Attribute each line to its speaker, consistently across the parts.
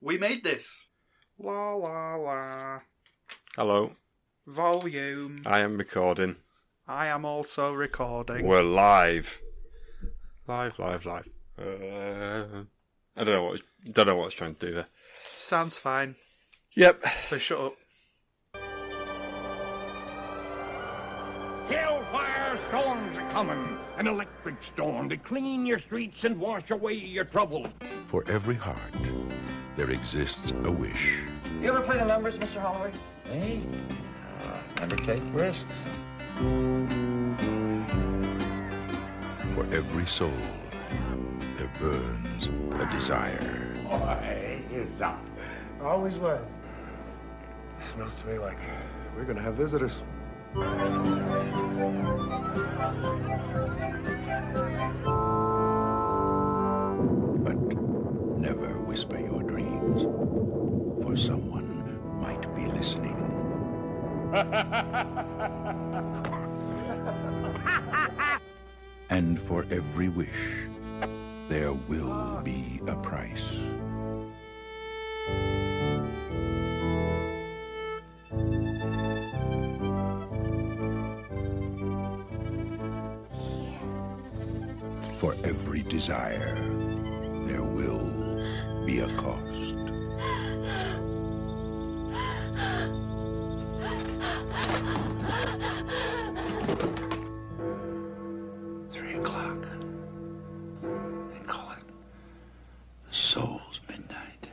Speaker 1: We made this.
Speaker 2: La la la.
Speaker 3: Hello,
Speaker 2: Volume.
Speaker 3: I am recording.
Speaker 2: I am also recording.
Speaker 3: We're live. Live, live, live. Uh, I don't know what don't know what I was trying to do there.
Speaker 2: Sounds fine.
Speaker 3: Yep.
Speaker 2: So shut up.
Speaker 4: Hellfire storms are coming. An electric storm to clean your streets and wash away your troubles.
Speaker 5: For every heart, there exists a wish.
Speaker 6: You ever play the numbers, Mr. Holloway?
Speaker 7: Hey, uh, never take risks.
Speaker 5: For every soul, there burns a desire.
Speaker 4: Boy, is up.
Speaker 7: Always was. Smells to me like we're gonna have visitors.
Speaker 5: But never whisper your dreams, for someone might be listening. and for every wish, there will be a price. For every desire, there will be a cost. Three o'clock. They call it the soul's midnight.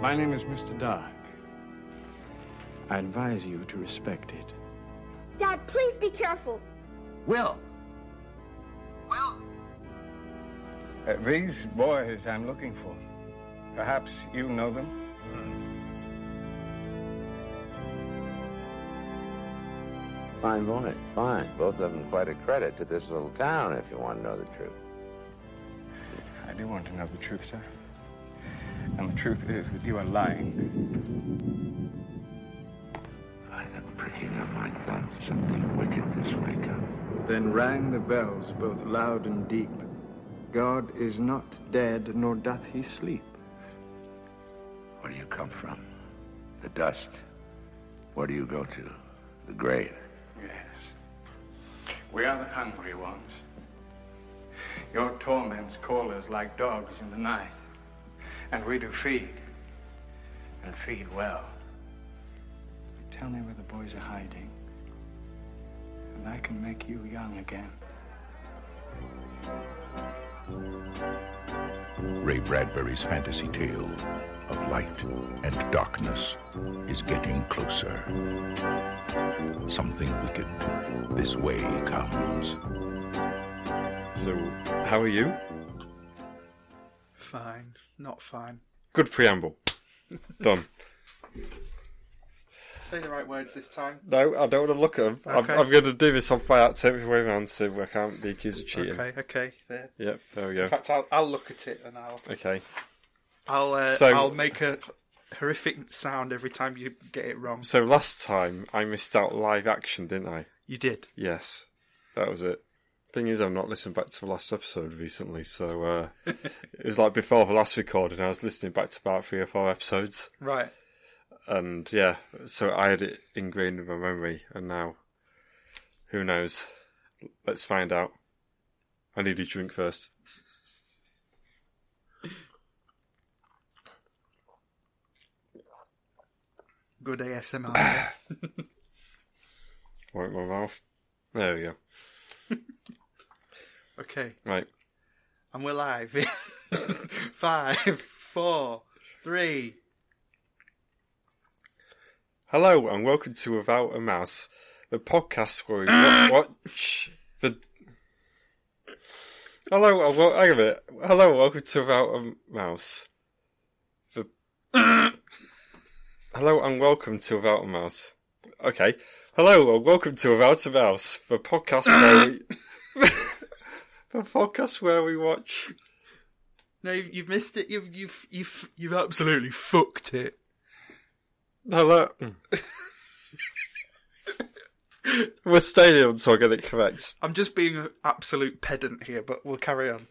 Speaker 8: My name is Mr. Dark. I advise you to respect it.
Speaker 9: Dad, please be careful.
Speaker 8: Will! Will! Uh, these boys I'm looking for. Perhaps you know them?
Speaker 7: Fine boy, fine. Both of them quite a credit to this little town, if you want to know the truth.
Speaker 8: I do want to know the truth, sir. And the truth is that you are lying.
Speaker 7: I am pricking up my thumb. Something wicked this way comes.
Speaker 8: Then rang the bells both loud and deep. God is not dead, nor doth he sleep.
Speaker 7: Where do you come from? The dust. Where do you go to? The grave.
Speaker 8: Yes. We are the hungry ones. Your torments call us like dogs in the night. And we do feed. And feed well. Tell me where the boys are hiding. And I can make you young again.
Speaker 5: Ray Bradbury's fantasy tale of light and darkness is getting closer. Something wicked this way comes.
Speaker 3: So, how are you?
Speaker 2: Fine. Not fine.
Speaker 3: Good preamble. Done.
Speaker 2: Say the right words this time.
Speaker 3: No, I don't want to look at them.
Speaker 2: Okay.
Speaker 3: I'm, I'm going to do this on fire. Take me away, man, so I can't be accused of cheating.
Speaker 2: Okay, okay. There.
Speaker 3: Yep. There we go.
Speaker 2: In fact, I'll, I'll look at it and I'll
Speaker 3: Okay.
Speaker 2: I'll uh,
Speaker 3: So-
Speaker 2: I'll make a horrific sound every time you get it wrong.
Speaker 3: So last time I missed out live action, didn't I?
Speaker 2: You did.
Speaker 3: Yes, that was it. Thing is, I've not listened back to the last episode recently, so uh, it was like before the last recording. I was listening back to about three or four episodes,
Speaker 2: Right.
Speaker 3: and yeah, so I had it ingrained in my memory, and now, who knows? Let's find out. I need a drink first.
Speaker 2: Good ASMR.
Speaker 3: Wipe my mouth. There we go.
Speaker 2: okay.
Speaker 3: Right.
Speaker 2: And we're live. Five, four, three.
Speaker 3: Hello and welcome to Without a Mouse, the podcast where we wa- watch the. Hello and well, hang a minute. Hello and welcome to Without a Mouse. The. Hello and welcome to Without a Mouse. Okay. Hello and welcome to Without a Mouse, the podcast where we. the podcast where we watch.
Speaker 2: No, you've, you've missed it. You've you've you've you've absolutely fucked it.
Speaker 3: Hello. We're staying on so I get it correct.
Speaker 2: I'm just being an absolute pedant here, but we'll carry on.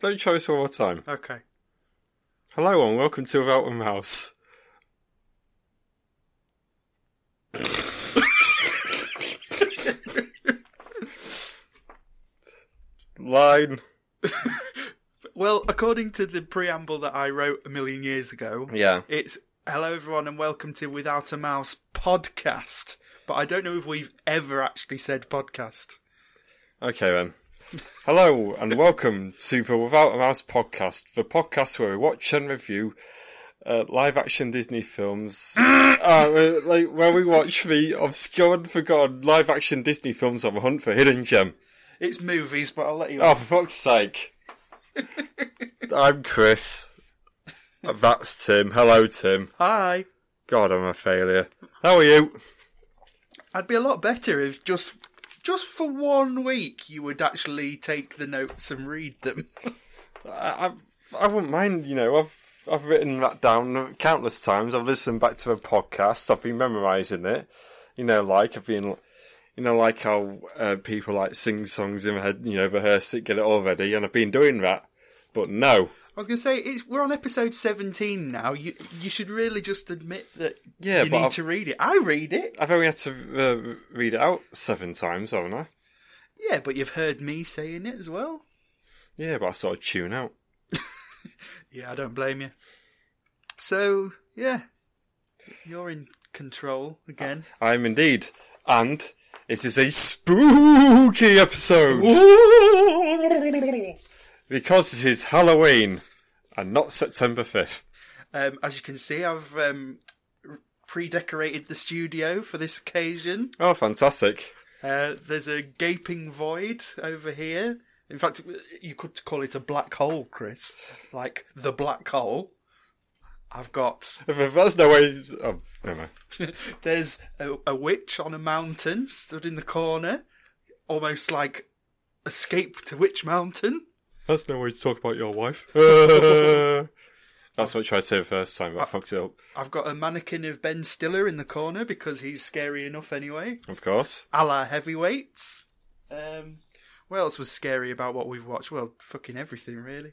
Speaker 3: But Don't try this one more time.
Speaker 2: Okay.
Speaker 3: Hello and welcome to Without a Mouse. Line.
Speaker 2: Well, according to the preamble that I wrote a million years ago,
Speaker 3: Yeah.
Speaker 2: it's hello everyone and welcome to Without a Mouse podcast. But I don't know if we've ever actually said podcast.
Speaker 3: Okay then. Hello and welcome to the Without a Mouse podcast, the podcast where we watch and review uh, live action Disney films. uh, where- like where we watch the obscure and forgotten live action Disney films on the hunt for hidden gem.
Speaker 2: It's movies, but I'll let you.
Speaker 3: Oh, for fuck's sake. I'm Chris. And That's Tim. Hello, Tim.
Speaker 2: Hi.
Speaker 3: God, I'm a failure. How are you?
Speaker 2: I'd be a lot better if just just for one week you would actually take the notes and read them.
Speaker 3: I, I, I wouldn't mind, you know, I've I've written that down countless times. I've listened back to a podcast. I've been memorising it. You know, like, I've been, you know, like how uh, people like sing songs in their head, you know, rehearse it, get it all ready, and I've been doing that. But no.
Speaker 2: I was going to say it's, we're on episode seventeen now. You you should really just admit that
Speaker 3: Yeah,
Speaker 2: you
Speaker 3: but
Speaker 2: need
Speaker 3: I've-
Speaker 2: to read it. I read it.
Speaker 3: I've only had to uh, read it out seven times, haven't I?
Speaker 2: Yeah, but you've heard me saying it as well.
Speaker 3: Yeah, but I sort of tune out.
Speaker 2: Yeah, I don't blame you. So yeah, you're in control again.
Speaker 3: I'm indeed. And it is a spooky episode because it is Halloween and not September 5th.
Speaker 2: Um, as you can see, I've um, r- pre-decorated the studio for this occasion.
Speaker 3: Oh, fantastic.
Speaker 2: Uh, there's a gaping void over here. In fact, you could call it a black hole, Chris. Like the black hole. I've got.
Speaker 3: If that's no way. Oh, never mind.
Speaker 2: There's a, a witch on a mountain stood in the corner, almost like escape to Witch Mountain.
Speaker 3: That's no way to talk about your wife. Uh, that's what I tried to say the first time, but I fucked it up,
Speaker 2: I've got a mannequin of Ben Stiller in the corner because he's scary enough anyway.
Speaker 3: of course.
Speaker 2: A la heavyweights. Um, what else was scary about what we've watched? Well, fucking everything, really.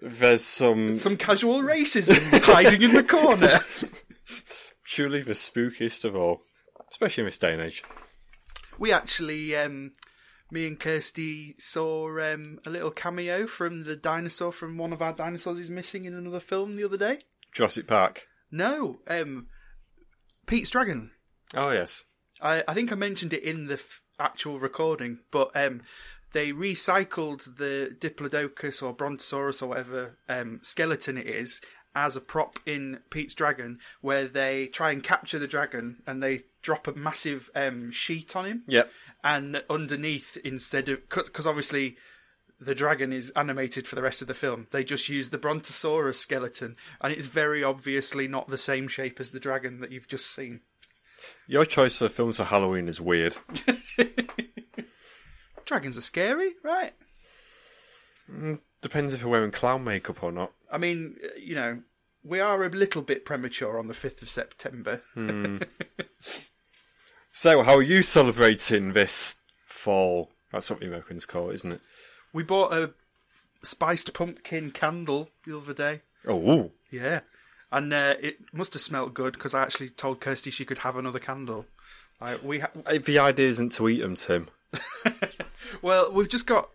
Speaker 3: There's some.
Speaker 2: Some casual racism hiding in the corner.
Speaker 3: Truly the spookiest of all. Especially in this day and age.
Speaker 2: We actually, um, me and Kirsty saw um, a little cameo from the dinosaur from one of our dinosaurs is missing in another film the other day.
Speaker 3: Jurassic Park.
Speaker 2: No, um, Pete's dragon.
Speaker 3: Oh, yes.
Speaker 2: I, I think I mentioned it in the f- actual recording, but um, they recycled the Diplodocus or Brontosaurus or whatever um, skeleton it is as a prop in Pete's Dragon, where they try and capture the dragon and they drop a massive um, sheet on him
Speaker 3: Yep.
Speaker 2: and underneath instead of because obviously the dragon is animated for the rest of the film they just use the brontosaurus skeleton and it's very obviously not the same shape as the dragon that you've just seen
Speaker 3: Your choice of films for Halloween is weird.
Speaker 2: dragons are scary right
Speaker 3: Depends if you're wearing clown makeup or not.
Speaker 2: i mean you know we are a little bit premature on the 5th of september
Speaker 3: So, how are you celebrating this fall? That's what the Americans call it, isn't it?
Speaker 2: we bought a spiced pumpkin candle the other day
Speaker 3: Oh, ooh.
Speaker 2: yeah and uh, it must have smelt good because i actually told kirsty she could have another candle I, we ha-
Speaker 3: Eh, the idea isn't to eat them, Tim.
Speaker 2: Well, we've just got.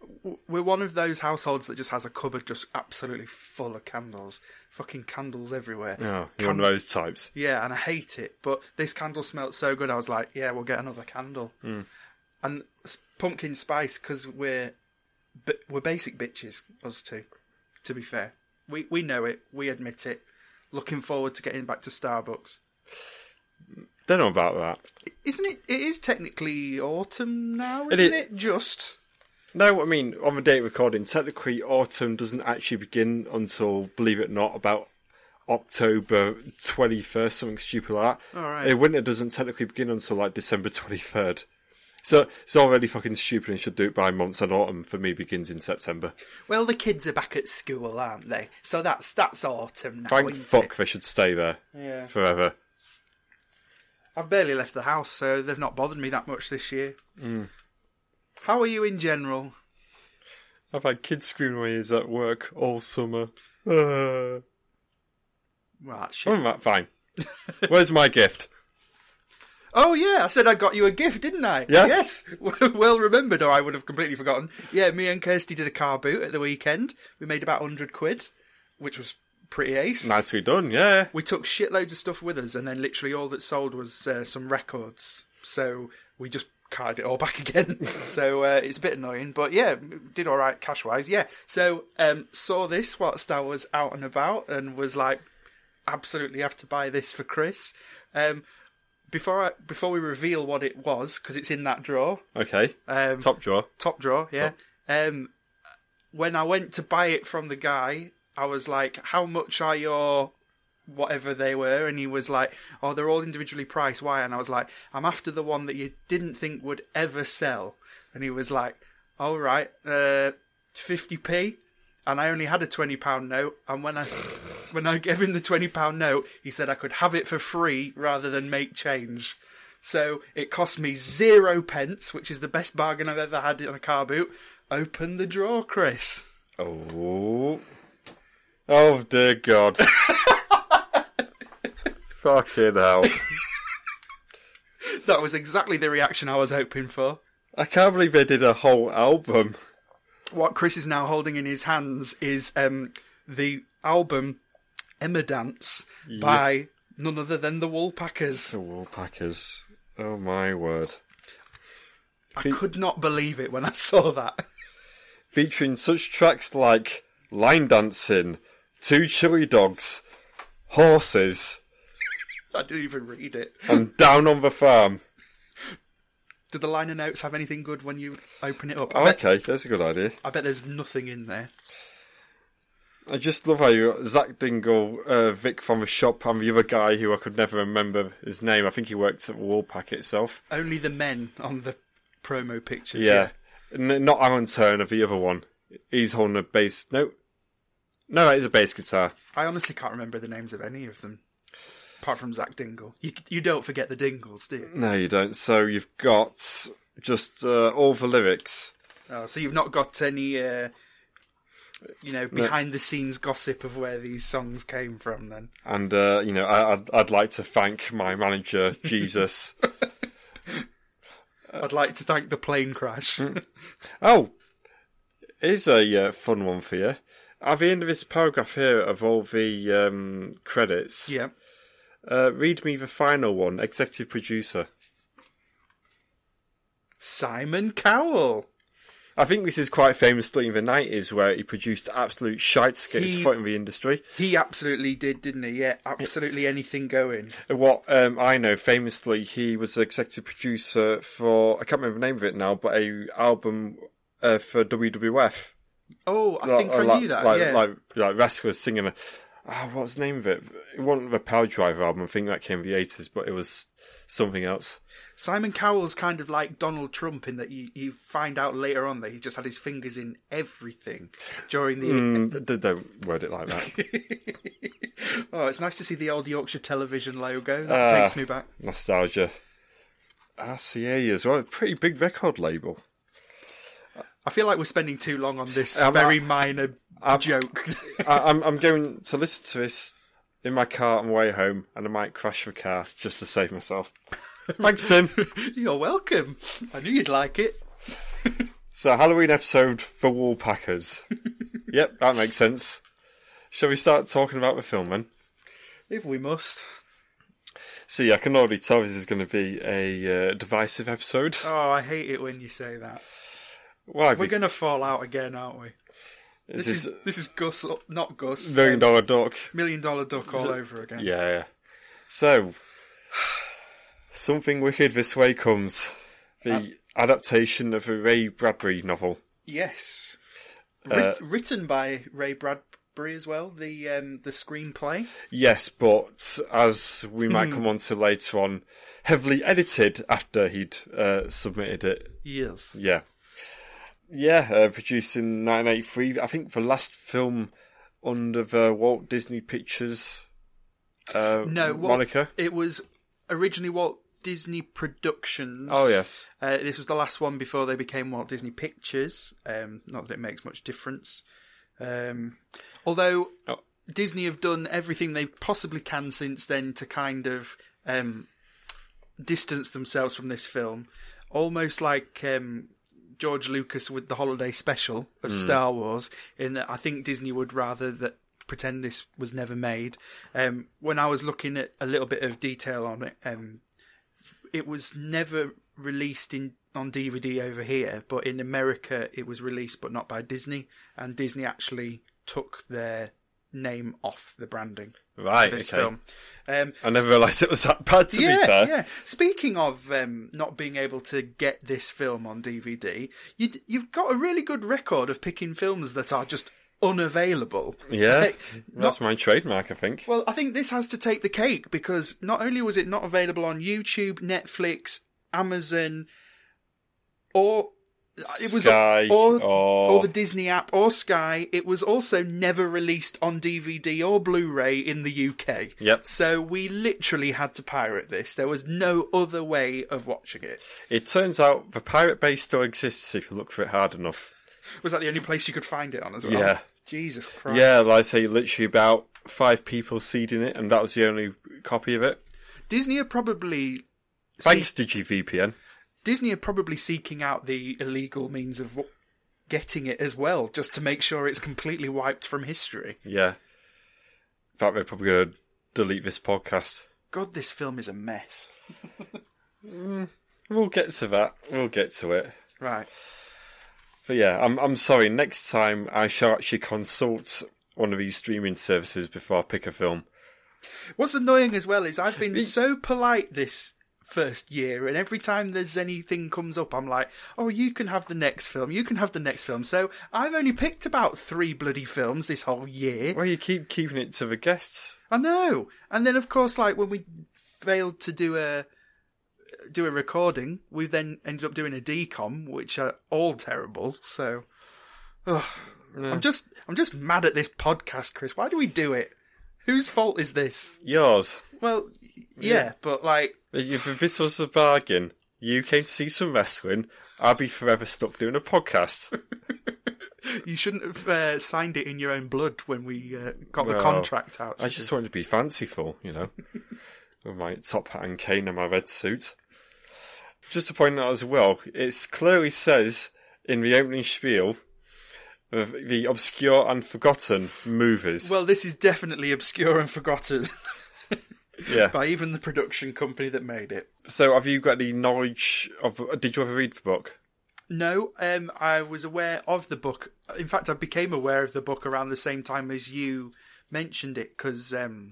Speaker 2: We're one of those households that just has a cupboard just absolutely full of candles. Fucking candles everywhere.
Speaker 3: Oh, you're one of those types.
Speaker 2: Yeah, and I hate it. But this candle smelled so good, I was like, yeah, we'll get another candle.
Speaker 3: Hmm.
Speaker 2: And s- pumpkin spice, because we're, bi- we're basic bitches, us two, to be fair. We, we know it, we admit it. Looking forward to getting back to Starbucks.
Speaker 3: Don't know about that.
Speaker 2: Isn't it? It is technically autumn now,
Speaker 3: It
Speaker 2: isn't it?
Speaker 3: is-
Speaker 2: Just.
Speaker 3: No, I mean, on the date of recording, technically autumn doesn't actually begin until, believe it or not, about October 21st, something stupid like that.
Speaker 2: All right.
Speaker 3: Eh, winter doesn't technically begin until like December 23rd. So it's already fucking stupid and should do it by months, and autumn for me begins in September.
Speaker 2: Well, the kids are back at school, aren't they? So that's that's autumn now.
Speaker 3: Thank
Speaker 2: isn't
Speaker 3: fuck
Speaker 2: it?
Speaker 3: they should stay there
Speaker 2: Yeah.
Speaker 3: forever.
Speaker 2: I've barely left the house, so
Speaker 3: Hmm.
Speaker 2: they've not bothered me that much this year. How are you in general?
Speaker 3: I've had kids screaming my ears at work all summer. Uh,
Speaker 2: Well, that shit.
Speaker 3: oh, right, fine. Where's my gift?
Speaker 2: Oh yeah, I said I got you a gift, didn't I?
Speaker 3: Yes.
Speaker 2: Yes. well remembered, or I would have completely forgotten. Yeah, me and Kirsty did a car boot at the weekend. We made about hundred quid, which was pretty ace.
Speaker 3: Nicely done, yeah.
Speaker 2: We took shitloads of stuff with us, and then literally all that sold was uh, some records. So we just carried it all back again. so uh, it's a bit annoying, but yeah, did all right cash wise. Yeah. So um, saw this whilst I was out and about, and was like, absolutely have to buy this for Chris. Um, before I, before we reveal what it was, because it's in that drawer,
Speaker 3: Okay.
Speaker 2: um,
Speaker 3: Top drawer.
Speaker 2: top drawer, yeah. Um, when I went to buy it from the guy, I was like, "How much are your whatever they were?" And he was like, "Oh, they're all individually priced. Why?" And I was like, "I'm after the one that you didn't think would ever sell." And he was like, "All right, uh, fifty p." And I only had a twenty pound note, and when I when I gave him the twenty pound note, he said I could have it for free rather than make change. So it cost me zero pence, which is the best bargain I've ever had on a car boot. Open the drawer, Chris.
Speaker 3: Oh. Oh, dear God. Fucking hell.
Speaker 2: That was exactly the reaction I was hoping for.
Speaker 3: I can't believe they did a whole album.
Speaker 2: What Chris is now holding in his hands is um, the album Emma Dance by none other than the Woolpackers.
Speaker 3: The Woolpackers. Oh, my word.
Speaker 2: I could not believe it when I saw that.
Speaker 3: featuring such tracks like Line Dancing, Two Chili Dogs, Horses,
Speaker 2: I didn't even read it.
Speaker 3: and Down on the Farm.
Speaker 2: Do the liner notes have anything good when you open it up? I
Speaker 3: Oh,
Speaker 2: bet,
Speaker 3: okay, that's a good idea.
Speaker 2: I bet there's nothing in there.
Speaker 3: I just love how you got Zach Dingle, uh, Vic from the shop, and the other guy who I could never remember his name. I think he worked at Woolpack itself.
Speaker 2: Only the men on the promo pictures.
Speaker 3: Yeah. N- not Alan Turner, the other one. He's holding a bass. No. No, it is a bass guitar.
Speaker 2: I honestly can't remember the names of any of them, apart from Zach Dingle. You you don't forget the Dingles, do you?
Speaker 3: No, you don't. So you've got just uh, all the lyrics.
Speaker 2: Oh, so you've not got any, uh, you know, behind the scenes gossip of where these songs came from. Then
Speaker 3: And uh, you know, I, I'd, I'd like to thank my manager Jesus.
Speaker 2: I'd like to thank the plane crash.
Speaker 3: oh, here's a uh, fun one for you. At the end of this paragraph here of all the um, credits,
Speaker 2: yeah,
Speaker 3: uh, read me the final one. Executive producer.
Speaker 2: Simon Cowell.
Speaker 3: I think this is quite famous still in the nineties, where he produced absolute shite skits
Speaker 2: He-
Speaker 3: for in the industry.
Speaker 2: He absolutely did, didn't he? Yeah, absolutely anything going.
Speaker 3: What um, I know, famously, he was the executive producer for I can't remember the name of it now, but a album uh, for WWF.
Speaker 2: Oh, I
Speaker 3: Like-
Speaker 2: think
Speaker 3: or
Speaker 2: I
Speaker 3: like,
Speaker 2: knew that.
Speaker 3: Like,
Speaker 2: yeah.
Speaker 3: like, like wrestlers singing. A, oh, what was the name of it? It wasn't the Power Driver album. I think that came in the eighties, but it was something else.
Speaker 2: Simon Cowell's kind of like Donald Trump in that you, you find out later on that he just had his fingers in everything during the
Speaker 3: Mm, d- don't word it like that.
Speaker 2: Oh, it's nice to see the old Yorkshire television logo. That
Speaker 3: Ah.
Speaker 2: takes me back.
Speaker 3: Nostalgia. RCA as well. Pretty big record label.
Speaker 2: I feel like we're spending too long on this
Speaker 3: Um,
Speaker 2: very
Speaker 3: I-
Speaker 2: minor joke.
Speaker 3: I, I'm I'm going to listen to this in my car on the way home, and I might crash the car just to save myself. Thanks, Tim.
Speaker 2: You're welcome. I knew you'd like it.
Speaker 3: So Halloween episode for Wallpackers. yep, that makes sense. Shall we start talking about the film then?
Speaker 2: If we must.
Speaker 3: See, I can already tell this is going to be a uh, divisive episode.
Speaker 2: Oh, I hate it when you say that.
Speaker 3: Why?
Speaker 2: We're going to fall out again, aren't we?
Speaker 3: This
Speaker 2: This
Speaker 3: is
Speaker 2: is this is Gus, not Gus.
Speaker 3: million
Speaker 2: um,
Speaker 3: dollar duck.
Speaker 2: million dollar duck all over again.
Speaker 3: Yeah. So, something wicked this way comes. The
Speaker 2: Uh,
Speaker 3: adaptation of a Ray Bradbury novel.
Speaker 2: Yes.
Speaker 3: Uh,
Speaker 2: Writ- written by Ray Bradbury as well. The um, the screenplay.
Speaker 3: Yes, but as we
Speaker 2: Hmm.
Speaker 3: might come on to later on, heavily edited after he'd uh, submitted it
Speaker 2: Yes.
Speaker 3: Yeah. Yeah, uh, produced in 1983. I think the last film under the Walt Disney Pictures uh,
Speaker 2: No, well,
Speaker 3: moniker.
Speaker 2: It was originally Walt Disney Productions.
Speaker 3: Oh, yes.
Speaker 2: Uh, this was the last one before they became Walt Disney Pictures. Um, not that it makes much difference. Um, although
Speaker 3: Oh.
Speaker 2: Disney have done everything they possibly can since then to kind of um, distance themselves from this film, almost like um, George Lucas with the holiday special of Star Wars. In that, I think Disney would rather that pretend this was never made. Um, when I was looking at a little bit of detail on it, um, it was never released in on DVD over here, but in America it was released, but not by Disney, and Disney actually took their name off the branding
Speaker 3: Right,
Speaker 2: of this
Speaker 3: okay.
Speaker 2: film. Um,
Speaker 3: I never realised it was that bad, to
Speaker 2: yeah,
Speaker 3: be fair.
Speaker 2: yeah. Speaking of um, not being able to get this film on DVD, you d- you've got a really good record of picking films that are just unavailable.
Speaker 3: Yeah,
Speaker 2: Like,
Speaker 3: that's my trademark, I think.
Speaker 2: well, I think this has to take the cake because not only was it not available on YouTube, Netflix, Amazon, or it was
Speaker 3: Sky,
Speaker 2: or,
Speaker 3: or-
Speaker 2: or the Disney app or Sky, it was also never released on DVD or Blu-ray in the UK.
Speaker 3: Yep.
Speaker 2: So we literally had to pirate this. There was no other way of watching it.
Speaker 3: It turns out the pirate base still exists if you look for it hard enough.
Speaker 2: Was that the only place you could find it on as well?
Speaker 3: Yeah.
Speaker 2: Jesus Christ.
Speaker 3: Yeah, like I say, literally about five people seeding it, and that was the only copy of it.
Speaker 2: Disney are probably
Speaker 3: Thanks, DigiVPN.
Speaker 2: Disney are probably seeking out the illegal means of w- getting it as well, just to make sure it's completely wiped from history.
Speaker 3: Yeah. In fact, we're probably going to delete this podcast.
Speaker 2: God, this film is a mess.
Speaker 3: We'll get to that. We'll get to it.
Speaker 2: Right.
Speaker 3: But yeah, I'm I'm sorry. Next time, I shall actually consult one of these streaming services before I pick a film.
Speaker 2: What's annoying as well is I've been so polite this first year, and every time there's anything comes up, I'm like, "Oh, you can have the next film. You can have the next film." So I've only picked about three bloody films this whole year.
Speaker 3: Well, you keep keeping it to the guests.
Speaker 2: I know. And then, of course, like when we failed to do a do a recording, we then ended up doing a decom, which are all terrible. So, ugh. I'm just I'm just mad at this podcast, Chris. Why do we do it? Whose fault is this?
Speaker 3: Yours.
Speaker 2: Well, y- yeah, but like,
Speaker 3: If this was a bargain, you came to see some wrestling. I'll be forever stuck doing a podcast.
Speaker 2: you shouldn't have uh, signed it in your own blood when we uh, got the
Speaker 3: No.
Speaker 2: contract out.
Speaker 3: I just wanted to be fanciful, you know, with my top hat and cane and my red suit. Just to point out as well, it clearly says in the opening spiel the, the obscure and forgotten movies.
Speaker 2: well, this is definitely obscure and forgotten
Speaker 3: yeah.
Speaker 2: by even the production company that made it.
Speaker 3: So, have you got any knowledge of? Did you ever read the book?
Speaker 2: No, um, I was aware of the book. In fact, I became aware of the book around the same time as you mentioned it because um,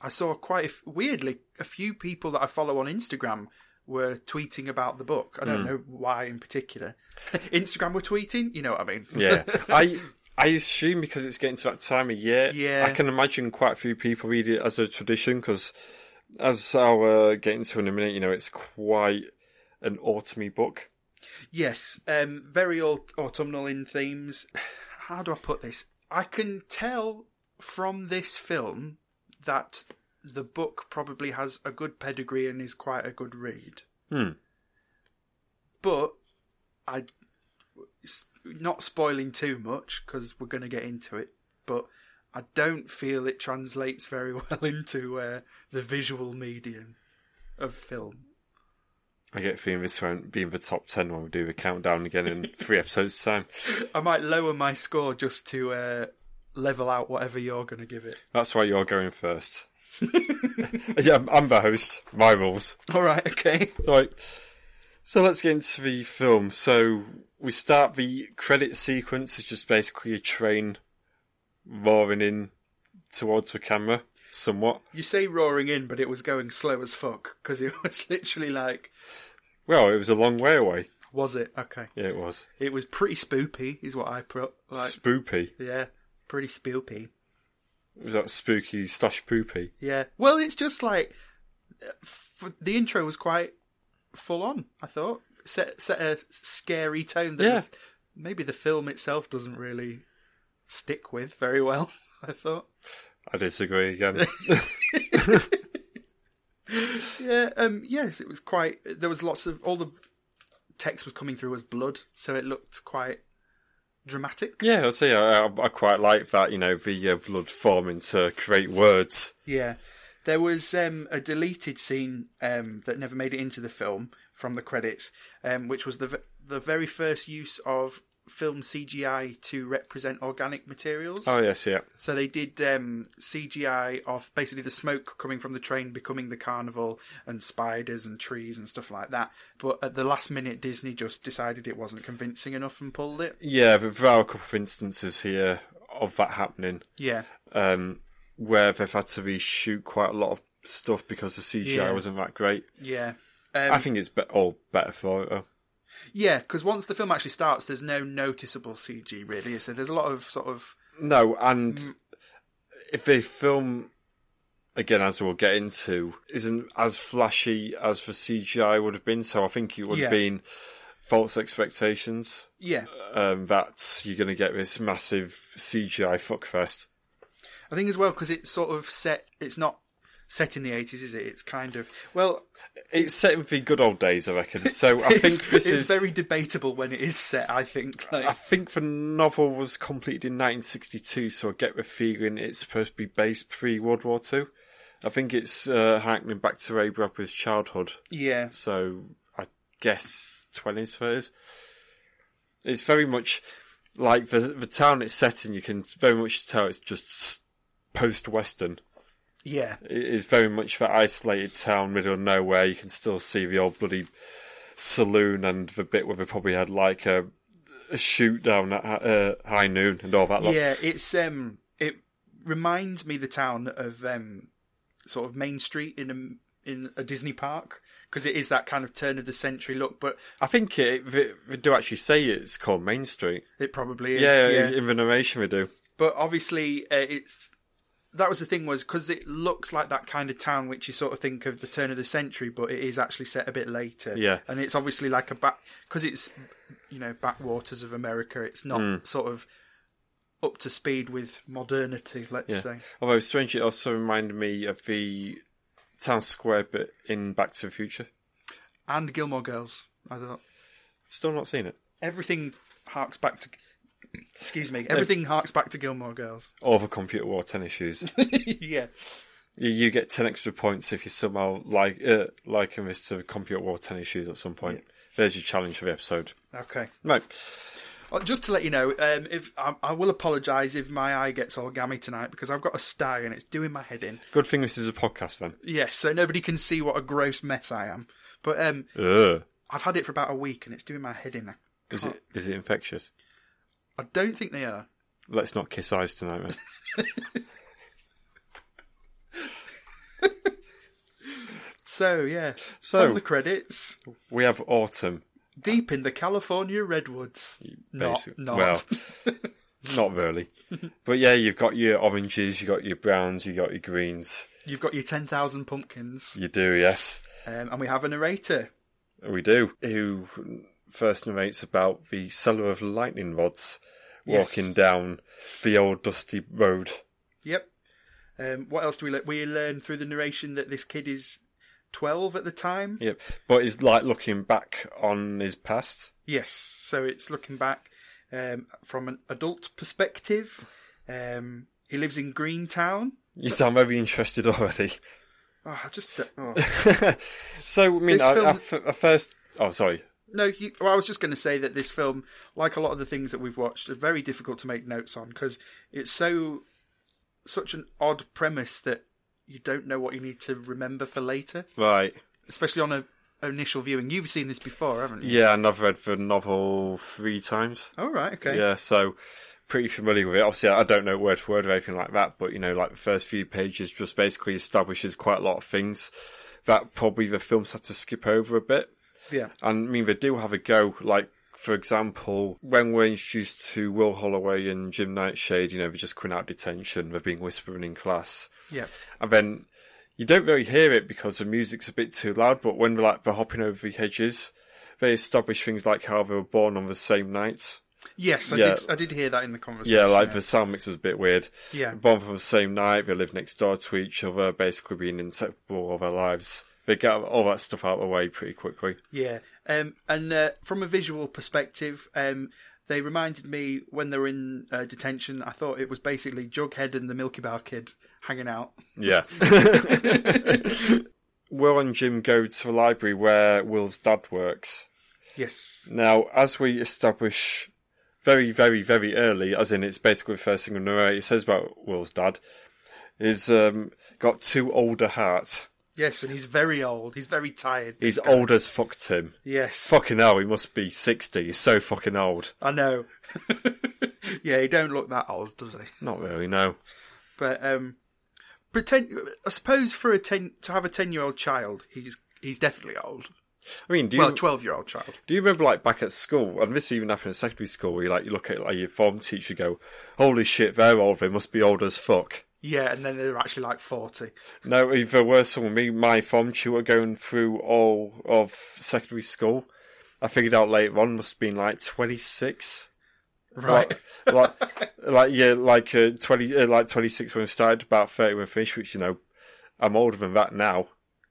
Speaker 2: I saw quite a f- weirdly a few people that I follow on Instagram were tweeting about the book. I don't know why in particular. Instagram were tweeting, you know what I mean?
Speaker 3: Yeah, I I assume because it's getting to that time of year.
Speaker 2: Yeah.
Speaker 3: I can imagine quite a few people read it as a tradition because, as I'll uh, get into in a minute, you know, it's quite an autumny book.
Speaker 2: Yes, um, very aut- autumnal in themes. How do I put this? I can tell from this film that the book probably has a good pedigree and is quite a good read.
Speaker 3: Hmm.
Speaker 2: But I, s- not spoiling too much because we're going to get into it. But I don't feel it translates very well into uh, the visual medium of film.
Speaker 3: I get a feeling this won't be in the top ten when we do the countdown again in three episodes time.
Speaker 2: I might lower my score just to uh, level out whatever you're going to give it.
Speaker 3: That's why you're going first. yeah, I'm- I'm the host. My rules.
Speaker 2: All right, okay.
Speaker 3: Right. So let's get into the film. So we start the credit sequence is just basically a train roaring in towards the camera somewhat.
Speaker 2: You say roaring in, but it was going slow as fuck because it was literally like,
Speaker 3: Well, it was a long way away.
Speaker 2: was it? Okay.
Speaker 3: Yeah, it was.
Speaker 2: It was pretty spoopy, is what I put. Like,
Speaker 3: Spoopy.
Speaker 2: yeah, pretty spoopy.
Speaker 3: It was that spooky slash poopy.
Speaker 2: Yeah. Well, it's just like uh, f- the intro was quite full on. I thought set set a scary tone that
Speaker 3: Yeah.
Speaker 2: maybe the film itself doesn't really stick with very well. I thought.
Speaker 3: I disagree again.
Speaker 2: Yeah, um, yes, it was quite. There was lots of all the text was coming through as blood, so it looked quite dramatic.
Speaker 3: Yeah, I see. I, I, I quite like that. You know, the uh, blood forming to create words.
Speaker 2: Yeah, there was um, a deleted scene um, that never made it into the film from the credits, um, which was the v- the very first use of film CGI to represent organic materials.
Speaker 3: Oh yes, yeah.
Speaker 2: So they did um, CGI of basically the smoke coming from the train becoming the carnival and spiders and trees and stuff like that. But at the last minute, Disney just decided it wasn't convincing enough and pulled it.
Speaker 3: Yeah, but there are a couple of instances here of that happening
Speaker 2: Yeah,
Speaker 3: um, where they've had to reshoot quite a lot of stuff because the CGI
Speaker 2: Yeah.
Speaker 3: wasn't that great.
Speaker 2: yeah. Um,
Speaker 3: I think it's be- all better for it. though.
Speaker 2: Yeah, because once the film actually starts, there's no noticeable CG really. is there? there's a lot of sort of
Speaker 3: No, and if they film again, as we'll get into, isn't as flashy as the CGI would have been. So I think it would
Speaker 2: Yeah.
Speaker 3: have been false expectations
Speaker 2: yeah.
Speaker 3: um, that you're going to get this massive CGI fuckfest.
Speaker 2: I think as well because it's sort of set. It's not set in the 80s, is it? It's kind of well.
Speaker 3: It's set in the good old days, I reckon. So I think
Speaker 2: it's,
Speaker 3: this
Speaker 2: it's
Speaker 3: is.
Speaker 2: very debatable when it is set. I think. Like,
Speaker 3: I think the novel was completed in 1962, so I get the feeling it's supposed to be based pre World War Two. I think it's uh, harkening back to Ray Bradbury's childhood.
Speaker 2: yeah,
Speaker 3: so I guess twenties, thirties. It's very much like the the town it's set in. You can very much tell it's just post Western.
Speaker 2: yeah,
Speaker 3: It is very much that isolated town, middle of nowhere. You can still see the old bloody saloon and the bit where they probably had like a, a shoot down at uh, high noon and all that. Lot.
Speaker 2: yeah. It's um, it reminds me the town of um, sort of Main Street in a in a Disney park because it is that kind of turn of the century look. But
Speaker 3: I think it, they, they do actually say it's called Main Street.
Speaker 2: it probably is.
Speaker 3: yeah,
Speaker 2: yeah.
Speaker 3: in the narration we do.
Speaker 2: but obviously uh, it's that was the thing was because it looks like that kind of town which you sort of think of the turn of the century but it is actually set a bit later
Speaker 3: Yeah.
Speaker 2: and it's obviously like a back because it's you know backwaters of america it's not
Speaker 3: Hmm.
Speaker 2: sort of up to speed with modernity let's
Speaker 3: Yeah.
Speaker 2: say
Speaker 3: Although strangely, it also reminded me of the town square bit in Back to the Future.
Speaker 2: and gilmore girls i thought
Speaker 3: Still not seen it.
Speaker 2: everything harks back to excuse me everything harks back to gilmore girls
Speaker 3: Or the computer war tennis shoes.
Speaker 2: yeah
Speaker 3: you, you get ten extra points if you somehow like uh, liken this to the computer war tennis shoes at some point. There's your challenge for the episode.
Speaker 2: okay
Speaker 3: Right.
Speaker 2: Uh, Just to let you know, um, if I, I will apologise if my eye gets all gammy tonight because I've got a stag and it's doing my head in.
Speaker 3: Good thing this is a podcast then.
Speaker 2: Yes, so nobody can see what a gross mess I am. But um,
Speaker 3: Ugh.
Speaker 2: I've had it for about a week and it's doing my head in.
Speaker 3: Is it is it infectious?
Speaker 2: I don't think they are.
Speaker 3: Let's not kiss eyes tonight, man.
Speaker 2: So yeah.
Speaker 3: So-
Speaker 2: From the credits,
Speaker 3: we have autumn,
Speaker 2: deep in the California redwoods. Not,
Speaker 3: basically.
Speaker 2: not.
Speaker 3: Well, not really. but yeah, you've got your oranges, you've got your browns, you've got your greens.
Speaker 2: You've got your ten thousand pumpkins,
Speaker 3: You do, yes.
Speaker 2: um, and we have a narrator.
Speaker 3: We do. Who first narrates about the seller of lightning rods
Speaker 2: Yes.
Speaker 3: walking down the old dusty road.
Speaker 2: Yep. Um, what else do we learn? We learn through the narration that this kid is twelve at the time.
Speaker 3: Yep. But he's like looking back on his past.
Speaker 2: Yes, so it's looking back um, from an adult perspective. Um, he lives in Greentown.
Speaker 3: You sound very interested already.
Speaker 2: Oh, I just don't- oh.
Speaker 3: so, I mean,
Speaker 2: This
Speaker 3: I,
Speaker 2: film-
Speaker 3: I f- I first. Oh, sorry.
Speaker 2: no. You, well, I was just going to say that this film, like a lot of the things that we've watched, are very difficult to make notes on because it's so such an odd premise that you don't know what you need to remember for later,
Speaker 3: Right.
Speaker 2: especially on a initial viewing. You've seen this before, haven't you?
Speaker 3: Yeah, and I've read the novel three times.
Speaker 2: All right. Okay.
Speaker 3: Yeah, so pretty familiar with it. Obviously, I don't know word for word or anything like that, but you know, like the first few pages just basically establishes quite a lot of things that probably the films had to skip over a bit.
Speaker 2: Yeah.
Speaker 3: And I mean, they do have a go. Like, for example, when we're introduced to Will Holloway and Jim Nightshade, you know, they're just coming out of detention, they're being whispering in class.
Speaker 2: Yeah.
Speaker 3: And then you don't really hear it because the music's a bit too loud, but when like they're hopping over the hedges, they establish things like how they were born on the same night.
Speaker 2: Yes, I
Speaker 3: Yeah.
Speaker 2: did. I did hear that in the conversation.
Speaker 3: Yeah, like the sound mix was a bit weird.
Speaker 2: Yeah.
Speaker 3: Born from the same night, they live next door to each other, basically being inseparable of their lives. They get all that stuff out of the way pretty quickly.
Speaker 2: Yeah, um, and uh, from a visual perspective, um, they reminded me when they were in uh, detention. I thought it was basically Jughead and the Milky Bar Kid hanging out.
Speaker 3: Yeah. Will and Jim go to the library where Will's dad works.
Speaker 2: Yes,
Speaker 3: Now, as we establish very, very, very early, as in it's basically the first thing the narrator says about Will's dad, is um, got two older hearts.
Speaker 2: yes, and he's very old. He's very tired.
Speaker 3: He's old as fuck Tim.
Speaker 2: Yes,
Speaker 3: Fucking hell, he must be 60. He's so fucking old.
Speaker 2: I know. yeah, he don't look that old, does he?
Speaker 3: Not really, no.
Speaker 2: But um, pretend. I suppose for a ten to have a ten year old child, he's he's definitely old.
Speaker 3: I mean, do you,
Speaker 2: Well, a twelve year old child.
Speaker 3: do you remember, like, back at school, and this even happened in secondary school, where you, like, you look at like, your form teacher and go, holy shit, they're old, they must be old as fuck.
Speaker 2: Yeah, and then they're actually like forty.
Speaker 3: No, either worse than me, my form tutor going through all of secondary school, I figured out later on must have been like 26.
Speaker 2: Right.
Speaker 3: Like, like, like yeah, like uh, 20, uh, like 26 when we started, about 30 when we finished, which, you know, I'm older than that now.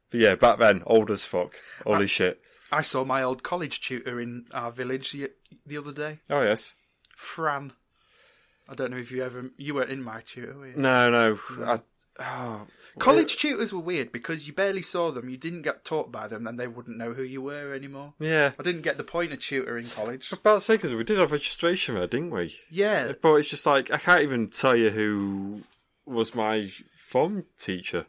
Speaker 3: But yeah, back then, old as fuck. Holy shit.
Speaker 2: I saw my old college tutor in our village the, the other day,
Speaker 3: Oh, yes.
Speaker 2: Fran. I don't know if you ever you weren't in my tutor. Were you?
Speaker 3: No, no. I, oh,
Speaker 2: College tutors were weird because you barely saw them, you didn't get taught by them, and they wouldn't know who you were anymore.
Speaker 3: yeah.
Speaker 2: I didn't get the point of tutor in college.
Speaker 3: About to say, 'cause we did have registration there, didn't we?
Speaker 2: Yeah,
Speaker 3: But it's just like, I can't even tell you who was my form teacher.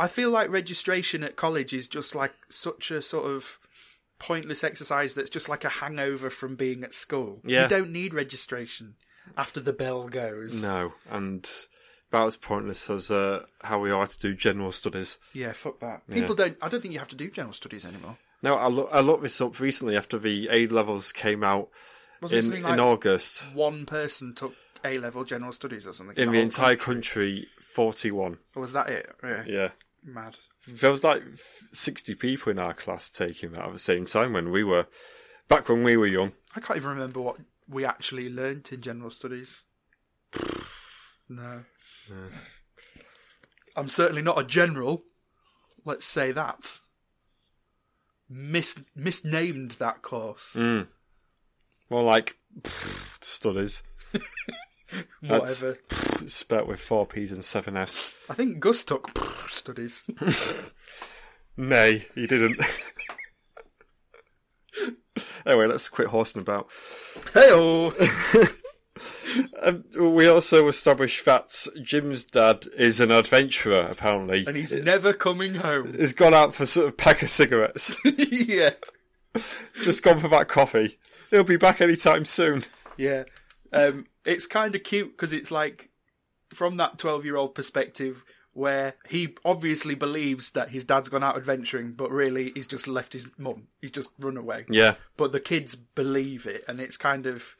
Speaker 2: I feel like registration at college is just like such a sort of pointless exercise that's just like a hangover from being at school.
Speaker 3: Yeah.
Speaker 2: You don't need registration after the bell goes.
Speaker 3: No, and about as pointless as uh, how we are to do general studies.
Speaker 2: Yeah, fuck that. People don't. I don't think you have to do general studies anymore.
Speaker 3: No, I, lo- I looked this up recently after the A levels came out
Speaker 2: Wasn't it
Speaker 3: in,
Speaker 2: something like
Speaker 3: in August.
Speaker 2: one person took A level general studies or something?
Speaker 3: In the
Speaker 2: whole
Speaker 3: entire
Speaker 2: country?
Speaker 3: country, 41.
Speaker 2: Or was that it? Yeah.
Speaker 3: Yeah.
Speaker 2: Mad.
Speaker 3: There was like 60 people in our class taking that at the same time when we were, back when we were young.
Speaker 2: I can't even remember what we actually learnt in general studies. no. I'm certainly not a general. Let's say that. Mis- misnamed that course.
Speaker 3: More like pfft, studies, that's-
Speaker 2: Whatever.
Speaker 3: spelt with four P's and seven F's.
Speaker 2: I think Gus took studies.
Speaker 3: Nay, you didn't. anyway, let's quit horsing about.
Speaker 2: Heyo.
Speaker 3: Um, we also establish that Jim's dad is an adventurer, apparently.
Speaker 2: and he's never coming home.
Speaker 3: He's gone out for sort of pack of cigarettes,
Speaker 2: yeah.
Speaker 3: just gone for that coffee. He'll be back anytime soon.
Speaker 2: Yeah. Um, it's kind of cute because it's like from that 12 year old perspective where he obviously believes that his dad's gone out adventuring, but really he's just left his mum. He's just run away.
Speaker 3: Yeah,
Speaker 2: But the kids believe it, and it's kind of.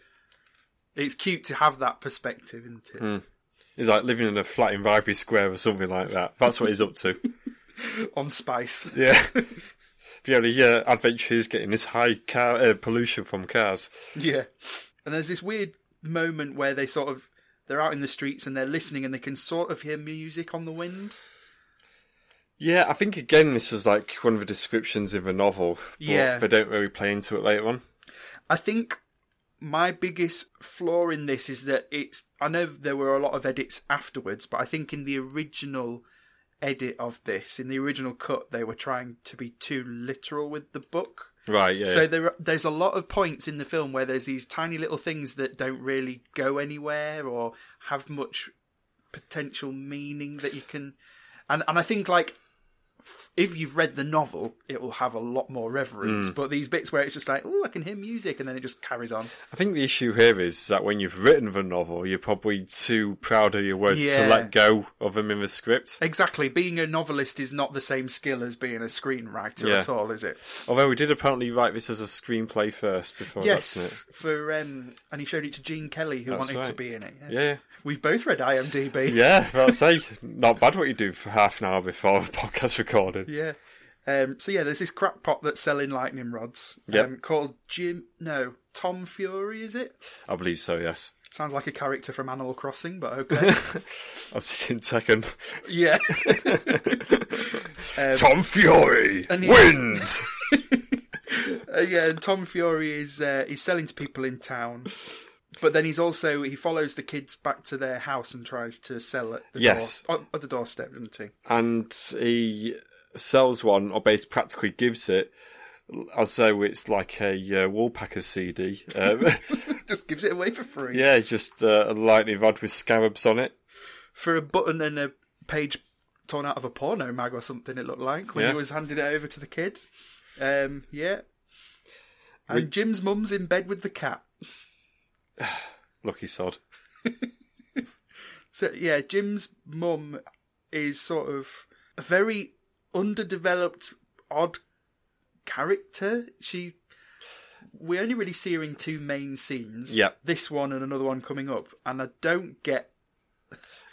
Speaker 2: It's cute to have that perspective, isn't it?
Speaker 3: he's like living in a flat in Ribery Square or something like that. That's what he's up to.
Speaker 2: On Spice.
Speaker 3: Yeah. The only uh, adventure is getting this high car uh, pollution from cars.
Speaker 2: Yeah. And there's this weird moment where they sort of. They're out in the streets and they're listening and they can sort of hear music on the wind.
Speaker 3: Yeah, I think again this was like one of the descriptions in the novel. But
Speaker 2: Yeah.
Speaker 3: they don't really play into it later on.
Speaker 2: I think my biggest flaw in this is that it's. I know there were a lot of edits afterwards, but I think in the original edit of this, in the original cut, they were trying to be too literal with the book.
Speaker 3: Right. Yeah.
Speaker 2: So there, are- there's a lot of points in the film where there's these tiny little things that don't really go anywhere or have much potential meaning that you can, and and I think like f- if you've read the novel, it will have a lot more reverence.
Speaker 3: Mm.
Speaker 2: But these bits where it's just like, oh, I can hear music, and then it just carries on.
Speaker 3: I think the issue here is that when you've written the novel, you're probably too proud of your words
Speaker 2: Yeah.
Speaker 3: to let go of them in the script.
Speaker 2: Exactly, being a novelist is not the same skill as being a screenwriter
Speaker 3: Yeah.
Speaker 2: at all, is it?
Speaker 3: Although we did apparently write this as a screenplay first before
Speaker 2: yes, for um, and he showed it to Gene Kelly, who
Speaker 3: That's
Speaker 2: wanted to
Speaker 3: right.
Speaker 2: be in it. Yeah.
Speaker 3: wasn't it?
Speaker 2: We've both read IMDb.
Speaker 3: Yeah. Yeah, that's say not bad what you do for half an hour before a podcast recording.
Speaker 2: Yeah. Um, so yeah, there's this crackpot that's selling lightning rods
Speaker 3: Yep.
Speaker 2: um, called Jim. No, Tom Fury is it?
Speaker 3: I believe so. Yes,
Speaker 2: Sounds like a character from Animal Crossing, but okay.
Speaker 3: I was thinking Tekken.
Speaker 2: yeah,
Speaker 3: Tom Fury
Speaker 2: Um, and he's-
Speaker 3: wins.
Speaker 2: Uh, yeah. And Tom Fury is uh, he's selling to people in town, but then he's also he follows the kids back to their house and tries to sell at the
Speaker 3: Yes.
Speaker 2: door, on- at the doorstep, doesn't he?
Speaker 3: and he sells one, or basically practically gives it, as though it's like a uh, Wallpacker CD. Um,
Speaker 2: Just gives it away for free
Speaker 3: yeah, it's just uh, a lightning rod with scarabs on it.
Speaker 2: for a button and a page torn out of a porno mag or something. It looked like when
Speaker 3: Yeah.
Speaker 2: he was handing it over to the kid. Um, yeah. And Jim's mum's in bed with the cat.
Speaker 3: Lucky sod.
Speaker 2: So yeah, Jim's mum is sort of a very underdeveloped, odd character. She we only really see her in two main scenes.
Speaker 3: Yep.
Speaker 2: This one and another one coming up. And I don't get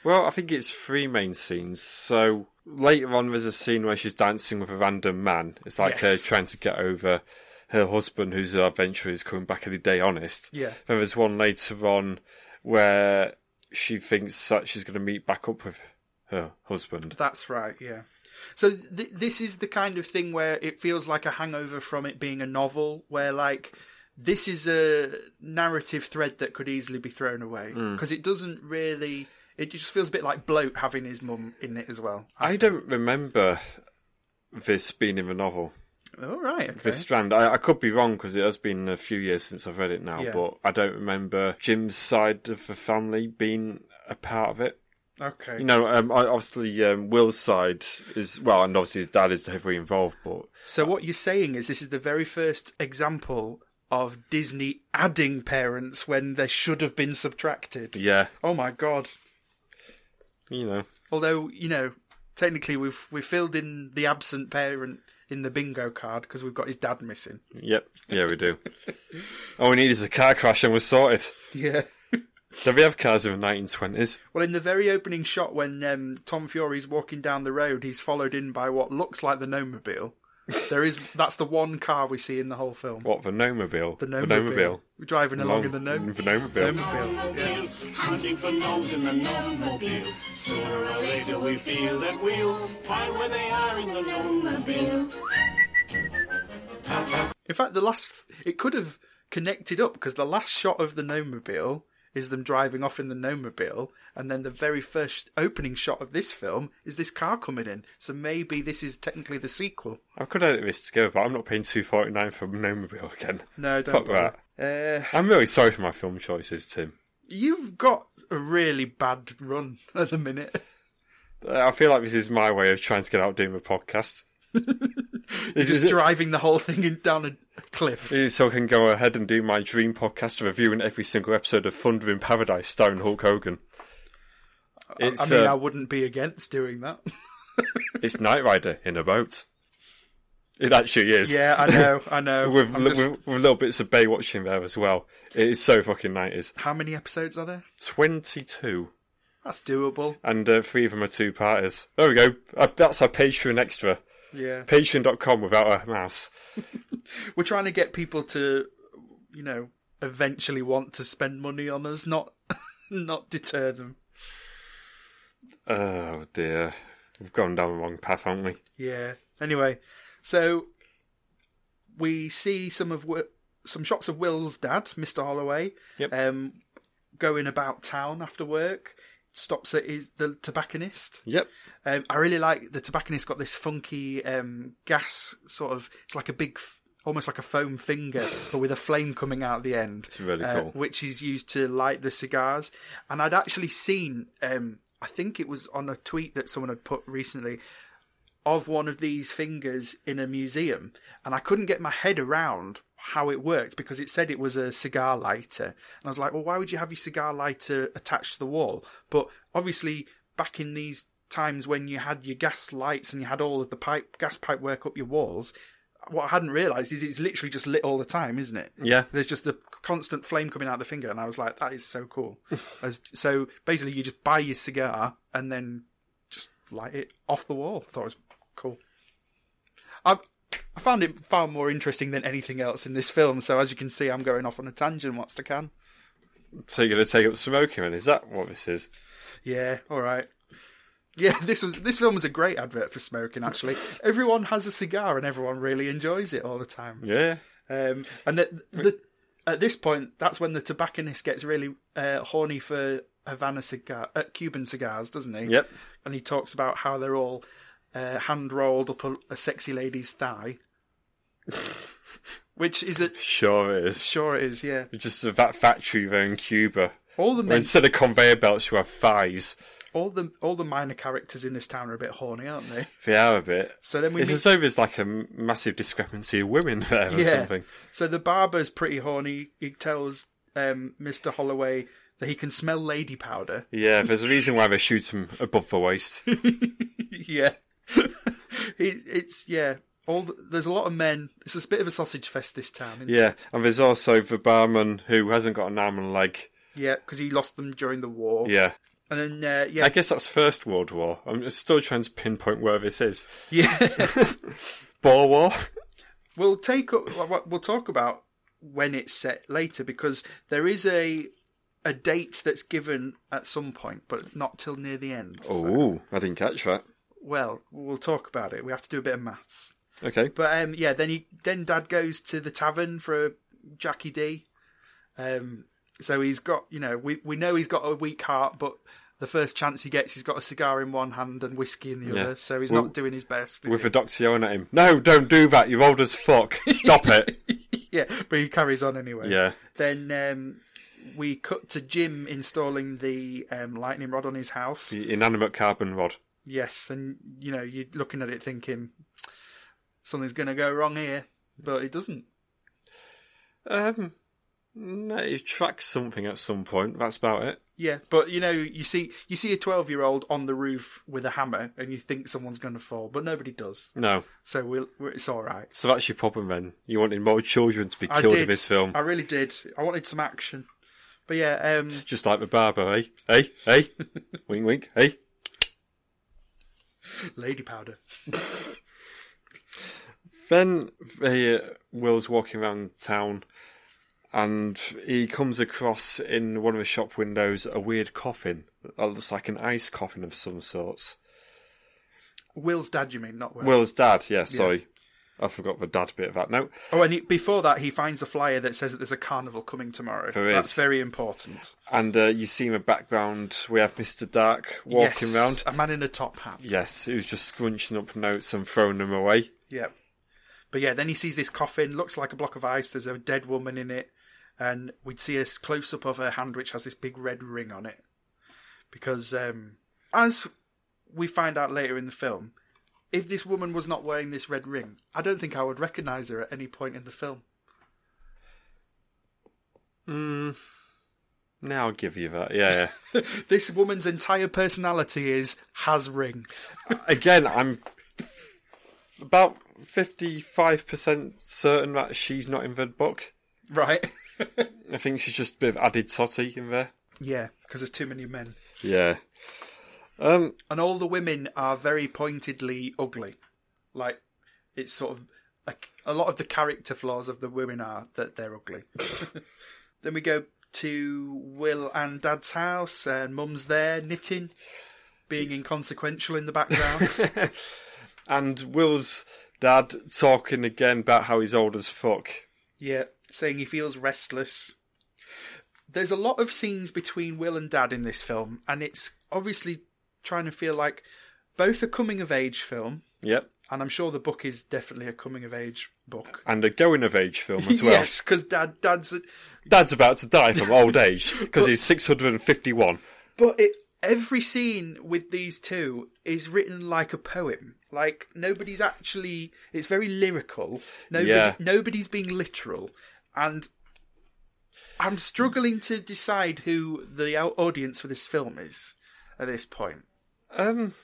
Speaker 3: Well, I think it's three main scenes. So later on, there's a scene where she's dancing with a random man. It's like her
Speaker 2: Yes.
Speaker 3: trying to get over her husband, who's her adventurer, is coming back any day honest.
Speaker 2: Yeah.
Speaker 3: Then there's one later on where she thinks that she's going to meet back up with her husband.
Speaker 2: that's right, yeah. So th- this is the kind of thing where it feels like a hangover from it being a novel where like this is a narrative thread that could easily be thrown away because it doesn't really it just feels a bit like bloat having his mum in it as well.
Speaker 3: I don't remember this being in the novel.
Speaker 2: All right. Okay.
Speaker 3: This strand, I, I could be wrong because it has been a few years since I've read it now,
Speaker 2: Yeah.
Speaker 3: but I don't remember Jim's side of the family being a part of it.
Speaker 2: okay.
Speaker 3: You know, um, I- obviously um, Will's side is well, and obviously his dad is heavily involved. But
Speaker 2: so what you're saying is this is the very first example of Disney adding parents when they should have been subtracted.
Speaker 3: yeah,
Speaker 2: Oh my god.
Speaker 3: you know,
Speaker 2: Although, you know, technically we've we filled in the absent parent in the bingo card because we've got his dad missing.
Speaker 3: yep, yeah, we do. All we need is a car crash, and we're sorted.
Speaker 2: Yeah.
Speaker 3: Did we have cars in the nineteen twenties?
Speaker 2: Well, in the very opening shot when um, Tom Fury's walking down the road, he's followed in by what looks like the Gnomobile. there is that's the one car we see in the whole film.
Speaker 3: What the Nomobile?
Speaker 2: The Gnomobile. We're driving along in the Gnome.
Speaker 3: The Nomobile.
Speaker 2: Gnomobile. Yeah.
Speaker 1: Hunting for gnomes in the gnomemobile. Sooner or later we feel that we'll find where they are in the gnomemobile.
Speaker 2: In fact, the last it could have connected up because the last shot of the Gnomobile is them driving off in the Gnomobile, and then the very first opening shot of this film is this car coming in. So maybe this is technically the sequel.
Speaker 3: I could edit this together, but I'm not paying two forty nine for Nomobile again.
Speaker 2: No, don't.
Speaker 3: Fuck
Speaker 2: bother.
Speaker 3: that.
Speaker 2: Uh,
Speaker 3: I'm really sorry for my film choices, Tim.
Speaker 2: you've got a really bad run at the minute.
Speaker 3: Uh, I feel like this is my way of trying to get out doing the podcast. this
Speaker 2: Just
Speaker 3: is it.
Speaker 2: driving the whole thing in, down a cliff.
Speaker 3: Is so I can go ahead and do my dream podcast of reviewing every single episode of Thunder in Paradise starring Hulk Hogan. It's
Speaker 2: I mean,
Speaker 3: uh,
Speaker 2: I wouldn't be against doing that.
Speaker 3: it's Knight Rider in a boat. It actually is.
Speaker 2: yeah, I know, I know.
Speaker 3: With,
Speaker 2: I'm
Speaker 3: li-
Speaker 2: just-
Speaker 3: with, with little bits of Baywatch in there as well. It is so fucking 90s.
Speaker 2: how many episodes are there?
Speaker 3: 22.
Speaker 2: That's doable.
Speaker 3: And uh, three of them are two parters. There we go. Uh, that's our Patreon extra.
Speaker 2: Yeah.
Speaker 3: Patreon.com without a mouse.
Speaker 2: we're trying to get people to you know eventually want to spend money on us not not deter them
Speaker 3: Oh dear. We've gone down the wrong path, haven't we?
Speaker 2: yeah anyway so we see some of Wi- some shots of will's dad mr holloway
Speaker 3: Yep.
Speaker 2: um going about town after work stops at his the tobacconist
Speaker 3: Yep.
Speaker 2: um, i really like the tobacconist got this funky um gas sort of it's like a big f- almost like a foam finger but with a flame coming out at the end
Speaker 3: It's really
Speaker 2: uh,
Speaker 3: cool.
Speaker 2: which is used to light the cigars. And I'd actually seen, um, I think it was on a tweet that someone had put recently, of one of these fingers in a museum. And I couldn't get my head around how it worked because it said it was a cigar lighter. And I was like, well, why would you have your cigar lighter attached to the wall? But obviously, back in these times when you had your gas lights and you had all of the pipe gas pipe work up your walls what i hadn't realized is it's literally just lit all the time isn't it
Speaker 3: Yeah.
Speaker 2: there's just the constant flame coming out the finger, and I was like, that is so cool. As, so basically, you just buy your cigar and then just light it off the wall. I thought it was cool. I, I found it far more interesting than anything else in this film. So as you can see, I'm going off on a tangent whilst I can.
Speaker 3: So you're going to take up smoking, and is that what this is?
Speaker 2: Yeah, all right. Yeah, this was this film was a great advert for smoking. Actually, everyone has a cigar, and everyone really enjoys it all the time.
Speaker 3: Yeah.
Speaker 2: Um, and the, the, at this point, that's when the tobacconist gets really uh, horny for Havana cigar, uh, Cuban cigars, doesn't he?
Speaker 3: Yep.
Speaker 2: And he talks about how they're all uh, hand rolled up a, a sexy lady's thigh, which is a
Speaker 3: Sure it is.
Speaker 2: sure it is. Yeah,
Speaker 3: Just a that factory there in Cuba.
Speaker 2: all the
Speaker 3: Where
Speaker 2: men,
Speaker 3: instead of conveyor belts, you have thighs.
Speaker 2: all the all the minor characters in this town are a bit horny, aren't they?
Speaker 3: They are a bit.
Speaker 2: So then we
Speaker 3: it's
Speaker 2: meet-
Speaker 3: as though there's like a m- massive discrepancy of women there or something.
Speaker 2: So the barber's pretty horny. He tells um, Mr. Holloway that he can smell lady powder.
Speaker 3: Yeah, there's a reason why they shoot them above the waist.
Speaker 2: yeah. it, it's yeah. All the, there's a lot of men. It's a bit of a sausage fest this town. Isn't
Speaker 3: yeah, and there's also the barman who hasn't got an arm and leg.
Speaker 2: yeah, because he lost them during the war.
Speaker 3: Yeah.
Speaker 2: and then uh, yeah,
Speaker 3: I guess that's First World War. I'm still trying to pinpoint where this is.
Speaker 2: yeah.
Speaker 3: Boer War?
Speaker 2: we'll take up. what- what We'll talk about when it's set later because there is a a date that's given at some point, but not till near the end.
Speaker 3: Oh, I didn't catch that.
Speaker 2: Well, we'll talk about it. We have to do a bit of maths.
Speaker 3: Okay.
Speaker 2: But um, yeah, then he then Dad goes to the tavern for Jackie D. Um, so he's got you know we we know he's got a weak heart, but the first chance he gets, he's got a cigar in one hand and whiskey in the
Speaker 3: Yeah.
Speaker 2: other. So he's
Speaker 3: Well,
Speaker 2: not doing his best. is
Speaker 3: With
Speaker 2: he?
Speaker 3: a doctor yelling at him, No, don't do that, you're old as fuck. Stop it.
Speaker 2: yeah, but he carries on anyway.
Speaker 3: Yeah.
Speaker 2: Then um, we cut to Jim installing the um, lightning rod on his house.
Speaker 3: The inanimate carbon rod.
Speaker 2: Yes, and you know you're looking at it thinking something's going to go wrong here, but it doesn't.
Speaker 3: Um, no, it tracks something at some point. That's about it.
Speaker 2: Yeah, but you know, you see, you see a twelve-year-old on the roof with a hammer, and you think someone's going to fall, but nobody does.
Speaker 3: No.
Speaker 2: So we'll, we're, it's all right.
Speaker 3: So that's your problem then. You wanted more children to be
Speaker 2: I
Speaker 3: killed
Speaker 2: did.
Speaker 3: in this film.
Speaker 2: I really did. I wanted some action, but yeah, um,
Speaker 3: Just like the barber, eh? Eh? Eh? wink, wink, eh?
Speaker 2: lady powder.
Speaker 3: Then they, uh, Will's walking around town and he comes across in one of the shop windows a weird coffin. That looks like an ice coffin of some sorts.
Speaker 2: Will's dad, you mean, not Will?
Speaker 3: Will's dad, yeah, sorry. I forgot the dad bit of that. No,
Speaker 2: Oh, and he, before that, he finds a flyer that says that there's a carnival coming tomorrow.
Speaker 3: There is.
Speaker 2: That's very important.
Speaker 3: and uh, you see in the background we have Mr. Dark walking
Speaker 2: yes,
Speaker 3: round.
Speaker 2: a man in a top hat.
Speaker 3: Yes, he was just scrunching up notes and throwing them away.
Speaker 2: Yeah. But yeah, then he sees this coffin, looks like a block of ice, there's a dead woman in it, and we'd see a close up of her hand which has this big red ring on it. Because um as we find out later in the film, if this woman was not wearing this red ring, I don't think I would recognise her at any point in the film.
Speaker 3: Mm. Now I'll give you that. Yeah. yeah.
Speaker 2: This woman's entire personality is has ring.
Speaker 3: again, I'm about 55% certain that she's not in the book.
Speaker 2: Right.
Speaker 3: I think she's just a bit of added totty in there.
Speaker 2: yeah, because there's too many men.
Speaker 3: Yeah. Um,
Speaker 2: and all the women are very pointedly ugly. Like it's sort of a, a lot of the character flaws of the women are that they're ugly. then we go to Will and Dad's house, and Mum's there knitting, being inconsequential in the background.
Speaker 3: and Will's dad talking again about how he's old as fuck.
Speaker 2: yeah, saying he feels restless. There's a lot of scenes between Will and Dad in this film, and it's obviously trying to feel like both a coming of age film
Speaker 3: Yep.
Speaker 2: and I'm sure the book is definitely a coming of age book.
Speaker 3: And a going of age film as well.
Speaker 2: Yes, because dad, dad's,
Speaker 3: Dad's about to die from old age because he's 651.
Speaker 2: but it, every scene with these two is written like a poem. Like nobody's actually, it's very lyrical. Nobody,
Speaker 3: Yeah.
Speaker 2: nobody's being literal, and I'm struggling to decide who the au- audience for this film is at this point.
Speaker 3: Um,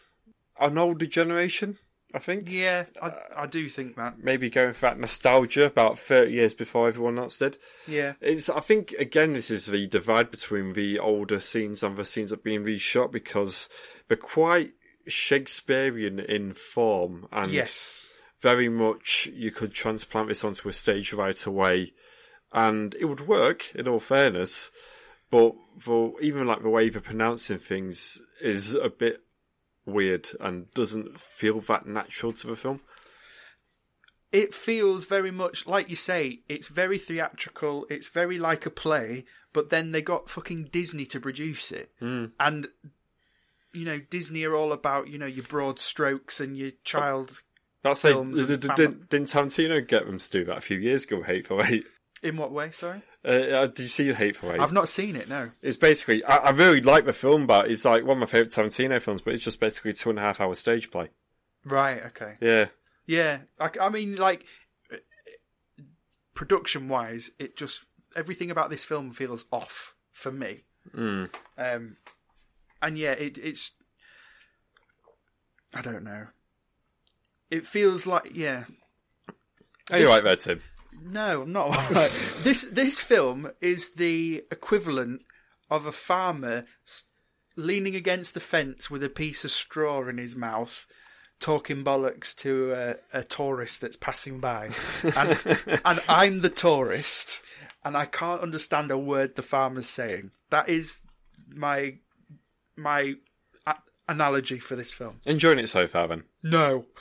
Speaker 3: an older generation, I think.
Speaker 2: Yeah, I, I do think that.
Speaker 3: Maybe going for that nostalgia about 30 years before everyone else did.
Speaker 2: Yeah,
Speaker 3: It's. I think again, this is the divide between the older scenes and the scenes that are being reshot because they're quite Shakespearean in form, and
Speaker 2: yes.
Speaker 3: very much you could transplant this onto a stage right away, and it would work. In all fairness, but the, even like the way they're pronouncing things is a bit weird and doesn't feel that natural to the film.
Speaker 2: it feels very much like you say it's very theatrical it's very like a play but then they got fucking disney to produce it and you know disney are all about you know your broad strokes and your child
Speaker 3: That's like
Speaker 2: Films and
Speaker 3: did, did,
Speaker 2: fam-
Speaker 3: didn't Tarantino get them to do that a few years ago? with Hateful Eight.
Speaker 2: in what way sorry
Speaker 3: Uh, uh, did you see Hateful Eight?
Speaker 2: i've not seen it no
Speaker 3: It's basically I, I really like the film, but it's like one of my favorite Tarantino films. But it's just basically two and a half hour stage play.
Speaker 2: right okay
Speaker 3: Yeah,
Speaker 2: yeah i, I mean like production wise it just everything about this film feels off for me um and yeah it, it's i don't know it feels like yeah
Speaker 3: are you
Speaker 2: This-
Speaker 3: right there, Tim?
Speaker 2: no, I'm not. alright. this this film is the equivalent of a farmer s- leaning against the fence with a piece of straw in his mouth, talking bollocks to a, a tourist that's passing by, and, and I'm the tourist, and I can't understand a word the farmer's saying. That is my my a- analogy for this film.
Speaker 3: Enjoying it so far, then.
Speaker 2: No.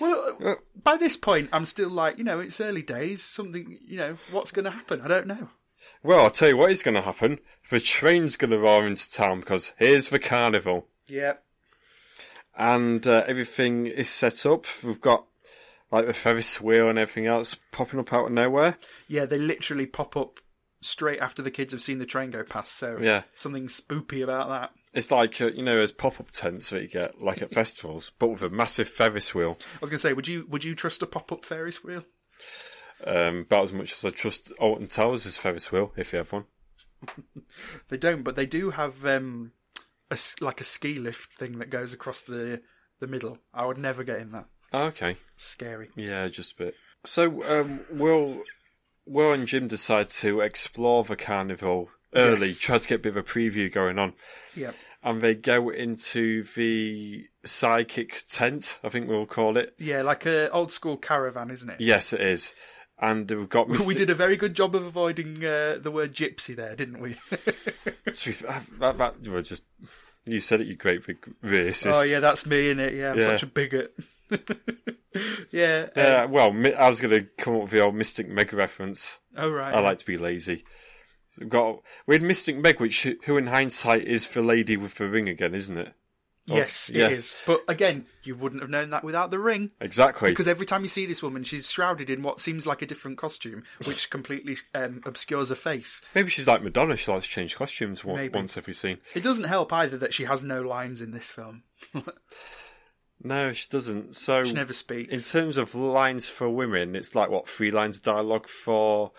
Speaker 2: well, uh, by this point, I'm still like, you know, it's early days. Something, you know, what's going to happen? I don't know.
Speaker 3: Well, I'll tell you what is going to happen. The train's going to roar into town because here's the carnival.
Speaker 2: Yeah.
Speaker 3: and uh, everything is set up. We've got like the Ferris wheel and everything else popping up out of nowhere.
Speaker 2: Yeah, they literally pop up straight after the kids have seen the train go past. So
Speaker 3: Yeah.
Speaker 2: something spoopy about that.
Speaker 3: It's like uh, you know those pop up tents that you get like at festivals, but with a massive Ferris wheel.
Speaker 2: I was going to say, would you would you trust a pop up Ferris wheel?
Speaker 3: Um, about as much as I trust Alton Towers' Ferris wheel, if you have one.
Speaker 2: They don't, but they do have um, a s like a ski lift thing that goes across the the middle. I would never get in that.
Speaker 3: Oh, okay,
Speaker 2: Scary.
Speaker 3: yeah, just a bit. So um, Will, Will and Jim decide to explore the carnival early,
Speaker 2: Yes.
Speaker 3: try to get a bit of a preview going on.
Speaker 2: Yep.
Speaker 3: and they go into the psychic tent, I think we'll call it.
Speaker 2: Yeah, like a old school caravan, isn't it?
Speaker 3: Yes, it is. And we've got Mr.
Speaker 2: We did a very good job of avoiding uh, the word gypsy there, didn't we?
Speaker 3: to be fair, that, that was just you said it. You great big racist.
Speaker 2: oh yeah, that's me in it. Yeah, I'm
Speaker 3: Yeah.
Speaker 2: such a bigot. yeah. uh,
Speaker 3: Uh, well, mi- I was going to come up with the old Mystic Meg reference.
Speaker 2: oh right.
Speaker 3: I like to be lazy. We've got we had Mystic Meg, which who in hindsight is the lady with the ring again, isn't it?
Speaker 2: Yes, it is.
Speaker 3: yes.
Speaker 2: But again, you wouldn't have known that without the ring,
Speaker 3: Exactly.
Speaker 2: because every time you see this woman, she's shrouded in what seems like a different costume, which completely um, obscures her face.
Speaker 3: Maybe she's like Madonna. She likes to change costumes one,
Speaker 2: Maybe.
Speaker 3: once every scene.
Speaker 2: It doesn't help either that she has no lines in this film.
Speaker 3: No, she doesn't. So
Speaker 2: She never speaks.
Speaker 3: in terms of lines for women, it's like what three lines of dialogue for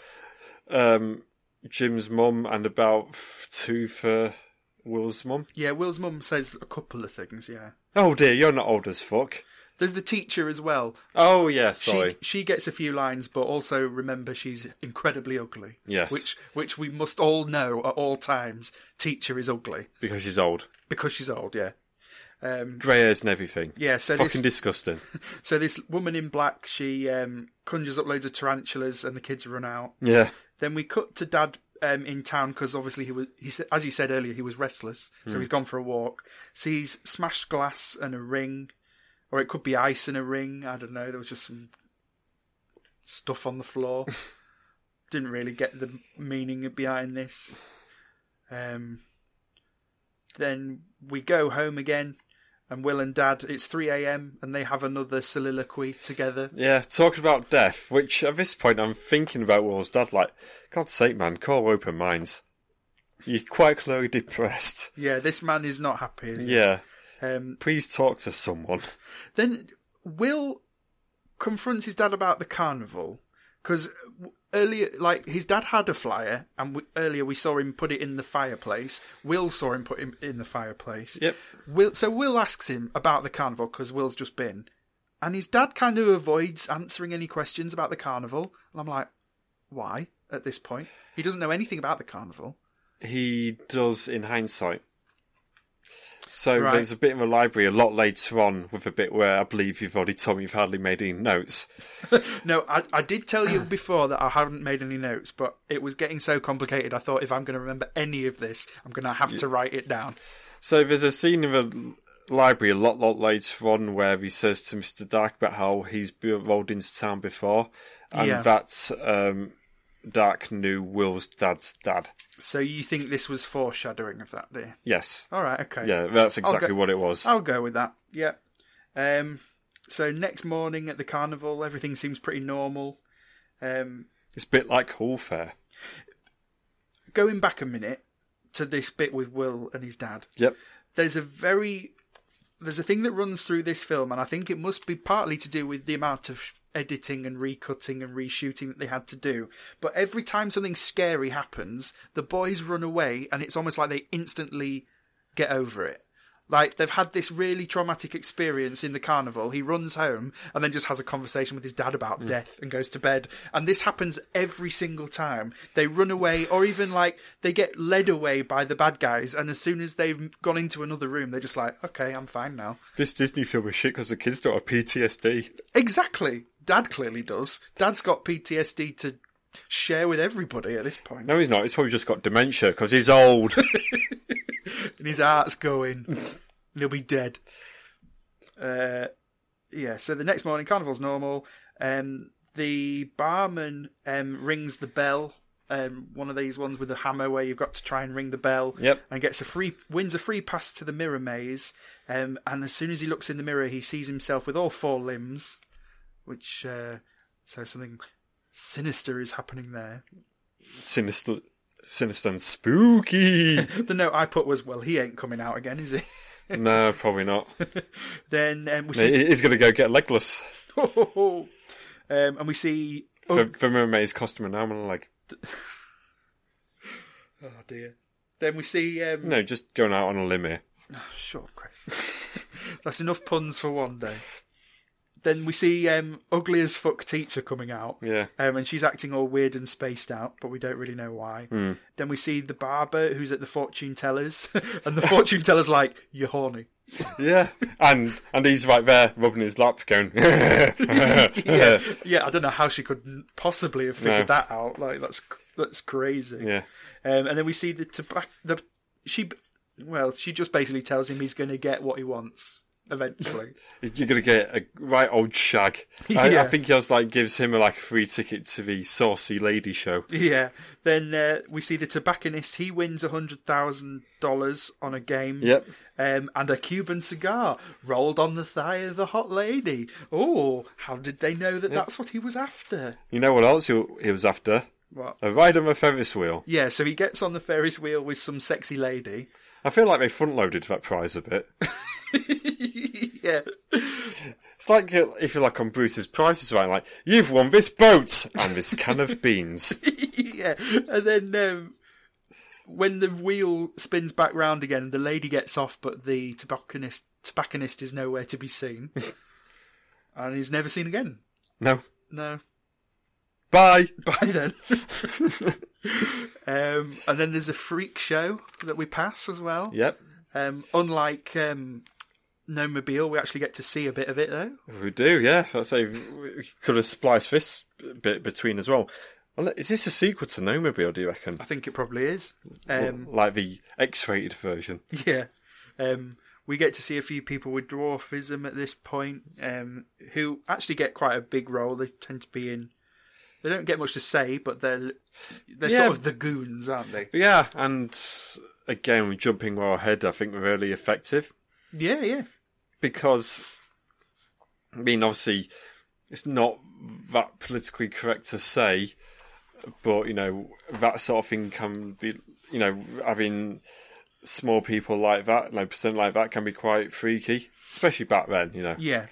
Speaker 3: um, Jim's mum and about f- two for Will's mum.
Speaker 2: Yeah, Will's mum says a couple of things. Yeah,
Speaker 3: Oh dear, you're not old as fuck.
Speaker 2: there's the teacher as well.
Speaker 3: Oh yeah, sorry.
Speaker 2: She, she gets a few lines, but also remember she's incredibly ugly.
Speaker 3: Yes.
Speaker 2: Which which we must all know at all times. Teacher is ugly
Speaker 3: Because she's old,
Speaker 2: because she's old. Yeah. Um,
Speaker 3: grey hairs and everything.
Speaker 2: yeah. So
Speaker 3: Fucking
Speaker 2: this
Speaker 3: disgusting.
Speaker 2: so this woman in black she um, conjures up loads of tarantulas and the kids run out.
Speaker 3: Yeah,
Speaker 2: Then we cut to dad um, in town because obviously he was he sa- as he said earlier he was restless, so he's gone for a walk. Sees smashed glass and a ring, or it could be ice and a ring. I don't know. There was just some stuff on the floor. Didn't really get the meaning behind this. Um, then we go home again. And Will and Dad, it's 3 a.m. and they have another soliloquy together.
Speaker 3: yeah. Talking about death, which at this point I'm thinking about Will's dad. Like, God's sake, man, call open minds. You're quite clearly depressed.
Speaker 2: Yeah, this man is not happy. Is he?
Speaker 3: Yeah,
Speaker 2: Um,
Speaker 3: please talk to someone.
Speaker 2: Then Will confronts his dad about the carnival because earlier, like his dad had a flyer, and we, earlier we saw him put it in the fireplace. Will saw him put him in the fireplace.
Speaker 3: Yep.
Speaker 2: Will, so Will asks him about the carnival because Will's just been, and his dad kind of avoids answering any questions about the carnival. And I'm like, why? At this point, he doesn't know anything about the carnival.
Speaker 3: He does in hindsight. So
Speaker 2: Right.
Speaker 3: there's a bit in the library a lot later on with a bit where I believe you've already told me you've hardly made any notes.
Speaker 2: No, I, I did tell you before that I hadn't made any notes, but it was getting so complicated. I thought if I'm going to remember any of this, I'm going to have to write it down.
Speaker 3: So there's a scene in the library a lot, lot later on where he says to Mr. Dark about how he's been rolled into town before, and
Speaker 2: Yeah.
Speaker 3: that um, Dark knew Will's dad's dad.
Speaker 2: So you think this was foreshadowing of that, dear?
Speaker 3: Yes.
Speaker 2: All right, okay. Oh.
Speaker 3: Yeah, that's exactly
Speaker 2: go-
Speaker 3: what it was.
Speaker 2: I'll go with that. Yeah. Um, so next morning at the carnival, everything seems pretty normal. Um,
Speaker 3: It's a bit like Hall Fair.
Speaker 2: going back a minute to this bit with Will and his dad,
Speaker 3: Yep.
Speaker 2: there's a very there's a thing that runs through this film, and I think it must be partly to do with the amount of editing and recutting and reshooting that they had to do. But every time something scary happens, the boys run away, and it's almost like they instantly get over it. Like they've had this really traumatic experience in the carnival. He runs home and then just has a conversation with his dad about death and goes to bed. And this happens every single time. They run away, or even like they get led away by the bad guys. And as soon as they've gone into another room, they're just like, "Okay, I'm fine now."
Speaker 3: This Disney film is shit because the kids don't have PTSD.
Speaker 2: Exactly. Dad clearly does. Dad's got PTSD to share with everybody at this point,
Speaker 3: No, he's not. He's probably just got dementia because he's old.
Speaker 2: and his heart's going. and he'll be dead. Uh, yeah. So the next morning, carnival's normal. Um, the barman um, rings the bell. Um, one of these ones with a hammer where you've got to try and ring the bell.
Speaker 3: Yep.
Speaker 2: And gets a free wins a free pass to the mirror maze. Um, and as soon as he looks in the mirror, he sees himself with all four limbs, which uh, so something sinister is happening there.
Speaker 3: sinister, sinister and spooky.
Speaker 2: The note I put was, "Well, he ain't coming out again, is he?"
Speaker 3: no, probably not.
Speaker 2: then um, we see,
Speaker 3: He- He's going to go get legless.
Speaker 2: um, and we see
Speaker 3: The, the mermaid's cost him an arm and a leg.
Speaker 2: Oh dear. Then we see. Um,
Speaker 3: No, just going out on a limb here.
Speaker 2: Sure, Chris. That's enough puns for one day. Then we see um, ugly as fuck teacher coming out,
Speaker 3: Yeah.
Speaker 2: um, and she's acting all weird and spaced out, but we don't really know why.
Speaker 3: Hmm.
Speaker 2: Then we see the barber who's at the fortune teller's, and the fortune teller's like, "You're horny."
Speaker 3: Yeah. And and he's right there rubbing his lap going Yeah.
Speaker 2: Yeah, yeah. I don't know how she could n- possibly have figured
Speaker 3: No.
Speaker 2: that out. Like that's that's crazy.
Speaker 3: Yeah.
Speaker 2: Um, and then we see the tobacco. The she, well, she just basically tells him he's going to get what he wants eventually.
Speaker 3: You're gonna get a right old shag. I,
Speaker 2: Yeah.
Speaker 3: I think he has like gives him like a free ticket to the saucy lady show.
Speaker 2: yeah. Then uh, we see the tobacconist. He wins a hundred thousand dollars on a game.
Speaker 3: Yep.
Speaker 2: Um, and a Cuban cigar rolled on the thigh of a hot lady. Oh, how did they know that that's what he was after?
Speaker 3: You know what else he, he was after?
Speaker 2: What?
Speaker 3: A ride on a Ferris wheel.
Speaker 2: Yeah, so he gets on the Ferris wheel with some sexy lady.
Speaker 3: I feel like they front loaded that prize a bit.
Speaker 2: yeah.
Speaker 3: It's like uh, if you're like on Bruce's Price is Right, like you've won this boat and this can of beans.
Speaker 2: yeah, and then um, when the wheel spins back round again, the lady gets off, but the tobacconist tobacconist is nowhere to be seen, and he's never seen again.
Speaker 3: No,
Speaker 2: No,
Speaker 3: bye.
Speaker 2: bye then. um, and then there's a freak show that we pass as well.
Speaker 3: Yep,
Speaker 2: Um, unlike um, No Mobile, we actually get to see a bit of it though.
Speaker 3: we do. Yeah, I'd say we could have spliced this bit between as well. Well, Is this a sequel to Nomobile? Do you reckon?
Speaker 2: I think it probably is. Um,
Speaker 3: like the X-rated version.
Speaker 2: Yeah. Um, we get to see a few people with dwarfism at this point, um, who actually get quite a big role. They tend to be in. They don't get much to say, but they're they're
Speaker 3: Yeah.
Speaker 2: sort of the goons, aren't they?
Speaker 3: Yeah, and again, we're jumping well ahead. I think we're really effective
Speaker 2: Yeah, yeah,
Speaker 3: because, I mean, obviously, it's not that politically correct to say, but you know that sort of thing can be, you know, having small people like that, like percent like that, can be quite freaky, especially back then. You know,
Speaker 2: yeah.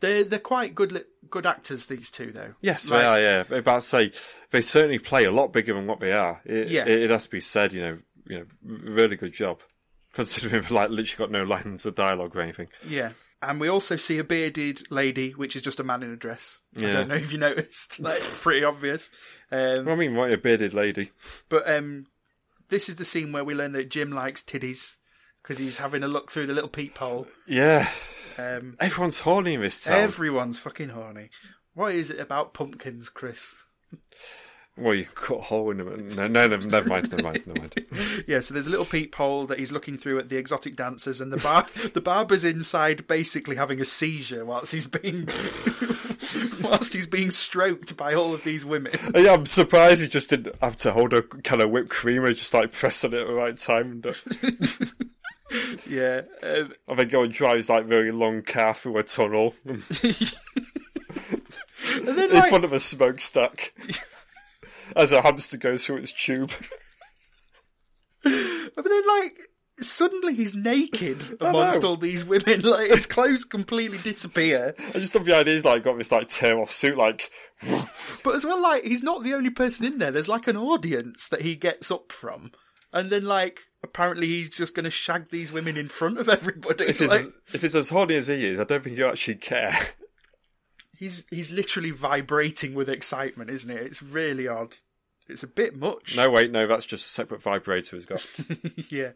Speaker 2: They're they're quite good li- good actors. These two, though.
Speaker 3: Yes,
Speaker 2: Like-
Speaker 3: they are. Yeah, But about to say they certainly play a lot bigger than what they are. It,
Speaker 2: Yeah.
Speaker 3: it, it has to be said. You know, you know, r- really good job considering they've like literally got no lines of dialogue or anything.
Speaker 2: Yeah. And we also see a bearded lady, which is just a man in a dress. I
Speaker 3: Yeah.
Speaker 2: don't know if you noticed. Like, pretty obvious. Um,
Speaker 3: I mean, what a bearded lady.
Speaker 2: But um, this is the scene where we learn that Jim likes titties. because he's having a look through the little peephole.
Speaker 3: Yeah.
Speaker 2: Um,
Speaker 3: Everyone's horny in this town.
Speaker 2: everyone's fucking horny. What is it about pumpkins, Chris?
Speaker 3: Well, you cut a hole in them. No, no, no, never mind, never mind, never mind.
Speaker 2: Yeah, so there's a little peephole that he's looking through at the exotic dancers, and the bar the barber's inside basically having a seizure whilst he's being whilst he's being stroked by all of these women.
Speaker 3: Yeah, I'm surprised he just didn't have to hold a kind of whipped cream or just like press on it at the right time. And, uh,
Speaker 2: Yeah, um,
Speaker 3: I think he drives like very long car through a tunnel
Speaker 2: and then
Speaker 3: in
Speaker 2: like,
Speaker 3: front of a smokestack as a hamster goes through its tube.
Speaker 2: but then like suddenly he's naked amongst
Speaker 3: know.
Speaker 2: all these women. Like his clothes completely disappear.
Speaker 3: I just love the idea he's like got this like tear off suit, like
Speaker 2: But as well, like he's not the only person in there. There's like an audience that he gets up from, and then like apparently he's just going to shag these women in front of everybody.
Speaker 3: if it's,
Speaker 2: Like,
Speaker 3: if it's as horny as he is, I don't think you actually care.
Speaker 2: he's he's literally vibrating with excitement, isn't it? It's really odd. It's a bit much.
Speaker 3: No, wait, no, that's just a separate vibrator he's got.
Speaker 2: yeah.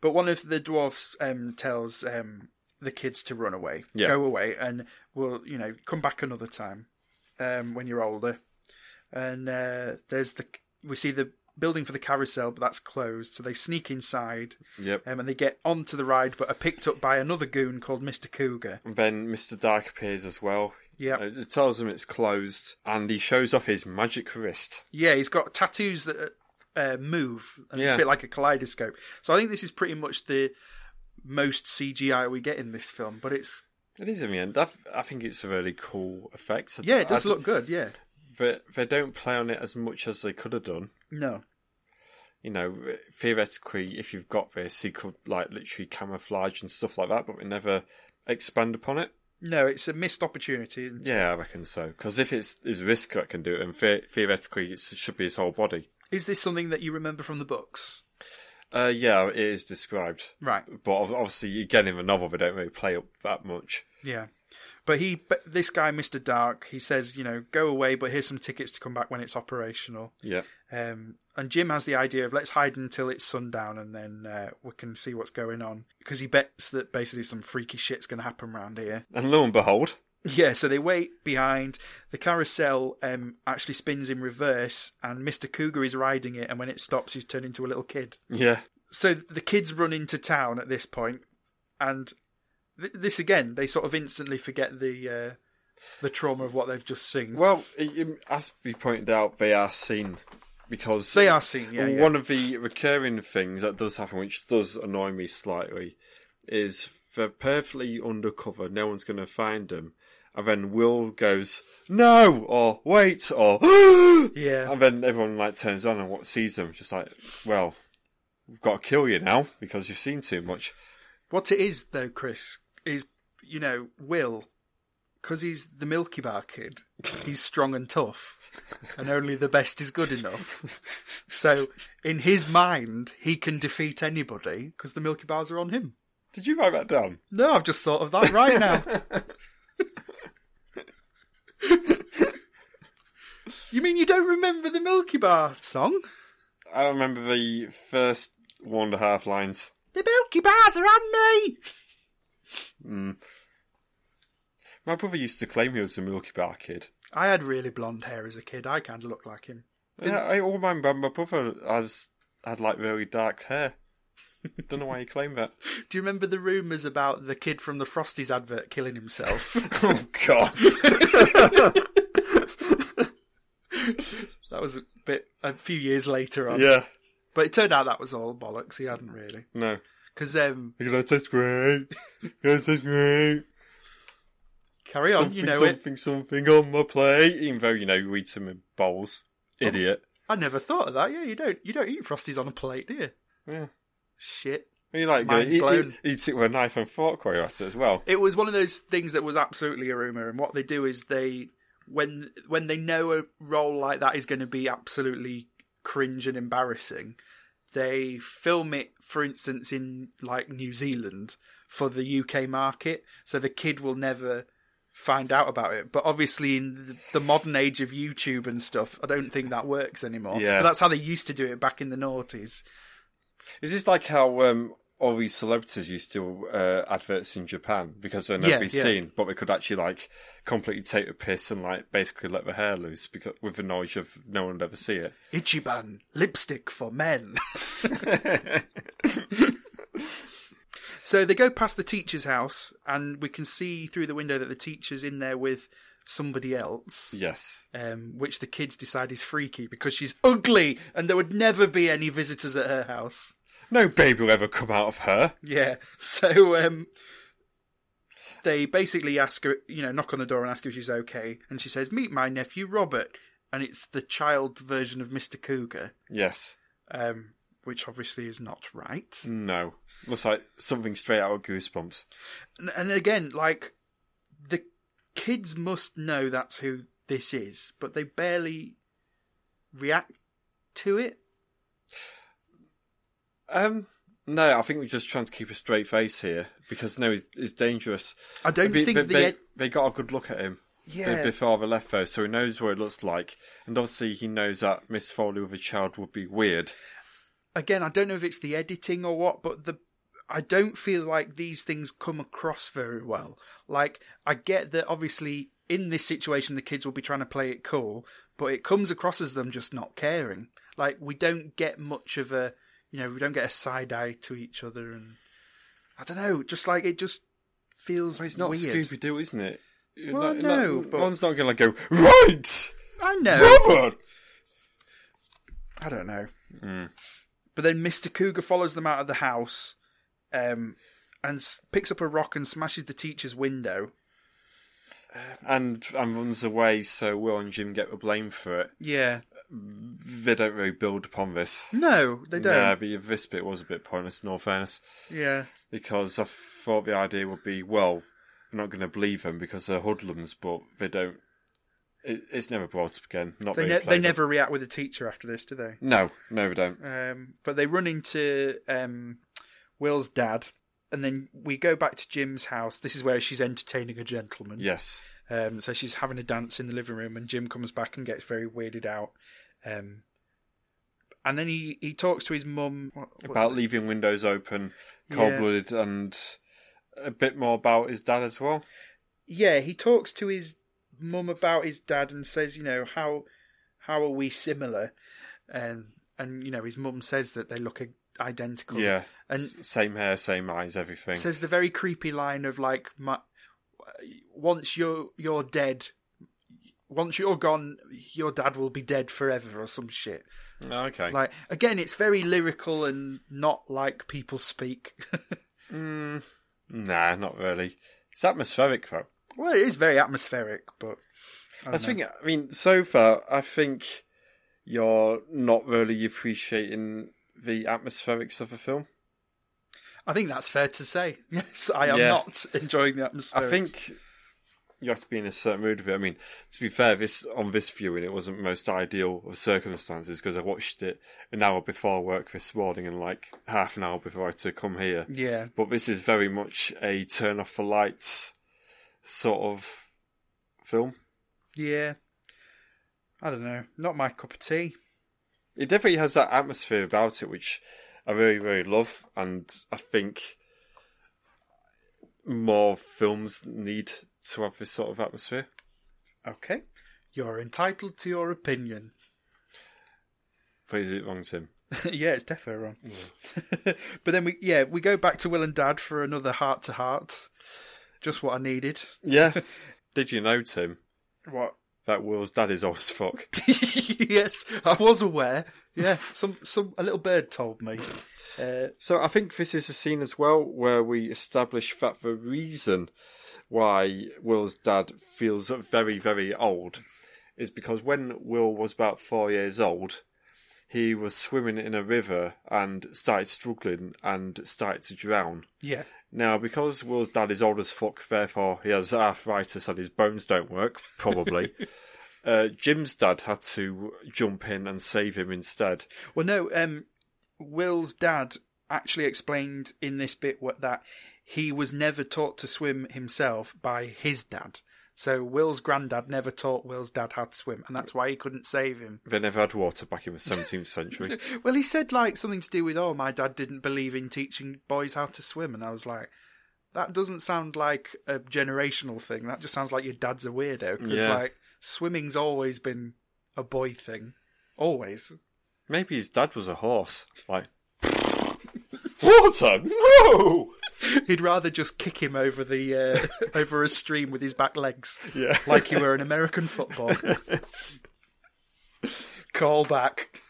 Speaker 2: But one of the dwarfs um, tells um, the kids to run away,
Speaker 3: Yeah.
Speaker 2: go away, and we'll you know come back another time um, when you're older. And uh, there's the we see the building for the carousel, but that's closed. So they sneak inside
Speaker 3: Yep.
Speaker 2: um, and they get onto the ride, but are picked up by another goon called Mister Cougar.
Speaker 3: And then Mr. Dark appears as well.
Speaker 2: Yeah,
Speaker 3: Uh, It tells him it's closed, and he shows off his magic wrist.
Speaker 2: Yeah, he's got tattoos that uh, move, and it's a
Speaker 3: Yeah.
Speaker 2: bit like a kaleidoscope. So I think this is pretty much the most CGI we get in this film, but it's
Speaker 3: It is in the end. I, th- I think it's a really cool effect. I-
Speaker 2: yeah, it does
Speaker 3: I-
Speaker 2: look good. Yeah,
Speaker 3: They, they don't play on it as much as they could have done.
Speaker 2: no,
Speaker 3: You know, theoretically, if you've got this, you could like literally camouflage and stuff like that, but we never expand upon it.
Speaker 2: no, it's a missed opportunity. Isn't it?
Speaker 3: Yeah, I reckon so. Because if it's his wrist that can do it, and the- theoretically, it's, it should be his whole body.
Speaker 2: Is this something that you remember from the books?
Speaker 3: Uh, yeah, it is described.
Speaker 2: Right.
Speaker 3: But ob- obviously, again, in the novel, they don't really play up that much.
Speaker 2: Yeah. But he, but this guy, Mister Dark, he says, you know, go away, but here's some tickets to come back when it's operational.
Speaker 3: Yeah.
Speaker 2: Um, and Jim has the idea of let's hide until it's sundown and then uh, we can see what's going on because he bets that basically some freaky shit's going to happen round here.
Speaker 3: And lo and behold,
Speaker 2: Yeah, so they wait behind. The carousel um, actually spins in reverse, and Mr. Cougar is riding it. And when it stops, he's turned into a little kid.
Speaker 3: yeah,
Speaker 2: So the kids run into town at this point, and th- this again, they sort of instantly forget the uh, the trauma of what they've just seen.
Speaker 3: Well, it- it- as we pointed out, they are seen because
Speaker 2: they are seen, yeah. yeah.
Speaker 3: one of the recurring things that does happen, which does annoy me slightly, is they're perfectly undercover. No one's going to find them, and then Will goes no or wait or
Speaker 2: Yeah.
Speaker 3: and then everyone like turns on and what sees them, just like well, we've got to kill you now because you've seen too much.
Speaker 2: What it is, though, Chris, is you know Will, because he's the Milky Bar kid. He's strong and tough, and only the best is good enough. So, in his mind, he can defeat anybody because the Milky Bars are on him.
Speaker 3: Did you write that down?
Speaker 2: No, I've just thought of that right now. you mean you don't remember the Milky Bar song?
Speaker 3: I remember the first one and a half lines.
Speaker 2: The Milky Bars are on me.
Speaker 3: My brother used to claim he was a Milky Bar kid.
Speaker 2: I had really blonde hair as a kid. I kind of look like him.
Speaker 3: Yeah, I all my my brother has had like really dark hair. Don't know why he claimed that.
Speaker 2: Do you remember the rumours about the kid from the Frosties advert killing himself?
Speaker 3: oh God!
Speaker 2: that was a bit a few years later on.
Speaker 3: yeah,
Speaker 2: But it turned out that was all bollocks. He hadn't really.
Speaker 3: no,
Speaker 2: Because um,
Speaker 3: you're gonna taste great. You're gonna taste great.
Speaker 2: carry on,
Speaker 3: something,
Speaker 2: Oh, you know it.
Speaker 3: something, something on my plate. Even though you know you eat some in bowls,
Speaker 2: Oh.
Speaker 3: idiot.
Speaker 2: I never thought of that. Yeah, you don't you don't eat Frosties on a plate, do you?
Speaker 3: Yeah.
Speaker 2: Shit.
Speaker 3: You like gonna
Speaker 2: Mind
Speaker 3: eat,
Speaker 2: blown.
Speaker 3: eat, eat it with a knife and fork while you're at it as well.
Speaker 2: It was one of those things that was absolutely a rumor, and what they do is they when when they know a role like that is going to be absolutely cringe and embarrassing, they film it, for instance, in like New Zealand for the UK market, so the kid will never find out about it. But obviously, in the, the modern age of YouTube and stuff, I don't think that works anymore.
Speaker 3: Yeah.
Speaker 2: But that's how they used to do it back in the noughties.
Speaker 3: Is this like how um, all these celebrities used to uh, adverts in Japan because they're
Speaker 2: Yeah,
Speaker 3: never be
Speaker 2: yeah.
Speaker 3: seen, but they could actually like completely take the piss and like basically let the hair loose because with the knowledge of no one would ever see it.
Speaker 2: Ichiban lipstick for men. so they go past the teacher's house, and we can see through the window that the teacher's in there with somebody else,
Speaker 3: Yes,
Speaker 2: um, which the kids decide is freaky because she's ugly, and there would never be any visitors at her house.
Speaker 3: no baby will ever come out of her.
Speaker 2: Yeah. So um, they basically ask her, you know, knock on the door and ask if she's okay, and she says, "Meet my nephew Robert," and it's the child version of Mister Cougar.
Speaker 3: Yes,
Speaker 2: um, which obviously is not right.
Speaker 3: no, looks like something straight out of Goosebumps.
Speaker 2: And, and again, like the kids must know that's who this is, but they barely react to it.
Speaker 3: Um, no, I think we're just trying to keep a straight face here because no, he's, he's dangerous.
Speaker 2: I don't
Speaker 3: They-
Speaker 2: think
Speaker 3: they,
Speaker 2: the e-
Speaker 3: they,
Speaker 2: ed-
Speaker 3: they got a good look at him.
Speaker 2: Yeah.
Speaker 3: before they left though, so he knows what it looks like, and obviously he knows that Miss Foley with a child would be weird.
Speaker 2: Again, I don't know if it's the editing or what, but the I don't feel like these things come across very well. Like I get that obviously in this situation the kids will be trying to play it cool, but it comes across as them just not caring. Like we don't get much of a you know, we don't get a side eye to each other and I don't know, just like it just feels
Speaker 3: Well, it's not
Speaker 2: weird.
Speaker 3: Scooby Doo, isn't it? You're
Speaker 2: Well,
Speaker 3: you're
Speaker 2: no, but-
Speaker 3: one's not going to go right,
Speaker 2: I know.
Speaker 3: Robert.
Speaker 2: I don't know.
Speaker 3: Hmm.
Speaker 2: But then Mr. Cougar follows them out of the house, um, and s- picks up a rock and smashes the teacher's window.
Speaker 3: And and runs away. So Will and Jim get the blame for it.
Speaker 2: Yeah.
Speaker 3: They don't really build upon this.
Speaker 2: No, they don't.
Speaker 3: Yeah, but this bit was a bit pointless in all fairness
Speaker 2: yeah.
Speaker 3: because I thought the idea would be well, we're not going to believe them because they're hoodlums, but they don't. It, it's never brought up again. Not
Speaker 2: They,
Speaker 3: really
Speaker 2: ne- they
Speaker 3: played up.
Speaker 2: never react with the teacher after this, do they?
Speaker 3: No, no, we don't.
Speaker 2: Um, but they run into um, Will's dad, and then we go back to Jim's house. This is where she's entertaining a gentleman.
Speaker 3: Yes.
Speaker 2: Um, so she's having a dance in the living room, and Jim comes back and gets very weirded out. Um, and then he, he talks to his mum what- what-
Speaker 3: About leaving windows open, cold blooded, and a bit more about his dad as well.
Speaker 2: yeah, he talks to his mum about his dad and says, you know, how how are we similar? And and you know, his mum says that they look i- identical.
Speaker 3: Yeah.
Speaker 2: and
Speaker 3: S- same hair, same eyes, everything.
Speaker 2: says the very creepy line of like, my, once you're you're dead, once you're gone, your dad will be dead forever or some shit.
Speaker 3: Mm. okay.
Speaker 2: Like again, it's very lyrical and not like people speak.
Speaker 3: Mm, nah, not really. It's atmospheric though.
Speaker 2: well, it is very atmospheric, but
Speaker 3: I think. I mean, so far, I think you're not really appreciating the atmospherics of the film.
Speaker 2: I think that's fair to say. Yes, I am
Speaker 3: Yeah.
Speaker 2: not enjoying the atmosphere.
Speaker 3: I think you have to be in a certain mood of it. I mean, to be fair, this on this viewing, it wasn't the most ideal of circumstances because I watched it an hour before work this morning and like half an hour before I had to come here.
Speaker 2: Yeah.
Speaker 3: But this is very much a turn off the lights sort of film.
Speaker 2: Yeah. I don't know. Not my cup of tea.
Speaker 3: It definitely has that atmosphere about it, which I really, really love, and I think more films need to have this sort of atmosphere.
Speaker 2: Okay. You're entitled to your opinion.
Speaker 3: But is it wrong, Tim?
Speaker 2: yeah, it's definitely wrong. but then we yeah, we go back to Will and Dad for another heart to heart. Just what I needed.
Speaker 3: Yeah. Did you know, Tim,
Speaker 2: What?
Speaker 3: that Will's dad is old as fuck?
Speaker 2: yes, I was aware. Yeah, some some a little bird told me. Uh,
Speaker 3: so I think this is a scene as well where we establish that the reason why Will's dad feels very, very old is because when Will was about four years old, he was swimming in a river and started struggling and started to drown.
Speaker 2: yeah.
Speaker 3: Now, because Will's dad is old as fuck, therefore he has arthritis and his bones don't work, probably, uh, Jim's dad had to jump in and save him instead.
Speaker 2: Well, no. Um, Will's dad actually explained in this bit what that he was never taught to swim himself by his dad. So Will's granddad never taught Will's dad how to swim, and that's why he couldn't save him.
Speaker 3: They never had water back in the 17th century.
Speaker 2: Well, he said like something to do with, oh, my dad didn't believe in teaching boys how to swim, and I was like, that doesn't sound like a generational thing. That just sounds like your dad's a weirdo because
Speaker 3: Yeah.
Speaker 2: like swimming's always been a boy thing, always.
Speaker 3: Maybe his dad was a horse. Like, water? No!
Speaker 2: He'd rather just kick him over the uh, over a stream with his back legs,
Speaker 3: Yeah.
Speaker 2: like he were an American football. Call back.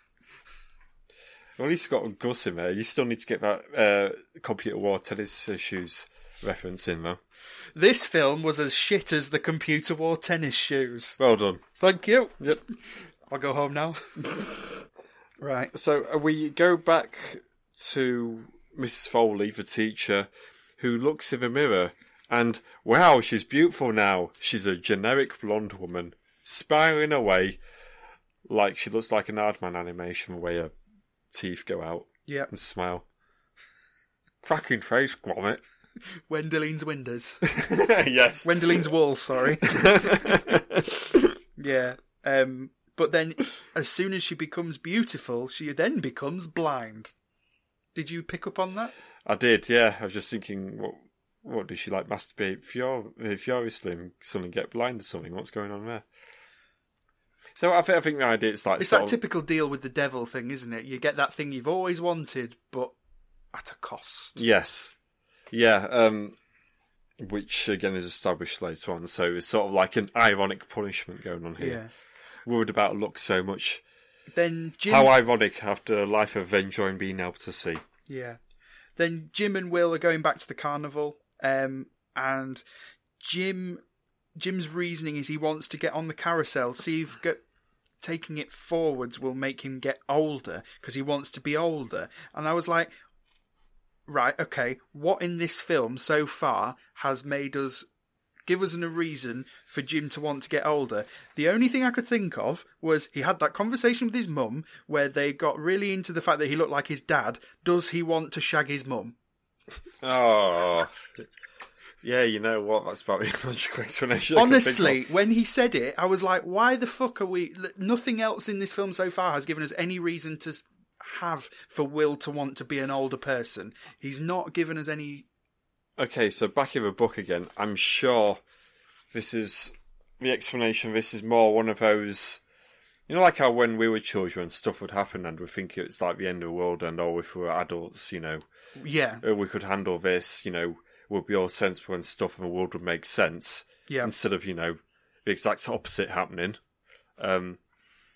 Speaker 3: Well, at least you've got Gus in there. You still need to get that uh, computer war tennis uh, shoes reference in, though.
Speaker 2: This film was as shit as the computer wore tennis shoes.
Speaker 3: Well done.
Speaker 2: Thank you.
Speaker 3: Yep.
Speaker 2: I'll go home now. right.
Speaker 3: So uh, we go back to Mrs. Foley, the teacher, who looks in the mirror and, wow, she's beautiful now. She's a generic blonde woman, spiraling away like she looks like an Hardman animation where her teeth go out
Speaker 2: Yeah.
Speaker 3: and smile. Cracking trays, grommet.
Speaker 2: Wendeline's windows.
Speaker 3: yes.
Speaker 2: Wendeline's wall, sorry. yeah. Um but then as soon as she becomes beautiful, she then becomes blind. Did you pick up on that?
Speaker 3: I did, yeah. I was just thinking, what what does she like masturbate Fior, uh, furiously and suddenly get blind or something? What's going on there? So I think I think the idea is like
Speaker 2: It's
Speaker 3: sort
Speaker 2: that
Speaker 3: of-
Speaker 2: typical deal with the devil thing, isn't it? You get that thing you've always wanted, but at a cost.
Speaker 3: yes, yeah, um, which again is established later on. So it's sort of like an ironic punishment going on here. Worried about luck so much.
Speaker 2: Then Jim
Speaker 3: How ironic after a life of enjoying being able to see.
Speaker 2: Yeah. Then Jim and Will are going back to the carnival, um, and Jim Jim's reasoning is he wants to get on the carousel. See if go- taking it forwards will make him get older because he wants to be older. And I was like, right, okay, what in this film so far has made us give us a reason for Jim to want to get older. The only thing I could think of was he had that conversation with his mum where they got really into the fact that he looked like his dad. Does he want to shag his mum?
Speaker 3: Oh. Yeah, you know what? That's probably a logical explanation. I can think of.
Speaker 2: Honestly, when he said it, I was like, why the fuck are we. l- Nothing else in this film so far has given us any reason to s- have for Will to want to be an older person. He's not given us any.
Speaker 3: Okay, so back in the book again. I'm sure this is the explanation. This is more one of those, you know, like how when we were children, stuff would happen and we think it's like the end of the world. And oh, if we were adults, you know,
Speaker 2: Yeah,
Speaker 3: uh, we could handle this. You know, we'd be all sensible and stuff, and the world would make sense
Speaker 2: yeah.
Speaker 3: instead of you know the exact opposite happening. Um,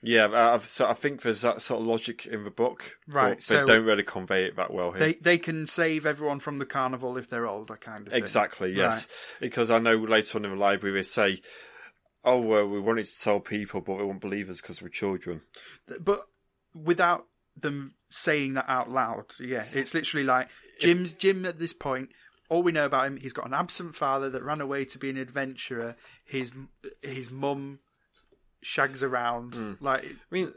Speaker 3: yeah, I, I've, so I think there's that sort of logic in the book,
Speaker 2: Right,
Speaker 3: But
Speaker 2: so-
Speaker 3: they don't really convey it that well here.
Speaker 2: They they can save everyone from the carnival if they're older, kind of thing.
Speaker 3: Exactly, yes.
Speaker 2: Right.
Speaker 3: Because I know later on in the library they say, oh, well, we wanted to tell people, but we won't believe us because we're children.
Speaker 2: but without them saying that out loud, yeah, it's literally like Jim's Jim at this point. All we know about him, he's got an absent father that ran away to be an adventurer. His his mum shags around
Speaker 3: Hmm.
Speaker 2: like
Speaker 3: I mean,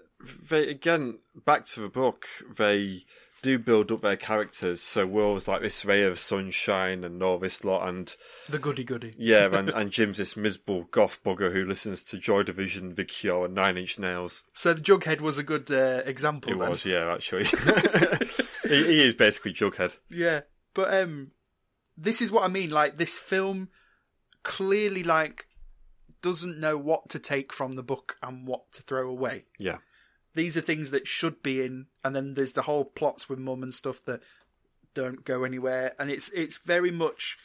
Speaker 3: they again, back to the book, they do build up their characters. So Will's like this ray of sunshine and all this lot, and
Speaker 2: the goody goody.
Speaker 3: yeah, and, and Jim's this miserable goth bugger who listens to Joy Division, The Cure, and Nine Inch Nails.
Speaker 2: So the Jughead was a good uh, example.
Speaker 3: It
Speaker 2: then.
Speaker 3: was, yeah, actually. he, he is basically Jughead.
Speaker 2: Yeah, but um, this is what I mean. Like this film clearly like doesn't know what to take from the book and what to throw away.
Speaker 3: Yeah.
Speaker 2: These are things that should be in, and then there's the whole plots with mum and stuff that don't go anywhere, and it's it's very much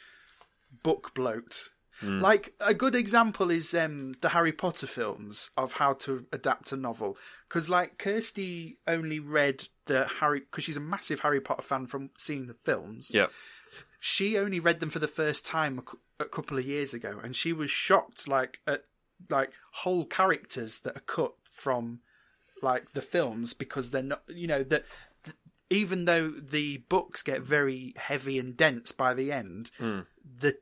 Speaker 2: book bloat. Like a good example is um, the Harry Potter films of how to adapt a novel, because like Kirsty only read the Harry because she's a massive Harry Potter fan from seeing the films
Speaker 3: Yeah.
Speaker 2: she only read them for the first time a cou- a couple of years ago, and she was shocked, like at like whole characters that are cut from like the films because they're not, you know, that th- even though the books get very heavy and dense by the end, the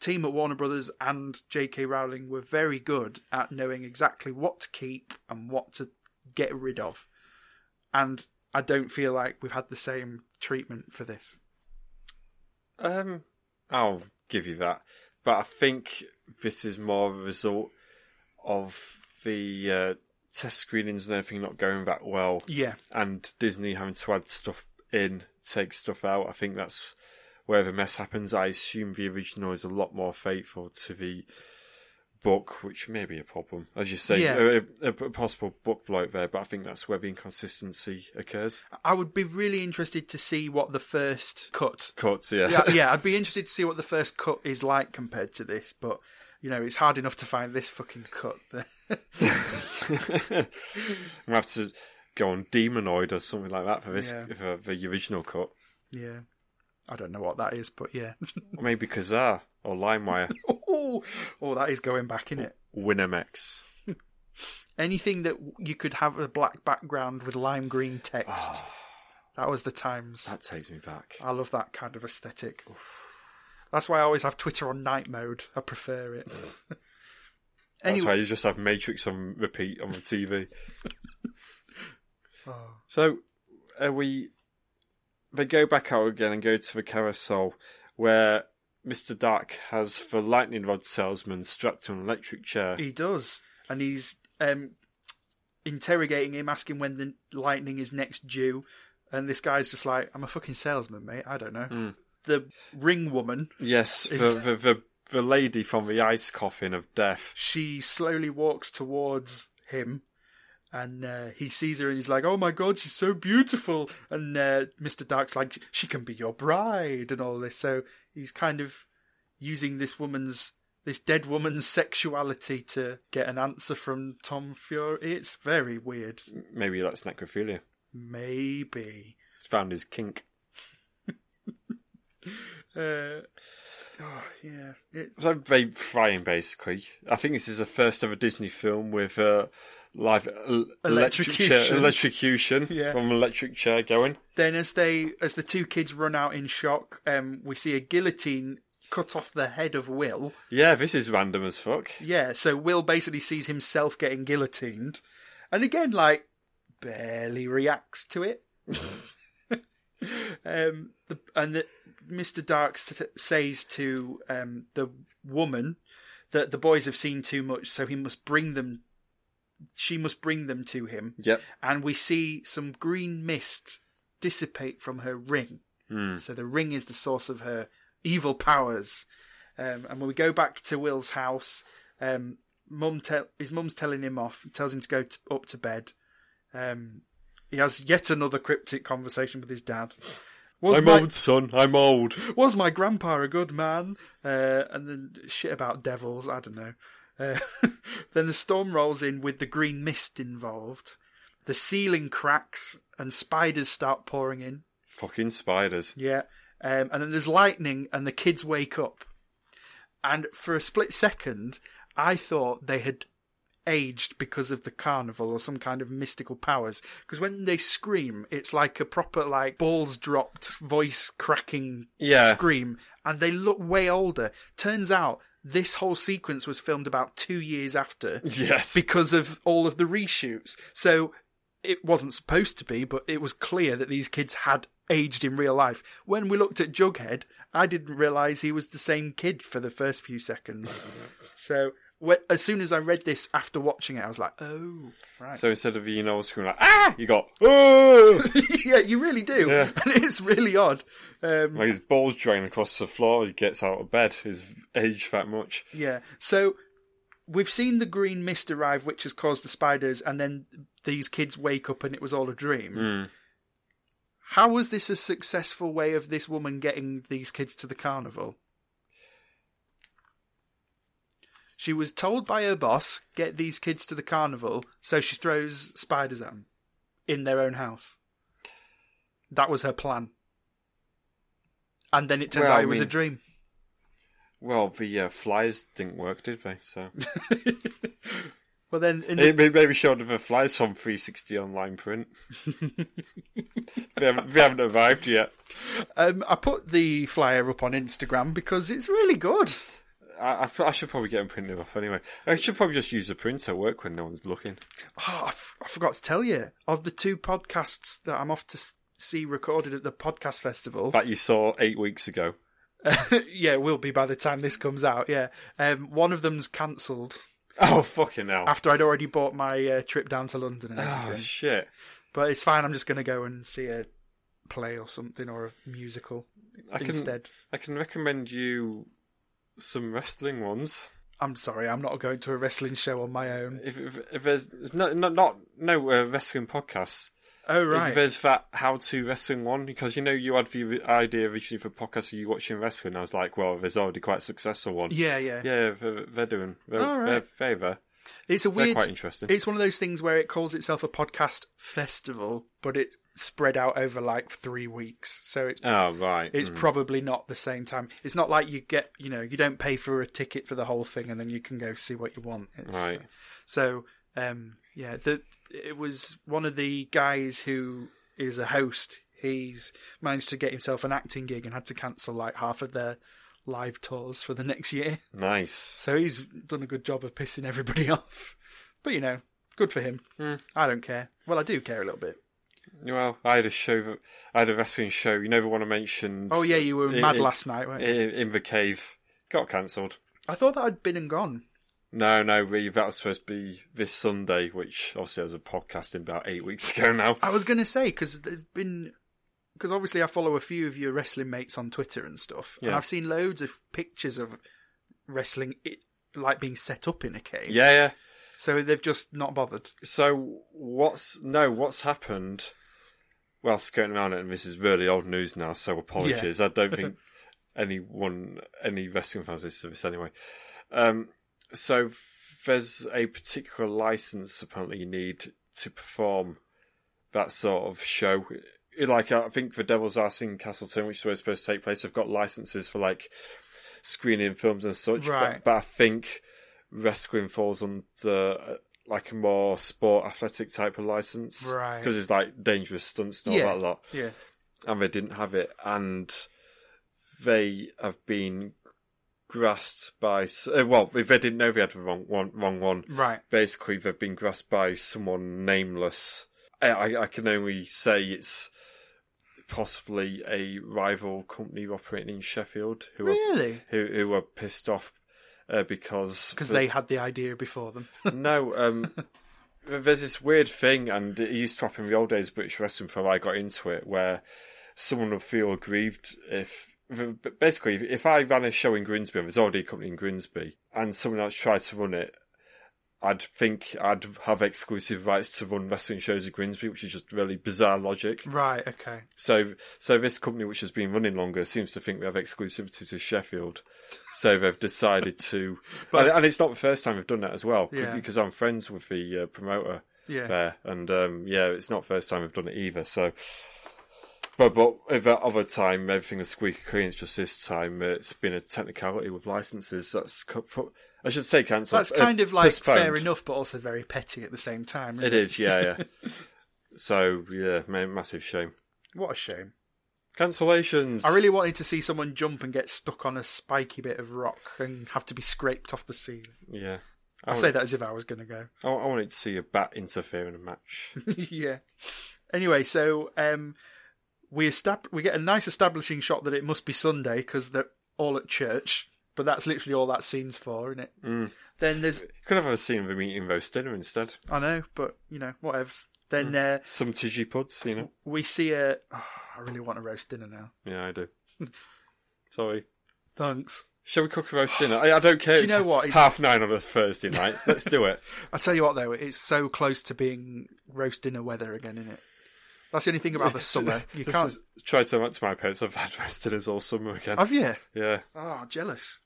Speaker 2: team at Warner Brothers and J.K. Rowling were very good at knowing exactly what to keep and what to get rid of, and I don't feel like we've had the same treatment for this.
Speaker 3: Um, I'll give you that. but I think this is more a result of the uh, test screenings and everything not going that well,
Speaker 2: Yeah,
Speaker 3: and Disney having to add stuff in, take stuff out. I think that's where the mess happens. I assume the original is a lot more faithful to the book, which may be a problem, as you say,
Speaker 2: Yeah.
Speaker 3: a, a, a possible book bloat there. But I think that's where the inconsistency occurs.
Speaker 2: I would be really interested to see what the first cut.
Speaker 3: Cuts, yeah,
Speaker 2: Yeah, yeah, I'd be interested to see what the first cut is like compared to this, but you know, it's hard enough to find this fucking cut.
Speaker 3: I'm gonna have to go on Demonoid or something like that for this
Speaker 2: Yeah.
Speaker 3: for the original cut,
Speaker 2: yeah, I don't know what that is, but yeah.
Speaker 3: or maybe Kazaa or LimeWire,
Speaker 2: oh, oh, that is going back in it.
Speaker 3: Winamax.
Speaker 2: Anything that you could have a black background with lime green text. that was the times.
Speaker 3: Ah. That takes me back.
Speaker 2: I love that kind of aesthetic. That's why I always have Twitter on night mode. I prefer it.
Speaker 3: That's why
Speaker 2: anyway,
Speaker 3: you just have Matrix on repeat on the TV.
Speaker 2: Oh.
Speaker 3: So uh, we they go back out again and go to the carousel where Mister Dark has the lightning rod salesman strapped to an electric chair.
Speaker 2: he does, and he's um, interrogating him, asking when the lightning is next due. And this guy's just like, "I'm a fucking salesman, mate. I don't know." The ring woman,
Speaker 3: Yes, the,
Speaker 2: Is-
Speaker 3: the the the lady from the ice coffin of death.
Speaker 2: she slowly walks towards him and uh, he sees her and he's like oh my god she's so beautiful and uh, mr dark's like she can be your bride and all this so he's kind of using this woman's this dead woman's sexuality to get an answer from tom fury it's very weird
Speaker 3: Maybe that's necrophilia.
Speaker 2: maybe
Speaker 3: He's found his kink.
Speaker 2: uh, oh yeah it,
Speaker 3: So they fry him basically. I think this is the first ever Disney film with uh, live el- electric chair,
Speaker 2: Electrocution.
Speaker 3: electrocution
Speaker 2: Yeah.
Speaker 3: from an electric chair going.
Speaker 2: Then, as they as the two kids run out in shock, um, we see a guillotine cut off the head of Will.
Speaker 3: Yeah, this is random as fuck.
Speaker 2: Yeah, so Will basically sees himself getting guillotined, and again, like barely reacts to it. um, the, and the, Mr. Dark s- says to um, the woman that the boys have seen too much, so he must bring them. She must bring them to him
Speaker 3: Yep.
Speaker 2: and we see some green mist dissipate from her ring. So the ring is the source of her evil powers. Um, and when we go back to Will's house, um, mum tell his mum's telling him off, tells him to go t up to bed. Um, he has yet another cryptic conversation with his dad. Was
Speaker 3: I'm
Speaker 2: my,
Speaker 3: old, son. I'm old.
Speaker 2: was my grandpa a good man? Uh, and then shit about devils, I don't know. Uh, then the storm rolls in with the green mist involved. The ceiling cracks and spiders start pouring in.
Speaker 3: Fucking spiders.
Speaker 2: Yeah. Um, and then there's lightning and the kids wake up. And for a split second, I thought they had aged because of the carnival or some kind of mystical powers. Because when they scream, it's like a proper, like, balls dropped, voice cracking
Speaker 3: Yeah.
Speaker 2: scream. And they look way older. Turns out this whole sequence was filmed about two years after
Speaker 3: Yes.
Speaker 2: because of all of the reshoots. So it wasn't supposed to be, but it was clear that these kids had aged in real life. When we looked at Jughead, I didn't realize he was the same kid for the first few seconds. so when, as soon as I read this after watching it, I was like, oh, right.
Speaker 3: so instead of you know screaming like ah, you got oh,
Speaker 2: yeah, you really do.
Speaker 3: Yeah.
Speaker 2: And it's really odd. Um,
Speaker 3: like his balls drain across the floor. He gets out of bed. His age that much.
Speaker 2: Yeah. So we've seen the green mist arrive, which has caused the spiders, and then these kids wake up and it was all a dream.
Speaker 3: Hmm.
Speaker 2: How was this a successful way of this woman getting these kids to the carnival? She was told by her boss, get these kids to the carnival, so she throws spiders at them in their own house. That was her plan. And then it turns
Speaker 3: Well,
Speaker 2: out
Speaker 3: I
Speaker 2: it was a
Speaker 3: mean-
Speaker 2: dream.
Speaker 3: Well, the uh, flies didn't work, did they? So
Speaker 2: Well, then in the
Speaker 3: it may- maybe showed the flies from 360 online print. they, haven't, they haven't arrived yet.
Speaker 2: Um, I put the flyer up on Instagram because it's really good.
Speaker 3: I, I, I should probably get them printed off anyway. I should probably just use the printer at work when no one's looking.
Speaker 2: Oh, I, f- I forgot to tell you of the two podcasts that I'm off to s- see recorded at the podcast festival.
Speaker 3: That you saw eight weeks ago.
Speaker 2: yeah, it will be by the time this comes out. Yeah, um, one of them's cancelled
Speaker 3: Oh fucking hell!
Speaker 2: after I'd already bought my uh, trip down to London. And
Speaker 3: Oh
Speaker 2: everything.
Speaker 3: shit!
Speaker 2: But it's fine. I'm just going to go and see a play or something or a musical
Speaker 3: I can
Speaker 2: instead.
Speaker 3: I can recommend you some wrestling ones.
Speaker 2: I'm sorry, I'm not going to a wrestling show on my own.
Speaker 3: If if, if there's it's not not not no uh, wrestling podcasts.
Speaker 2: Oh
Speaker 3: If
Speaker 2: right,
Speaker 3: there's that how to wrestling one because you know you had the idea originally for podcast of you watching wrestling. I was like, well, there's already quite a successful one.
Speaker 2: yeah, yeah,
Speaker 3: Yeah, they're, they're doing. They're,
Speaker 2: All right.
Speaker 3: they're favour.
Speaker 2: It's a
Speaker 3: They're
Speaker 2: weird.
Speaker 3: quite interesting.
Speaker 2: It's one of those things where it calls itself a podcast festival, but it's spread out over like three weeks, so it's
Speaker 3: Oh right.
Speaker 2: it's probably not the same time. It's not like you get, you know, you don't pay for a ticket for the whole thing and then you can go see what you want. It's,
Speaker 3: Right.
Speaker 2: So, um, yeah, the, it was one of the guys who is a host. He's managed to get himself an acting gig and had to cancel like half of their live tours for the next year.
Speaker 3: nice.
Speaker 2: So he's done a good job of pissing everybody off. But you know, good for him.
Speaker 3: Hmm.
Speaker 2: I don't care. Well, I do care a little bit.
Speaker 3: Well, I had a show. That, I had a wrestling show. You know the one I mentioned.
Speaker 2: Oh yeah, you were
Speaker 3: in-
Speaker 2: mad
Speaker 3: in-
Speaker 2: last night, weren't you?
Speaker 3: in, in the cave. Got cancelled.
Speaker 2: I thought that had been and gone.
Speaker 3: No, no, we, that was supposed to be this Sunday, which obviously was a podcast in about eight weeks ago now.
Speaker 2: I was going to say because there's been because obviously I follow a few of your wrestling mates on Twitter and stuff, and
Speaker 3: Yeah.
Speaker 2: I've seen loads of pictures of wrestling it, like being set up in a cave.
Speaker 3: Yeah, yeah.
Speaker 2: So they've just not bothered.
Speaker 3: So what's no? What's happened? Well, skirting around it, and this is really old news now. So apologies. I don't think anyone, any wrestling fans, listen to this anyway. Um, so there's a particular license apparently you need to perform that sort of show. Like I think the Devil's Ass in Castleton, which is where it's supposed to take place, have got licenses for like screening films and such. but-
Speaker 2: Right.
Speaker 3: But, I think wrestling falls under uh, like a more sport athletic type of license,
Speaker 2: Right.
Speaker 3: Because it's like dangerous stunts and all
Speaker 2: Yeah.
Speaker 3: that lot
Speaker 2: Yeah.
Speaker 3: and they didn't have it, and they have been grasped by s- uh, well, if they didn't know they had the wrong one, wrong one.
Speaker 2: Right.
Speaker 3: Basically, they've been grasped by someone nameless. I, I, I can only say it's possibly a rival company operating in Sheffield who
Speaker 2: Really?
Speaker 3: are, who who are pissed off uh, because
Speaker 2: Because they had the idea before them.
Speaker 3: no, um, there's this weird thing, and it used to happen in the old days of British wrestling before I got into it, where someone would feel aggrieved if. Basically, if I ran a show in Grimsby, and there's already a company in Grimsby, and someone else tried to run it, I'd think I'd have exclusive rights to run wrestling shows in Grimsby, which is just really bizarre logic.
Speaker 2: right. Okay.
Speaker 3: So, so this company, which has been running longer, seems to think we have exclusivity to Sheffield. So they've decided to, and, and it's not the first time they've done that as well,
Speaker 2: Yeah.
Speaker 3: because I'm friends with the uh, promoter
Speaker 2: Yeah.
Speaker 3: there, and um, yeah, it's not the first time they've done it either. So, but but at that other time, everything was squeaky clean. It's just this time uh, it's been a technicality with licenses. That's co- pro- I should say cancelled.
Speaker 2: That's
Speaker 3: uh,
Speaker 2: kind of like fair
Speaker 3: postponed.
Speaker 2: enough, but also very petty at the same time.
Speaker 3: It
Speaker 2: isn't
Speaker 3: is, yeah, yeah. so yeah, ma- massive shame.
Speaker 2: What a shame.
Speaker 3: Cancellations.
Speaker 2: I really wanted to see someone jump and get stuck on a spiky bit of rock and have to be scraped off the ceiling.
Speaker 3: yeah.
Speaker 2: I say that as if I was going to go.
Speaker 3: I, I wanted to see a bat interfere in a match.
Speaker 2: yeah. Anyway, so um, we estab- we get a nice establishing shot that it must be Sunday because they're all at church, but that's literally all that scene's for, isn't it? Then there's
Speaker 3: Could have had a scene of him eating roast dinner instead.
Speaker 2: I know, but you know whatevs. Then uh,
Speaker 3: Some tiji puds, you know.
Speaker 2: we see a. oh, I really want a roast dinner now.
Speaker 3: Yeah, I do. Sorry.
Speaker 2: Thanks.
Speaker 3: Shall we cook a roast dinner? I, I don't care.
Speaker 2: you know what? It's-
Speaker 3: half nine on a Thursday night. Let's do it.
Speaker 2: I tell you what, though, it's so close to being roast dinner weather again, isn't it? That's the only thing about the summer. You
Speaker 3: This
Speaker 2: can't.
Speaker 3: is- try to answer my parents. I've had roast dinners all summer again.
Speaker 2: Have you?
Speaker 3: Yeah.
Speaker 2: Oh, jealous.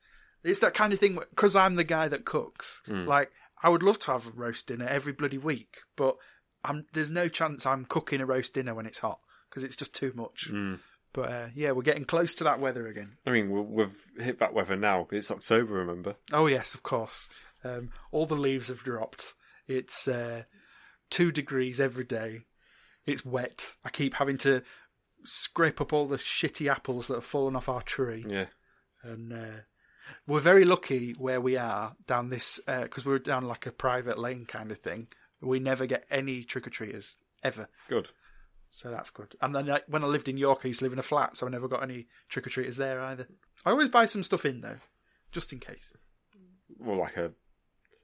Speaker 2: It's that kind of thing because I'm the guy that cooks.
Speaker 3: Hmm.
Speaker 2: Like, I would love to have a roast dinner every bloody week, but I'm, there's no chance I'm cooking a roast dinner when it's hot because it's just too much.
Speaker 3: Hmm.
Speaker 2: But uh, yeah, we're getting close to that weather again.
Speaker 3: I mean, we'll, we've hit that weather now. It's October, remember?
Speaker 2: Oh, yes, of course. Um, all the leaves have dropped. It's uh, two degrees every day. It's wet. I keep having to scrape up all the shitty apples that have fallen off our tree.
Speaker 3: Yeah.
Speaker 2: and uh, we're very lucky where we are down this because we're down like a private lane kind of thing. We never get any trick or treaters ever,
Speaker 3: Good.
Speaker 2: So that's good. And then like, when I lived in York, I used to live in a flat, so I never got any trick or treaters there either. I always buy some stuff in though, just in case.
Speaker 3: Well, like a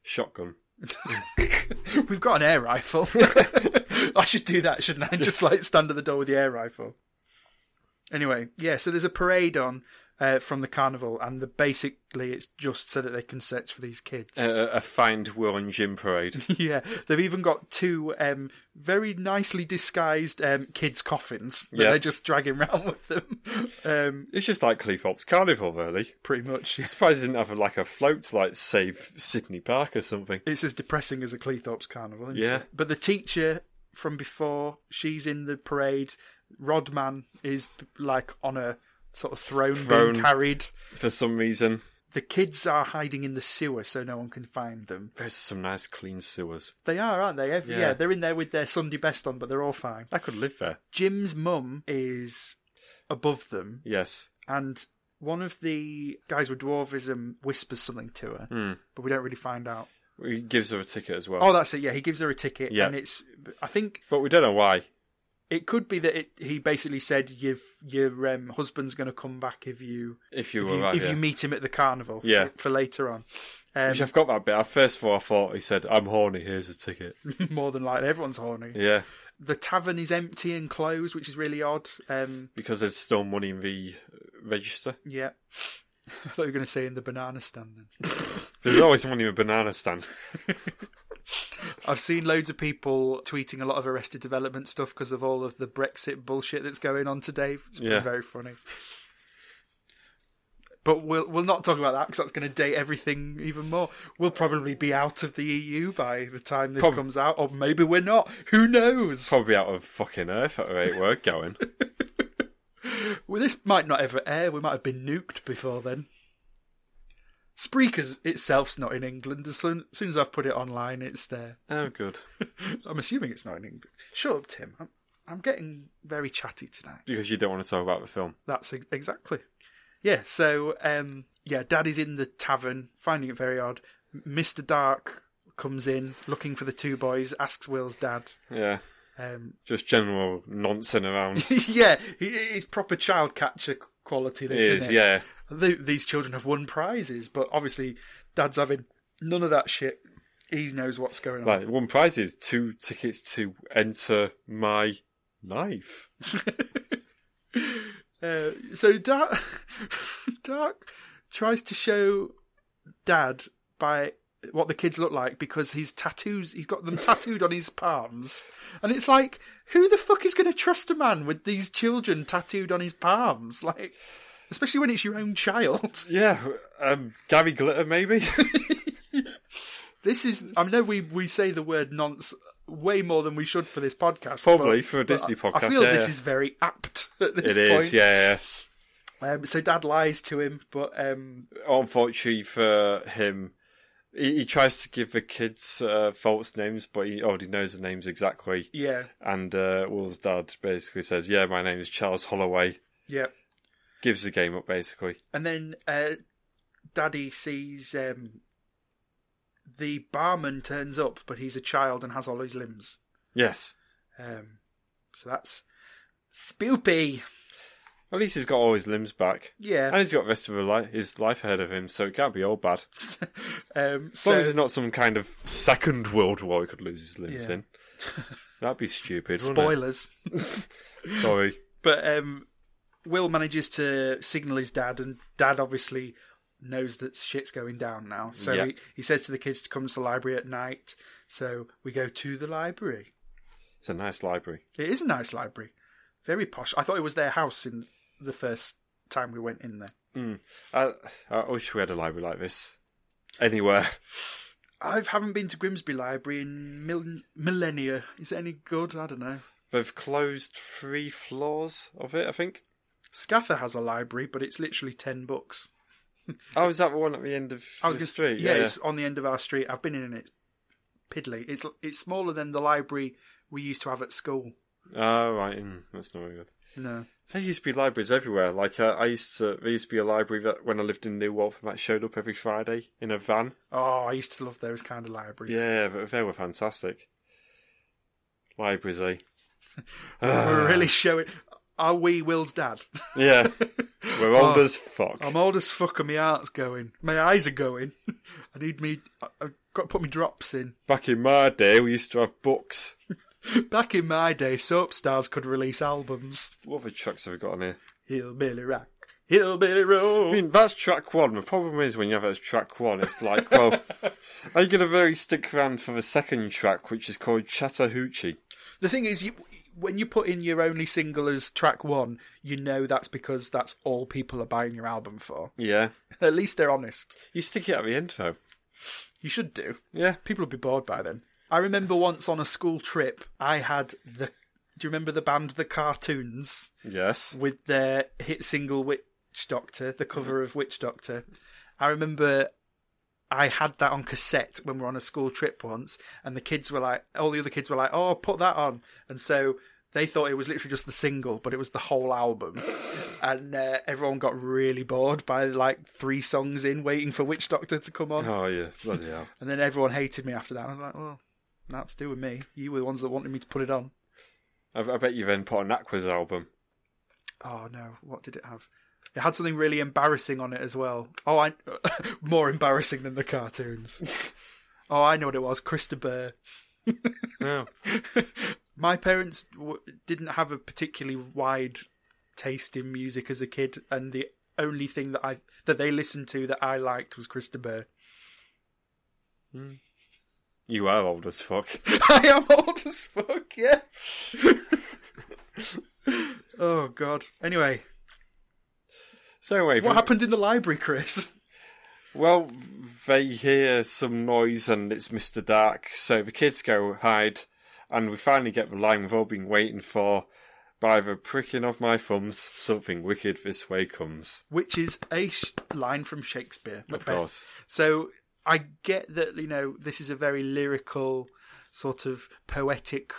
Speaker 3: shotgun.
Speaker 2: We've got an air rifle. I should do that, shouldn't I? Just like stand at the door with the air rifle. Anyway, yeah, so there's a parade on uh, from the carnival, and the, basically it's just so that they can search for these kids.
Speaker 3: A, a find Will and Jim parade.
Speaker 2: yeah, they've even got two um, very nicely disguised um, kids' coffins that
Speaker 3: Yeah.
Speaker 2: they're just dragging around with them. Um,
Speaker 3: It's just like Cleethorpes Carnival, really.
Speaker 2: pretty much.
Speaker 3: I'm surprised they didn't have like a float to like save Sydney Park or something.
Speaker 2: It's as depressing as a Cleethorpes carnival, isn't
Speaker 3: Yeah.
Speaker 2: it? But the teacher from before, she's in the parade. Rodman is like on a sort of throne,
Speaker 3: Throne.
Speaker 2: being carried.
Speaker 3: For some reason,
Speaker 2: The kids are hiding in the sewer so no one can find them.
Speaker 3: there's some nice clean sewers.
Speaker 2: They are, aren't they? Every, yeah.
Speaker 3: Yeah.
Speaker 2: they're in there with their Sunday best on, but they're all fine.
Speaker 3: I could live there.
Speaker 2: Jim's mum is above them,
Speaker 3: Yes.
Speaker 2: and one of the guys with dwarvism whispers something to her,
Speaker 3: Hmm.
Speaker 2: but we don't really find out.
Speaker 3: He gives her a ticket as well.
Speaker 2: Oh, that's it. Yeah, he gives her a ticket,
Speaker 3: Yeah.
Speaker 2: and it's. I think
Speaker 3: but we don't know why.
Speaker 2: it could be that it, he basically said your your um, husband's going to come back if you
Speaker 3: If you
Speaker 2: if,
Speaker 3: were
Speaker 2: you,
Speaker 3: right,
Speaker 2: if
Speaker 3: yeah.
Speaker 2: you meet him at the carnival
Speaker 3: Yeah.
Speaker 2: for, for later on. Um,
Speaker 3: Which I've got that bit. At first of all, I thought he said, "I'm horny. Here's a ticket."
Speaker 2: more than likely, everyone's horny.
Speaker 3: yeah,
Speaker 2: The tavern is empty and closed, which is really odd. Um,
Speaker 3: because there's still money in the register.
Speaker 2: yeah, I thought you were going to say in the banana stand. Then
Speaker 3: There's always money in a banana stand.
Speaker 2: I've seen loads of people tweeting a lot of Arrested Development stuff because of all of the Brexit bullshit that's going on today. It's been
Speaker 3: Yeah.
Speaker 2: very funny. But we'll we'll not talk about that because that's going to date everything even more. We'll probably be out of the EU by the time this
Speaker 3: Prob-
Speaker 2: comes out, or maybe we're not. Who knows?
Speaker 3: Probably out of fucking earth at the rate we're going.
Speaker 2: Well, this might not ever air. We might have been nuked before then. Spreakers itself's not in England. As soon, as soon as I've put it online, it's there.
Speaker 3: oh, good.
Speaker 2: I'm assuming it's not in England. Shut up, Tim. I'm, I'm getting very chatty tonight.
Speaker 3: Because you don't want to talk about the film.
Speaker 2: That's ex- exactly. Yeah, so, um, yeah, Dad is in the tavern, finding it very odd. M- Mr. Dark comes in looking for the two boys, asks Will's dad.
Speaker 3: Yeah,
Speaker 2: Um,
Speaker 3: just general nonsense around.
Speaker 2: yeah, he, he's proper child catcher quality,
Speaker 3: it
Speaker 2: this, isn't
Speaker 3: is.
Speaker 2: it?
Speaker 3: Yeah,
Speaker 2: Th these children have won prizes, but obviously, Dad's having none of that shit. He knows what's going on.
Speaker 3: like one prize is two tickets to enter my knife.
Speaker 2: Uh, so Dark, Dark tries to show Dad by what the kids look like because his tattoos he's got them tattooed on his palms, and it's like, who the fuck is going to trust a man with these children tattooed on his palms? Like, especially when it's your own child.
Speaker 3: Yeah, um, Gary Glitter maybe.
Speaker 2: This is I know we we say the word nonce way more than we should for this podcast.
Speaker 3: Probably,
Speaker 2: but-
Speaker 3: for a
Speaker 2: but
Speaker 3: Disney
Speaker 2: I- I
Speaker 3: podcast,
Speaker 2: feel
Speaker 3: yeah,
Speaker 2: this
Speaker 3: yeah.
Speaker 2: is very apt at this
Speaker 3: it is.
Speaker 2: point.
Speaker 3: Yeah,
Speaker 2: Um, so Dad lies to him, but um,
Speaker 3: yeah. Unfortunately for him, he, he tries to give the kids uh, false names, but he already knows the names exactly.
Speaker 2: yeah,
Speaker 3: And uh, Will's dad basically says, "Yeah, my name is Charles Holloway."
Speaker 2: yeah.
Speaker 3: Gives the game up basically.
Speaker 2: And then uh, Daddy sees um, the barman turns up, but he's a child and has all his limbs.
Speaker 3: Yes.
Speaker 2: Um, so that's spoopy.
Speaker 3: At least he's got all his limbs back.
Speaker 2: Yeah.
Speaker 3: And he's got the rest of his life, his life ahead of him, so it can't be all bad.
Speaker 2: Um,
Speaker 3: As long
Speaker 2: so
Speaker 3: as it's not some kind of second world war he could lose his limbs
Speaker 2: Yeah.
Speaker 3: in. That'd be stupid. wouldn't it?
Speaker 2: spoilers.
Speaker 3: Sorry.
Speaker 2: But um, Will manages to signal his dad, and dad obviously knows that shit's going down now. So
Speaker 3: Yeah.
Speaker 2: he, he says to the kids to come to the library at night. So we go to the library.
Speaker 3: It's a nice library.
Speaker 2: It is a nice library, very posh. I thought it was their house in the first time we went in there.
Speaker 3: Hmm. I, I wish we had a library like this. Anywhere.
Speaker 2: I haven't been to Grimsby Library in mil- millennia. Is it any good? I don't know.
Speaker 3: They've closed three floors of it, I think.
Speaker 2: Scaffer has a library, but it's literally ten books.
Speaker 3: Oh, is that the one at the end of
Speaker 2: I was
Speaker 3: the
Speaker 2: gonna,
Speaker 3: street?
Speaker 2: Yeah, it's on the end of our street. I've been in it. Piddly. It's it's smaller than the library we used to have at school.
Speaker 3: Oh, right. mm, that's not very good.
Speaker 2: No.
Speaker 3: There used to be libraries everywhere. Like uh, I used to, there used to be a library that when I lived in New Waltham that showed up every Friday in a van.
Speaker 2: Oh, I used to love those kind of libraries.
Speaker 3: Yeah, but they were fantastic. Libraries, eh?
Speaker 2: We're really showing. Are we Will's dad?
Speaker 3: Yeah. We're old
Speaker 2: Oh,
Speaker 3: as fuck.
Speaker 2: I'm old as fuck and my heart's going. My eyes are going. I need me. I- I've got to put my drops in.
Speaker 3: Back in my day, we used to have books.
Speaker 2: Back in my day, soap stars could release albums.
Speaker 3: What other tracks have we got on here?
Speaker 2: Hillbilly Rack, Hillbilly
Speaker 3: I
Speaker 2: Roll.
Speaker 3: mean, that's track one. The problem is when you have it as track one, it's like, well, are you going to really stick around for the second track, which is called Chattahoochee?
Speaker 2: The thing is, you, when you put in your only single as track one, you know that's because that's all people are buying your album for.
Speaker 3: Yeah.
Speaker 2: At least they're honest.
Speaker 3: You stick it at the end, though.
Speaker 2: You should do.
Speaker 3: Yeah.
Speaker 2: People would be bored by then. I remember once on a school trip, I had the. Do you remember the band The Cartoons
Speaker 3: Yes.
Speaker 2: with their hit single Witch Doctor, the cover of Witch Doctor? I remember I had that on cassette when we were on a school trip once, and the kids were like, all the other kids were like, oh, put that on. And so they thought it was literally just the single, but it was the whole album. and uh, everyone got really bored by like three songs in, waiting for Witch Doctor to come on.
Speaker 3: Oh, yeah. Bloody hell.
Speaker 2: And then everyone hated me after that. I was like, well, that's to do with me. You were the ones that wanted me to put it on.
Speaker 3: I, I bet you then put an Aqua's album.
Speaker 2: Oh no, what did it have? It had something really embarrassing on it as well. Oh, I more embarrassing than the cartoons. oh, I know what it was. Krista Burr.
Speaker 3: No.
Speaker 2: My parents w- didn't have a particularly wide taste in music as a kid, and the only thing that I that they listened to that I liked was Krista Burr.
Speaker 3: You are old as fuck.
Speaker 2: I am old as fuck, yeah. oh god. Anyway,
Speaker 3: So anyway,
Speaker 2: what
Speaker 3: the-
Speaker 2: happened in the library, Chris?
Speaker 3: Well, they hear some noise and it's Mr. Dark, so the kids go hide, and we finally get the line we've all been waiting for. By the pricking of my thumbs, something wicked this way comes.
Speaker 2: Which is a sh- line from Shakespeare.
Speaker 3: Of
Speaker 2: Macbeth.
Speaker 3: course.
Speaker 2: So I get that you know this is a very lyrical, sort of poetic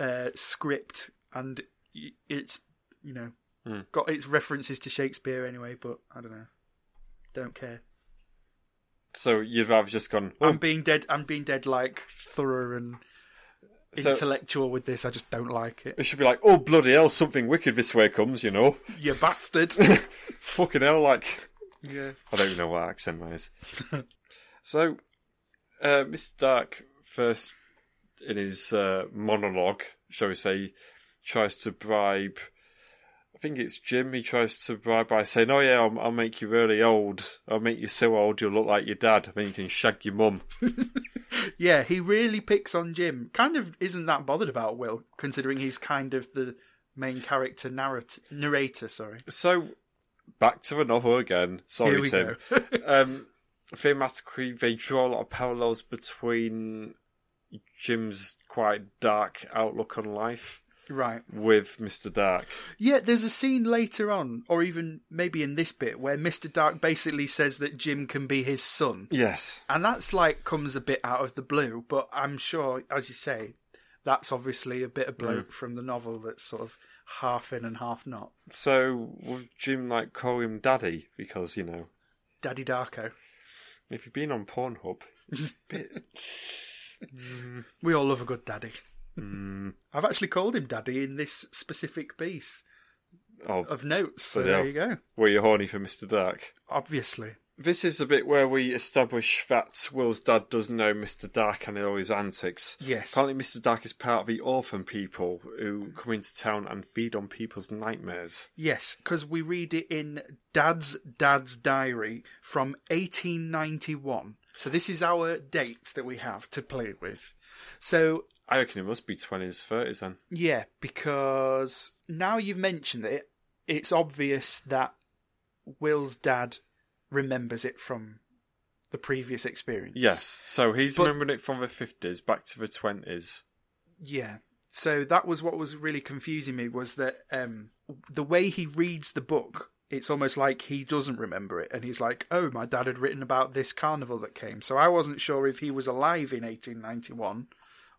Speaker 2: uh, script, and y- it's you know
Speaker 3: Hmm.
Speaker 2: got its references to Shakespeare anyway. But I don't know, don't care.
Speaker 3: So you'd rather just gone, oh,
Speaker 2: I'm being dead. I'm being dead like thorough and
Speaker 3: So-
Speaker 2: intellectual with this. I just don't like it.
Speaker 3: it should be like, oh bloody hell, something wicked this way comes, you know.
Speaker 2: You bastard.
Speaker 3: Fucking hell, like,
Speaker 2: yeah.
Speaker 3: I don't even know what accent that is. so, uh, Mr. Dark, first in his uh, monologue, shall we say, tries to bribe. I think it's Jim. He tries to bribe by saying, "Oh yeah, I'll, I'll make you really old. I'll make you so old you'll look like your dad. Then you can shag your mum."
Speaker 2: Yeah, he really picks on Jim. Kind of isn't that bothered about Will, considering he's kind of the main character narrator. narrator sorry.
Speaker 3: So, back to the novel again. Sorry,
Speaker 2: Here we
Speaker 3: Tim.
Speaker 2: go.
Speaker 3: um, thematically, they draw a lot of parallels between Jim's quite dark outlook on life
Speaker 2: right.
Speaker 3: with Mr. Dark.
Speaker 2: Yeah, there's a scene later on, or even maybe in this bit, where Mr. Dark basically says that Jim can be his son.
Speaker 3: Yes.
Speaker 2: And that's like comes a bit out of the blue, but I'm sure, as you say, that's obviously a bit of bloke from the novel that's sort of half in and half not.
Speaker 3: So would Jim like call him Daddy because you know
Speaker 2: Daddy Darko.
Speaker 3: if you've been on Pornhub,
Speaker 2: We all love a good daddy. I've actually called him daddy in this specific piece
Speaker 3: oh,
Speaker 2: of notes, so
Speaker 3: Bloody
Speaker 2: there
Speaker 3: hell.
Speaker 2: you go.
Speaker 3: were you horny for Mr. Dark?
Speaker 2: Obviously.
Speaker 3: This is the bit where we establish that Will's dad does know Mr. Dark and all his antics.
Speaker 2: Yes.
Speaker 3: Apparently, Mr. Dark is part of the orphan people who come into town and feed on people's nightmares.
Speaker 2: Yes, because we read it in Dad's Dad's Diary from 1891. So this is our date that we have to play with. So,
Speaker 3: I reckon it must be 20s, 30s then.
Speaker 2: yeah, because now you've mentioned it, it's obvious that Will's dad remembers it from the previous experience.
Speaker 3: Yes. So he's
Speaker 2: But-
Speaker 3: remembering it from the 50s back to the 20s.
Speaker 2: Yeah. So that was what was really confusing me was that um, the way he reads the book, it's almost like he doesn't remember it, and he's like, "Oh, my dad had written about this carnival that came." So I wasn't sure if he was alive in 1891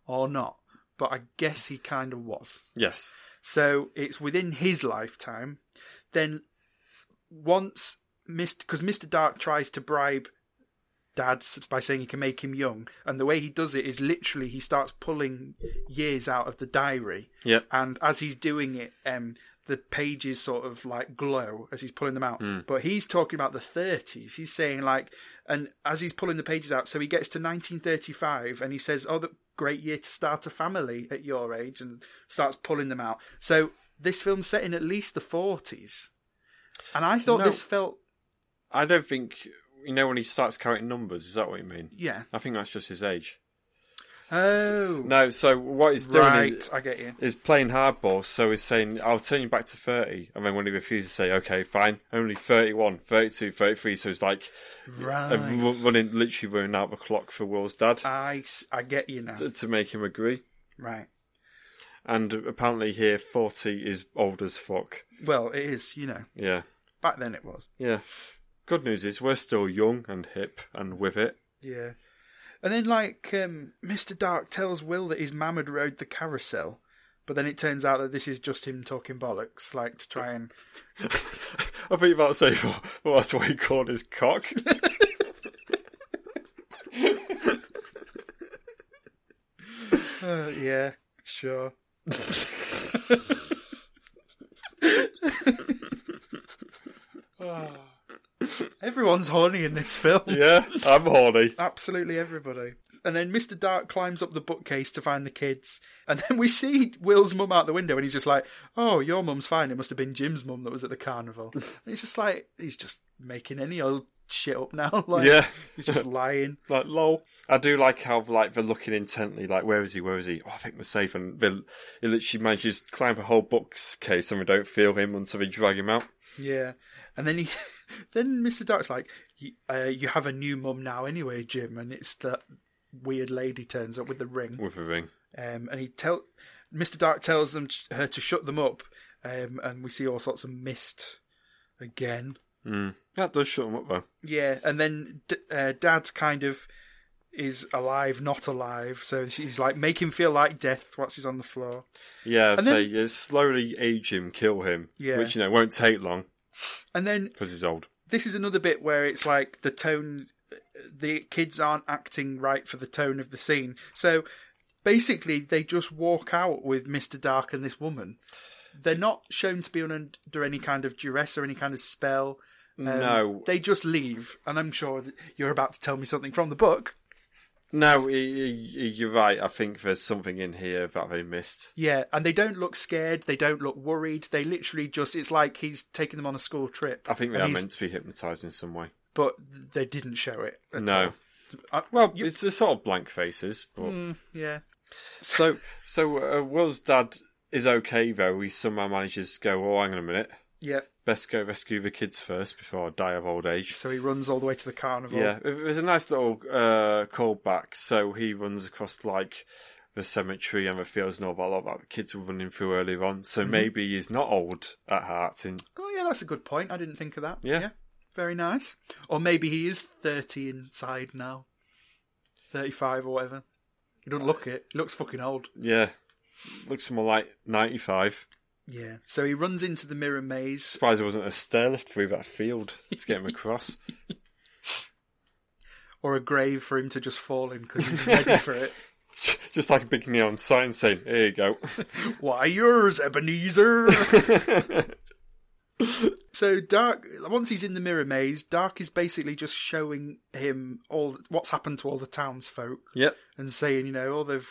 Speaker 2: or not, but I guess he kind of was.
Speaker 3: Yes.
Speaker 2: So it's within his lifetime. Then once Mr. because Mr. Dark tries to bribe dad s- by saying he can make him young. And the way he does it is literally he starts pulling years out of the diary.
Speaker 3: Yep.
Speaker 2: And as he's doing it, um, the pages sort of like glow as he's pulling them out. But he's talking about the 30s. He's saying like, and as he's pulling the pages out, so he gets to 1935 and he says, "Oh, the great year to start a family at your age," and starts pulling them out. So this film's set in at least the 40s. And I thought
Speaker 3: No.
Speaker 2: this felt
Speaker 3: I don't think you know when he starts counting numbers. Is that what you mean?
Speaker 2: yeah.
Speaker 3: I think that's just his age.
Speaker 2: Oh,
Speaker 3: No, so what he's doing
Speaker 2: right.
Speaker 3: is,
Speaker 2: I get you.
Speaker 3: is playing hardball. So he's saying, "I'll turn you back to 30. and then when he refuses, say, "Okay, fine, only 31, 32, 33. So he's like
Speaker 2: Right.
Speaker 3: uh, ru- running, literally running out the clock for Will's dad
Speaker 2: I, s- I get you now.
Speaker 3: to, to make him agree.
Speaker 2: Right.
Speaker 3: And apparently here, forty is old as fuck.
Speaker 2: Well, it is, you know.
Speaker 3: Yeah,
Speaker 2: Back then it was.
Speaker 3: yeah. Good news is we're still young and hip and with it.
Speaker 2: Yeah. And then, like, um, Mr. Dark tells Will that his mum had rode the carousel, but then it turns out that this is just him talking bollocks, like, to try and.
Speaker 3: I think you about to say, well, well, that's why he called his cock.
Speaker 2: Uh, yeah, sure. Ah. Everyone's horny in this film.
Speaker 3: yeah, I'm horny.
Speaker 2: Absolutely everybody. And then Mr. Dark climbs up the bookcase to find the kids. And then we see Will's mum out the window and he's just like, Oh, your mum's fine. It must have been Jim's mum that was at the carnival. And it's just like, he's just making any old shit up now. Like,
Speaker 3: Yeah.
Speaker 2: He's just lying.
Speaker 3: Like, lol. I do like how, like, they're looking intently, like, where is he, where is he? Oh, I think we're safe. And they, he literally manages to climb a whole bookcase and we don't feel him until they drag him out.
Speaker 2: Yeah. And then he, then Mr. Dark's like, "You- uh, You have a new mum now anyway, Jim. And it's that weird lady turns up with the ring.
Speaker 3: With a ring.
Speaker 2: um, and he tell Mr. Dark tells them her to shut them up, um, and we see all sorts of mist again.
Speaker 3: That does shut him up, though.
Speaker 2: Yeah, and then D- uh, Dad kind of is alive, not alive. So she's like, make him feel like death whilst he's on the floor.
Speaker 3: Yeah, so
Speaker 2: then-
Speaker 3: you slowly age him, kill him.
Speaker 2: Yeah.
Speaker 3: Which, you know, won't take long
Speaker 2: And then
Speaker 3: because he's old.
Speaker 2: this is another bit where it's like the tone the kids aren't acting right for the tone of the scene so basically they just walk out with mr dark and this woman they're not shown to be under any kind of duress or any kind of spell Um,
Speaker 3: No.
Speaker 2: they just leave and i'm sure that you're about to tell me something from the book
Speaker 3: No, y- y- y- you're right. I think there's something in here that they missed.
Speaker 2: yeah and they don't look scared they don't look worried they literally just it's like he's taking them on a school trip
Speaker 3: I think they
Speaker 2: and
Speaker 3: are
Speaker 2: he's-
Speaker 3: meant to be hypnotised in some way.
Speaker 2: but they didn't show it at all.
Speaker 3: No.
Speaker 2: I-
Speaker 3: Well, it's the sort of blank faces, but
Speaker 2: yeah
Speaker 3: so so. Uh, Will's dad is okay though. He somehow manages to go. Oh, hang on a minute.
Speaker 2: yeah
Speaker 3: Best go rescue the kids first before I die of old age.
Speaker 2: so he runs all the way to the carnival
Speaker 3: Yeah, it- it was a nice little uh, callback. So he runs across like the cemetery and the fields and all that. A lot of that kids were running through earlier on, so maybe he's not old at heart. And
Speaker 2: Oh yeah, that's a good point. I didn't think of that.
Speaker 3: Yeah.
Speaker 2: Very nice. Or maybe he is thirty inside now. Thirty five or whatever. He doesn't look it. He looks fucking old.
Speaker 3: yeah, looks more like ninety-five.
Speaker 2: Yeah. So he runs into the mirror maze.
Speaker 3: Surprised there wasn't a stair lift through that field to get him across.
Speaker 2: Or a grave for him to just fall in because he's ready for it.
Speaker 3: Just like a big neon sign saying, "Here you go."
Speaker 2: Why yours, Ebenezer? so Dark, once he's in the mirror maze, Dark is basically just showing him all what's happened to all the townsfolk.
Speaker 3: yep.
Speaker 2: and saying, you know, oh, they've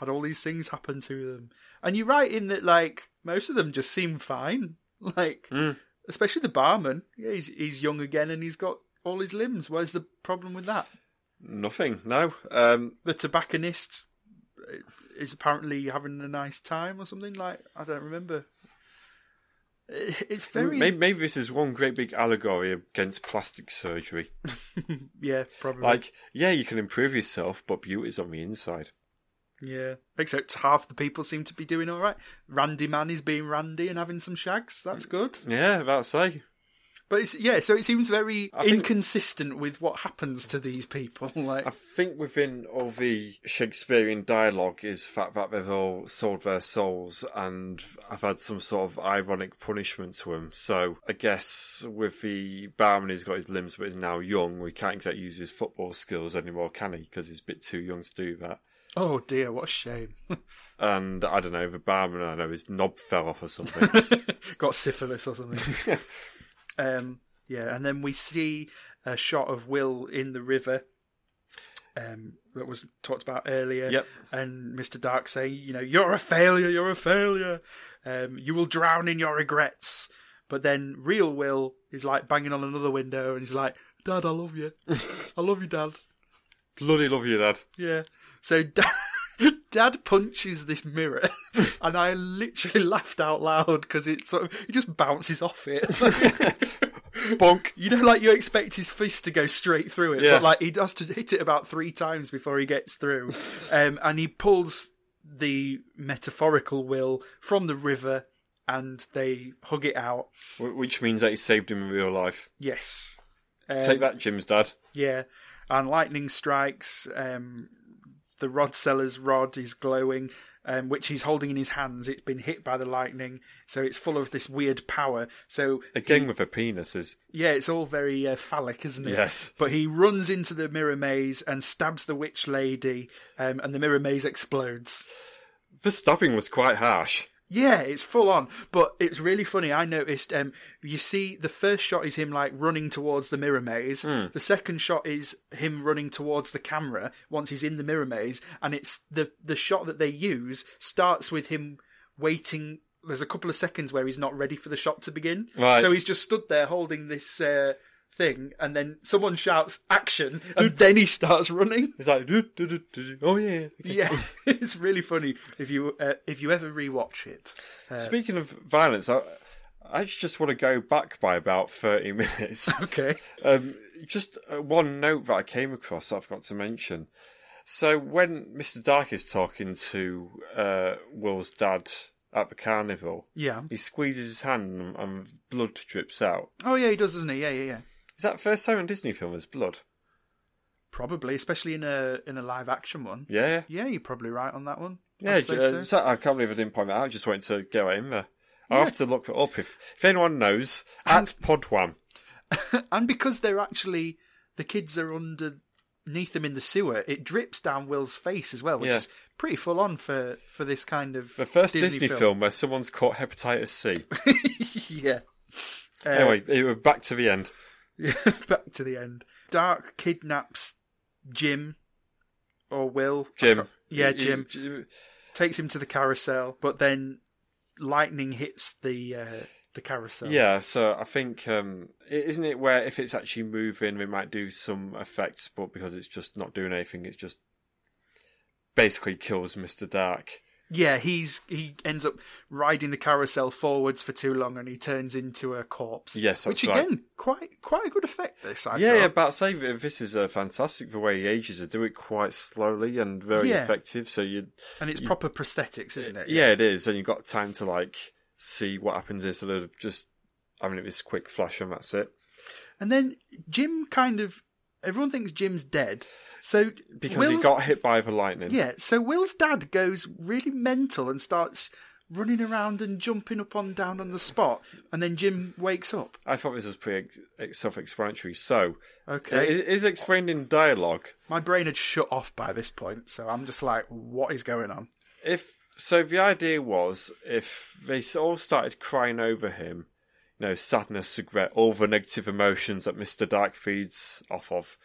Speaker 2: had all these things happen to them. And you write in that, like, most of them just seem fine. Like,
Speaker 3: Hmm.
Speaker 2: especially the barman. Yeah, he's, he's young again and he's got all his limbs. Where's the problem with that?
Speaker 3: Nothing. No. Um,
Speaker 2: The tobacconist uh, is apparently having a nice time or something. Like, I don't remember. It- It's very.
Speaker 3: maybe, maybe this is one great big allegory against plastic surgery.
Speaker 2: Yeah, probably.
Speaker 3: Like, yeah, you can improve yourself, but beauty is on the inside.
Speaker 2: Yeah. Except half the people seem to be doing
Speaker 3: Mm.
Speaker 2: all right. Randy Man is being Randy and having some shags. That's good.
Speaker 3: Yeah, that's it.
Speaker 2: But it's, yeah, so it seems very
Speaker 3: think-
Speaker 2: inconsistent with what happens to these people. Like,
Speaker 3: I think within all the Shakespearean dialogue is the fact that they've all sold their souls and have had some sort of ironic punishment to them. So I guess with the barman who's got his limbs but is now young, we can't exactly use his football skills anymore, can he? Because he's a bit too young to do that.
Speaker 2: oh dear, what a shame.
Speaker 3: And I don't know, the barman, I know his knob fell off or something.
Speaker 2: Got syphilis or something. um, yeah, and then we see a shot of Will in the river. Um, that was talked about earlier.
Speaker 3: Yep.
Speaker 2: And Mr. Dark saying, you know, you're a failure, you're a failure. Um, you will drown in your regrets. But then real Will is like banging on another window and he's like, Dad, I love you. I love you, Dad.
Speaker 3: Bloody love you, Dad.
Speaker 2: Yeah. So dad, dad punches this mirror, and I literally laughed out loud because it sort of he just bounces off it.
Speaker 3: Bonk.
Speaker 2: You know, like you expect his fist to go straight through it,
Speaker 3: Yeah.
Speaker 2: but like he has to hit it about three times before he gets through, um, and he pulls the metaphorical will from the river, and they hug it out.
Speaker 3: Wh- Which means that he saved him in real life.
Speaker 2: Yes. Um,
Speaker 3: Take that, Jim's dad.
Speaker 2: Yeah, and lightning strikes. Um, the rod seller's rod is glowing, um, which he's holding in his hands. It's been hit by the lightning, so it's full of this weird power. So
Speaker 3: Again with the penises.
Speaker 2: yeah, it's all very uh, phallic, isn't it?
Speaker 3: Yes.
Speaker 2: But he runs into the mirror maze and stabs the witch lady, um, and the mirror maze explodes.
Speaker 3: The stabbing was quite harsh.
Speaker 2: Yeah, it's full on, but it's really funny. I noticed. Um, you see, the first shot is him like running towards the mirror maze. The second shot is him running towards the camera once he's in the mirror maze, and it's the the shot that they use starts with him waiting. There's a couple of seconds where he's not ready for the shot to begin,
Speaker 3: Right.
Speaker 2: so he's just stood there holding this. Uh, Thing and then someone shouts action, and then he starts running.
Speaker 3: It's like, "Doo, doo, doo, doo, doo." oh yeah. okay."
Speaker 2: Yeah, it's really funny if you uh, if you ever rewatch it.
Speaker 3: Speaking of violence, I, I just want to go back by about 30 minutes.
Speaker 2: Okay.
Speaker 3: um, just uh, one note that I came across that I forgot to mention. So when Mr. Dark is talking to uh, Will's dad at the carnival,
Speaker 2: Yeah.
Speaker 3: he squeezes his hand and, and blood drips out.
Speaker 2: Oh yeah, he does, doesn't he? Yeah, yeah, yeah.
Speaker 3: Is that the first time in a Disney film there's blood?
Speaker 2: Probably, especially in a in a live action one.
Speaker 3: Yeah.
Speaker 2: Yeah, you're probably right on that one.
Speaker 3: Yeah,
Speaker 2: I'd say so.
Speaker 3: uh, so- I can't believe I didn't point that out. I just wanted to go in there. I'll have to look it up if, if anyone knows. At Podwam.
Speaker 2: and because they're actually the kids are underneath them in the sewer, it drips down Will's face as well, which
Speaker 3: Yeah.
Speaker 2: is pretty full on for for this kind of
Speaker 3: The first Disney, film. where someone's caught hepatitis C.
Speaker 2: Uh, yeah. Uh,
Speaker 3: anyway, it- we're back to the end.
Speaker 2: back to the end. Dark kidnaps Jim or Will. I
Speaker 3: Jim.
Speaker 2: can't- Yeah,
Speaker 3: You-
Speaker 2: Jim.
Speaker 3: you-
Speaker 2: takes him to the carousel, but then lightning hits the uh, the carousel.
Speaker 3: Yeah, so I think um, i- isn't it where if it's actually moving, we might do some effects, but because it's just not doing anything, it just basically kills Mister Dark.
Speaker 2: yeah. He's he ends up riding the carousel forwards for too long, and he turns into a corpse.
Speaker 3: Yes, that's
Speaker 2: which again, quite quite a good effect. This, I
Speaker 3: yeah, yeah,
Speaker 2: thought.
Speaker 3: but I'd say that this is uh, fantastic. The way he ages, they do it quite slowly and very
Speaker 2: Yeah.
Speaker 3: effective. So you,
Speaker 2: and it's proper prosthetics, isn't it?
Speaker 3: yeah, it is, and you've got time to like see what happens instead of just having it this quick flash and that's it.
Speaker 2: and then Jim kind of everyone thinks Jim's dead, so
Speaker 3: Because he
Speaker 2: Will's-
Speaker 3: got hit by the lightning.
Speaker 2: yeah. So Will's dad goes really mental and starts. Running around and jumping up on down on the spot, and then Jim wakes up.
Speaker 3: I thought this was pretty ex- ex- self-explanatory. So,
Speaker 2: Okay,
Speaker 3: it it is explained in dialogue.
Speaker 2: My brain had shut off by this point, so I'm just like, what is going on?
Speaker 3: If so, the idea was if they s- all started crying over him, you know, sadness, regret, all the negative emotions that Mister Dark feeds off of,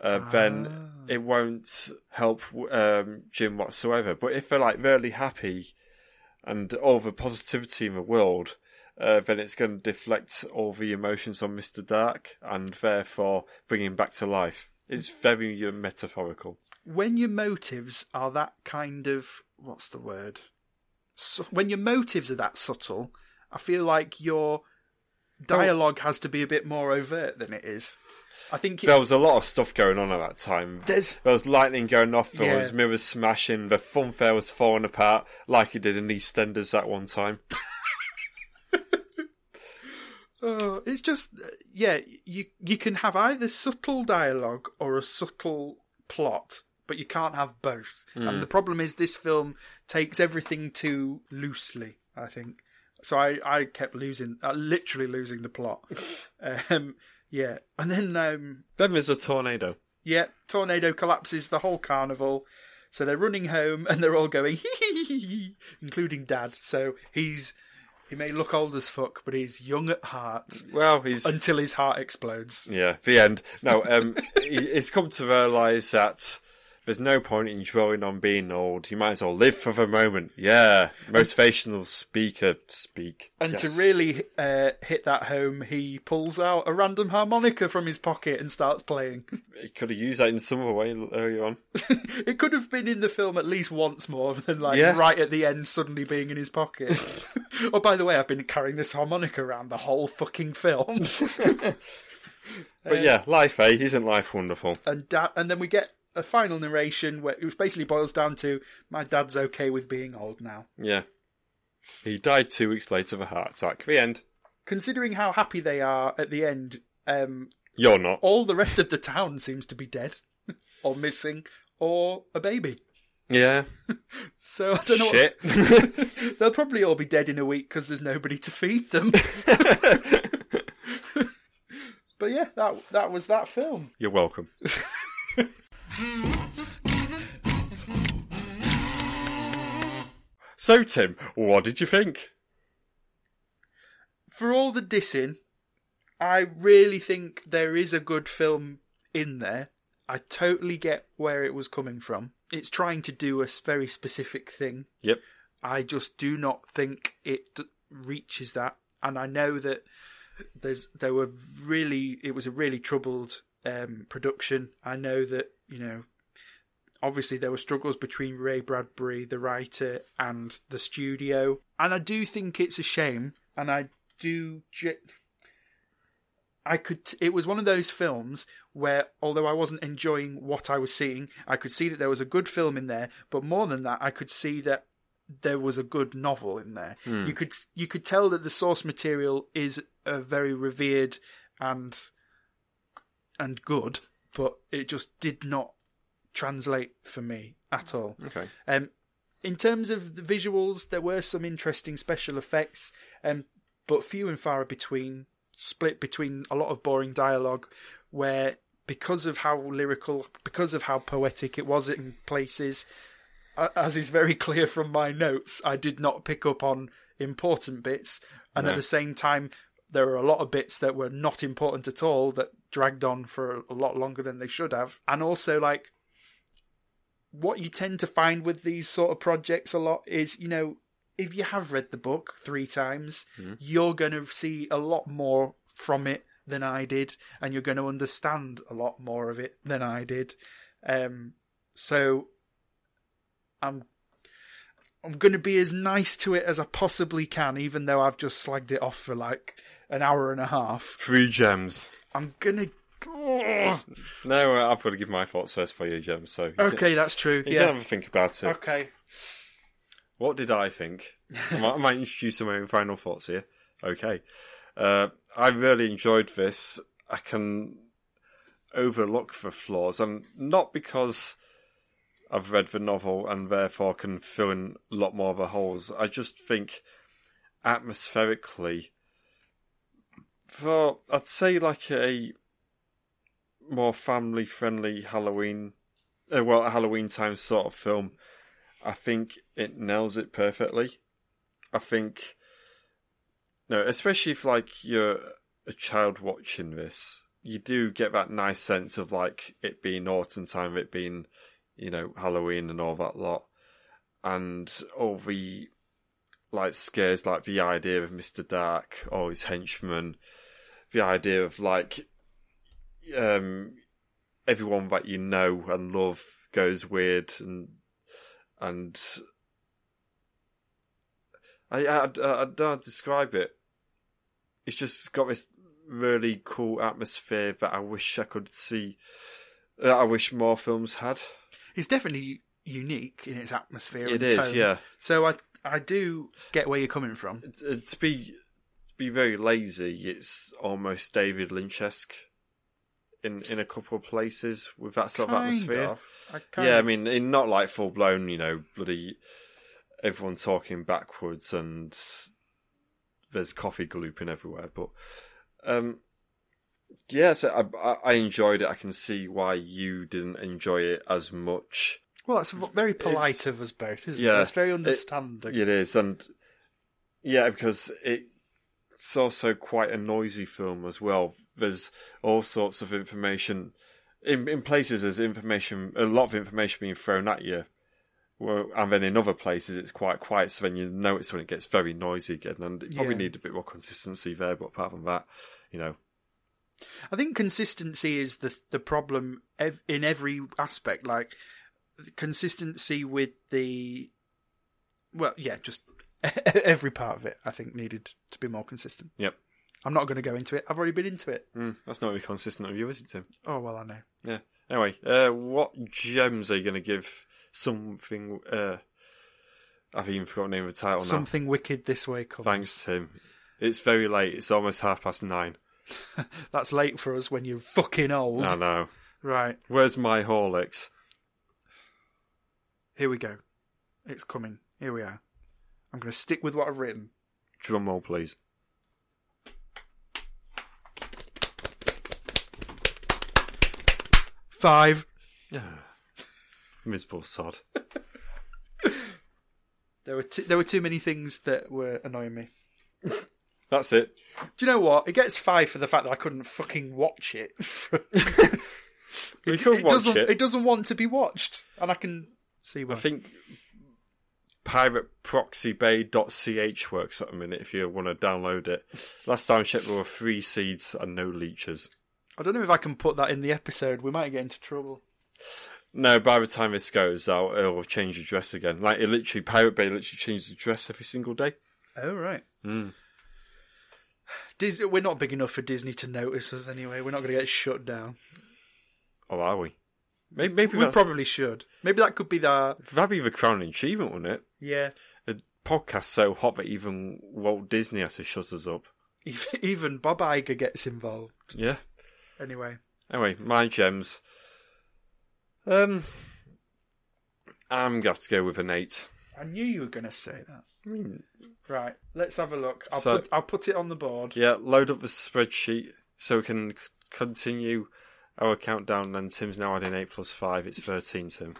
Speaker 3: uh, then it won't help um, Jim whatsoever. But if they're like really happy and all the positivity in the world. Uh, then it's going to deflect all the emotions on Mr. Dark and therefore bring him back to life. It's very uh, metaphorical.
Speaker 2: When your motives are that kind of what's the word? Su- when your motives are that subtle, I feel like your dialogue has to be a bit more overt than it is. I think it,
Speaker 3: there was a lot of stuff going on at that time.
Speaker 2: There's-
Speaker 3: there was lightning going off. There
Speaker 2: Yeah.
Speaker 3: was mirrors smashing. The funfair was falling apart, like it did in EastEnders that one time.
Speaker 2: Oh, it's just yeah. You you can have either subtle dialogue or a subtle plot, but you can't have both. And the problem is this film takes everything too loosely. I think so. I I kept losing, uh, literally losing the plot. um, yeah, and then um,
Speaker 3: Then there's a tornado.
Speaker 2: yeah, tornado collapses the whole carnival. So they're running home and they're all going hee hee hee hee, including Dad. So he's he may look old as fuck, but he's young at heart
Speaker 3: Well, he's
Speaker 2: until his heart explodes.
Speaker 3: yeah. The end. No, um, he- he's come to realise that there's no point in dwelling on being old. You might as well live for the moment. Yeah, motivational speaker speak.
Speaker 2: And to
Speaker 3: Yes.
Speaker 2: really uh, hit that home, he pulls out a random harmonica from his pocket and starts playing.
Speaker 3: he could have used that in some other way earlier on.
Speaker 2: it could have been in the film at least once more than like
Speaker 3: Yeah.
Speaker 2: right at the end suddenly being in his pocket. oh, by the way, I've been carrying this harmonica around the whole fucking film.
Speaker 3: But yeah, life, eh? Isn't life wonderful?
Speaker 2: and dad, and then we get a final narration where it basically boils down to my dad's okay with being old now.
Speaker 3: Yeah. He died two weeks later of a heart attack. The end.
Speaker 2: Considering how happy they are at the end, um,
Speaker 3: You're not.
Speaker 2: all the rest of the town seems to be dead, or missing, or a baby.
Speaker 3: Yeah.
Speaker 2: So I don't know.
Speaker 3: Shit.
Speaker 2: What, they'll probably all be dead in a week because there's nobody to feed them. but yeah, that that was that film.
Speaker 3: You're welcome. so, Tim, what did you think?
Speaker 2: for all the dissing, I really think there is a good film in there. I totally get where it was coming from. It's trying to do a s- very specific thing.
Speaker 3: Yep.
Speaker 2: I just do not think it d- reaches that, and I know that there's there were really it was a really troubled um, production. I know that you know obviously there were struggles between Ray Bradbury, the writer, and the studio, and I do think it's a shame, and I do. Ge- I could. T- it was one of those films where, although I wasn't enjoying what I was seeing, I could see that there was a good film in there. But more than that, I could see that there was a good novel in there. You could you could tell that the source material is a very revered and and good, but it just did not translate for me at all.
Speaker 3: Okay.
Speaker 2: Um, in terms of the visuals, there were some interesting special effects, um, but few and far between. Split between a lot of boring dialogue, where because of how lyrical, because of how poetic it was in places, a- as is very clear from my notes, I did not pick up on important bits, and at the same time, there were a lot of bits that were not important at all that dragged on for a lot longer than they should have, and also like what you tend to find with these sort of projects a lot is, you know, if you have read the book three times, you're going to see a lot more from it than I did, and you're going to understand a lot more of it than I did. Um, so I'm I'm going to be as nice to it as I possibly can, even though I've just slagged it off for like an hour and a half.
Speaker 3: Three gems.
Speaker 2: I'm gonna.
Speaker 3: No, uh, I've got to give my thoughts first for you, gems. So you can-
Speaker 2: Okay, that's true.
Speaker 3: you can
Speaker 2: Yeah.
Speaker 3: have a think about it.
Speaker 2: Okay.
Speaker 3: What did I think? I might, I might introduce some of my own final thoughts here. Okay. Uh, I really enjoyed this. I can overlook the flaws, and not because I've read the novel and therefore can fill in a lot more of the holes. I just think atmospherically, for I'd say like a more family friendly Halloween, uh, well, Halloween time sort of film, I think it nails it perfectly. I think, no, especially if like you're a child watching this, you do get that nice sense of like it being autumn time, it being, you know, Halloween and all that lot, and all the like scares, like the idea of Mister Dark or his henchmen, the idea of like, um, everyone that you know and love goes weird and and I, I, I don't know how to describe it. It's just got this really cool atmosphere that I wish I could see. That I wish more films had.
Speaker 2: it's definitely unique in its atmosphere.
Speaker 3: It
Speaker 2: and
Speaker 3: is,
Speaker 2: tone.
Speaker 3: yeah.
Speaker 2: So I I do get where you're coming from.
Speaker 3: T- uh, To be be very lazy, it's almost David Lynch-esque in in a couple of places with that sort of
Speaker 2: Kind
Speaker 3: atmosphere.
Speaker 2: of. I kind
Speaker 3: yeah, I
Speaker 2: of-
Speaker 3: mean, in not like full blown, you know, bloody everyone talking backwards and there's coffee glooping everywhere. But um, yeah, so I, I, I enjoyed it. I can see why you didn't enjoy it as much.
Speaker 2: Well, that's v- very polite
Speaker 3: It's-
Speaker 2: of us both, isn't
Speaker 3: yeah,
Speaker 2: it? That's very
Speaker 3: it-
Speaker 2: understanding.
Speaker 3: It is, and yeah, because it. It's also quite a noisy film as well. There's all sorts of information in in places. There's information, a lot of information being thrown at you, well, and then in other places it's quite quiet. So then you notice when it gets very noisy again, and it probably
Speaker 2: Yeah.
Speaker 3: needed a bit more consistency there. But apart from that, you know,
Speaker 2: I think consistency is the the problem ev- in every aspect. Like consistency with the, well, yeah, just every part of it. I think needed to be more consistent.
Speaker 3: yep,
Speaker 2: I'm not going to go into it. I've already been into it.
Speaker 3: mm, that's not really consistent with you, is it, Tim?
Speaker 2: Oh well, I know.
Speaker 3: Yeah. Anyway, uh, what gems are you going to give something? Uh, I've even forgotten the name of the title
Speaker 2: Something wicked this way comes.
Speaker 3: now. Oh, Thanks, Tim. It's very late. It's almost half past nine.
Speaker 2: That's late for us when you're fucking old.
Speaker 3: I know.
Speaker 2: Right,
Speaker 3: Where's my Horlicks?
Speaker 2: here we go. It's coming. Here we are. I'm going to stick with what I've written.
Speaker 3: Drum roll, please.
Speaker 2: Five.
Speaker 3: Miserable sod.
Speaker 2: There were too, there were too many things that were annoying me.
Speaker 3: That's it.
Speaker 2: Do you know what? It gets five for the fact that I couldn't fucking watch it.
Speaker 3: We could
Speaker 2: it
Speaker 3: watch
Speaker 2: doesn't.
Speaker 3: it.
Speaker 2: doesn't want to be watched, and I can see why.
Speaker 3: I think pirateproxybay.ch works at the minute if you want to download it. Last time I checked, there were three seeds and no leeches.
Speaker 2: I don't know if I can put that in the episode. We might get into trouble.
Speaker 3: No, by the time this goes out, it'll have changed the dress again. Like, it literally, Pirate Bay literally changes the dress every single day.
Speaker 2: Oh right.
Speaker 3: Hmm.
Speaker 2: Disney, we're not big enough for Disney to notice us anyway. We're not going to get shut down.
Speaker 3: Or Oh, are we? Maybe, maybe
Speaker 2: We
Speaker 3: that's,
Speaker 2: probably should. Maybe that could be that.
Speaker 3: that'd be the crowning achievement, wouldn't it?
Speaker 2: Yeah.
Speaker 3: The podcast's so hot that even Walt Disney has to shut us up.
Speaker 2: Even Bob Iger gets involved.
Speaker 3: Yeah.
Speaker 2: Anyway.
Speaker 3: Anyway, my gems. Um, I'm going to have to go with an eight.
Speaker 2: I knew you were going to say that.
Speaker 3: I mean,
Speaker 2: Right, let's have a look. I'll
Speaker 3: So-
Speaker 2: put I'll put it on the board.
Speaker 3: yeah, load up the spreadsheet so we can c- continue our countdown. And Tim's now adding eight plus five. It's 13, Tim.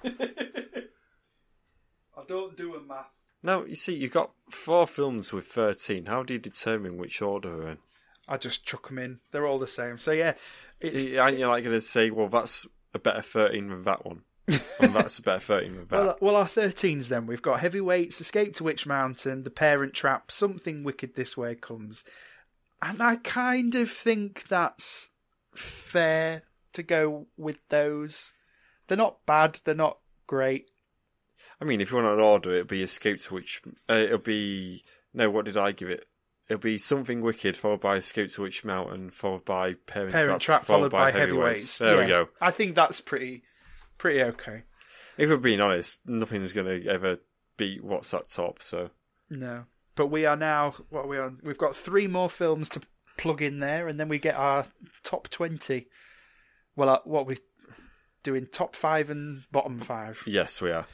Speaker 2: I don't do a math.
Speaker 3: No, you see, you've got four films with 13. How do you determine which order they're in?
Speaker 2: I just chuck them in. They're all the same. So yeah, it's
Speaker 3: Y- Aren't you like going to say, well, that's a better 13 than that one? and that's a better 13 than that.
Speaker 2: well, uh well our thirteens. Then we've got heavyweights, escape to Witch Mountain, the Parent Trap, something wicked this way comes, and I kind of think that's fair to go with those. They're not bad. They're not great.
Speaker 3: I mean, if you want an order, it'll be Escape to Witch. Uh, it'll be. No, what did I give it? It'll be Something Wicked, followed by Escape to Witch Mountain, followed by Parent,
Speaker 2: Parent Trap followed by heavyweights.
Speaker 3: There we
Speaker 2: Yeah.
Speaker 3: go.
Speaker 2: I think that's pretty pretty okay.
Speaker 3: If we're being honest, nothing's going to ever beat What's That Top, so.
Speaker 2: No. But we are now what are we on? We've got three more films to plug in there and then we get our top 20. Well, uh, what we doing top 5 and bottom 5.
Speaker 3: Yes, we are.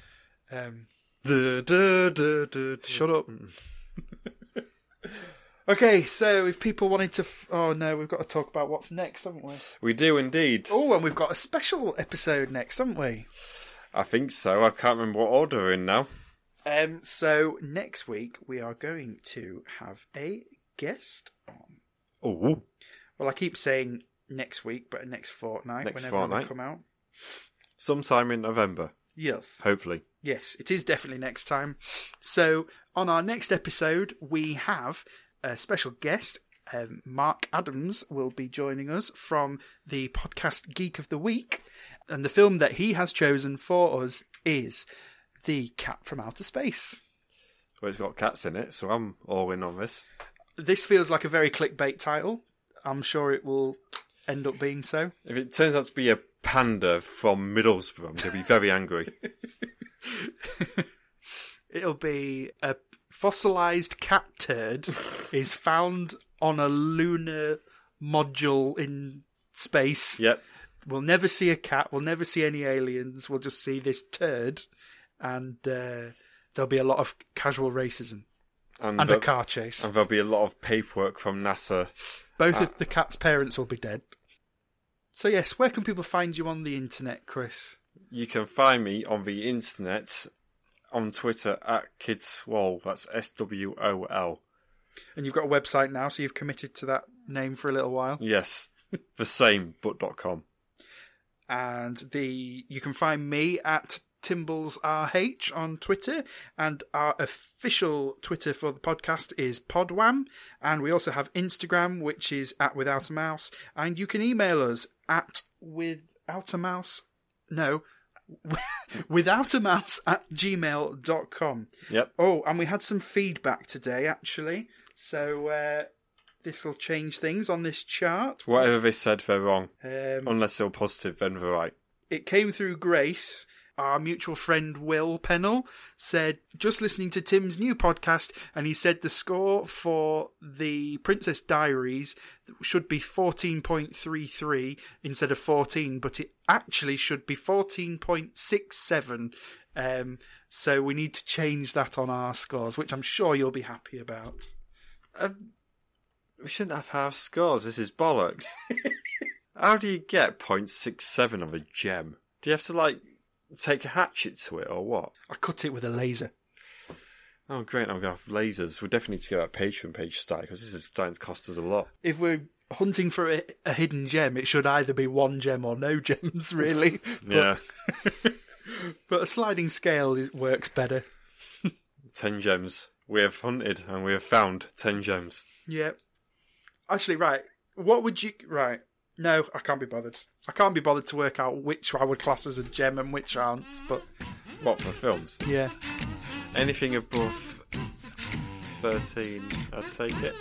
Speaker 2: Um
Speaker 3: Du- du- du- du- du.
Speaker 2: shut up. okay, so if people wanted to f- Oh no, we've got to talk about what's next, haven't we?
Speaker 3: We do indeed.
Speaker 2: Oh, and we've got a special episode next, haven't we?
Speaker 3: I think so. I can't remember what order we're in now.
Speaker 2: Um so next week we are going to have a guest on.
Speaker 3: Oh,
Speaker 2: Well, I keep saying next week, but next fortnight,
Speaker 3: Next
Speaker 2: whenever
Speaker 3: fortnight.
Speaker 2: they come out.
Speaker 3: sometime in November,
Speaker 2: Yes.
Speaker 3: hopefully.
Speaker 2: Yes, it is definitely next time. So, on our next episode, we have a special guest. Um, Mark Adams will be joining us from the podcast Geek of the Week. And the film that he has chosen for us is The Cat from Outer Space.
Speaker 3: Well, it's got cats in it, so I'm all in on this.
Speaker 2: This feels like a very clickbait title. I'm sure it will end up being so.
Speaker 3: If it turns out to be a panda from Middlesbrough, I'm going to be very angry.
Speaker 2: It'll be a fossilized cat turd is found on a lunar module in space.
Speaker 3: Yep.
Speaker 2: We'll never see a cat. We'll never see any aliens. We'll just see this turd, and uh, there'll be a lot of casual racism and
Speaker 3: the-
Speaker 2: a car chase.
Speaker 3: uh, And there'll be a lot of paperwork from NASA.
Speaker 2: Both of the cat's parents will be dead. So yes, where can people find you on the internet, Chris?
Speaker 3: You can find me on the internet on Twitter at KidSwole. That's S W O L.
Speaker 2: And you've got a website now, so you've committed to that name for a little while.
Speaker 3: Yes, the same, but dot com.
Speaker 2: and the you can find me at Timbles RH on Twitter, and our official Twitter for the podcast is Podwam, and we also have Instagram, which is at Without a Mouse, and you can email us at Without a Mouse, no, Without a Mouse at gmail.com.
Speaker 3: Yep.
Speaker 2: Oh, and we had some feedback today, actually, so uh, this will change things on this chart.
Speaker 3: Whatever they said, they're wrong.
Speaker 2: Um,
Speaker 3: Unless they're positive, then they're right.
Speaker 2: it came through Grace. Our mutual friend Will Pennell said, just listening to Tim's new podcast, and he said the score for the Princess Diaries should be 14.33 instead of 14, but it actually should be 14.67. Um, so we need to change that on our scores, which I'm sure you'll be happy about.
Speaker 3: We shouldn't have half scores. This is bollocks. How do you get 0.67 of a gem? Do you have to, like, take a hatchet to it or what?
Speaker 2: I cut it with a laser.
Speaker 3: Oh, great. I'm going to have lasers. We definitely need to get that Patreon page started because this is starting to cost us a lot.
Speaker 2: if we're hunting for a, a hidden gem, it should either be one gem or no gems, really.
Speaker 3: Yeah.
Speaker 2: But a sliding scale is, works better.
Speaker 3: 10 gems. We have hunted and we have found 10 gems.
Speaker 2: Yeah. Actually, right. What would you. Right. No, I can't be bothered. I can't be bothered to work out which I would class as a gem and which aren't. But
Speaker 3: What for films?
Speaker 2: yeah.
Speaker 3: Anything above 13, I'd take it.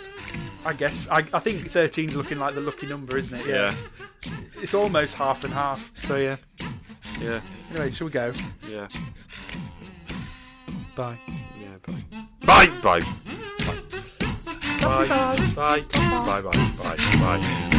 Speaker 2: I guess. I, I think 13's looking like the lucky number, isn't it?
Speaker 3: Yeah,
Speaker 2: It's almost half and half. So yeah.
Speaker 3: yeah,
Speaker 2: Anyway, shall we go?
Speaker 3: yeah,
Speaker 2: Bye.
Speaker 3: yeah. Bye. Bye, bye. Bye, bye, bye, bye, bye, bye. bye.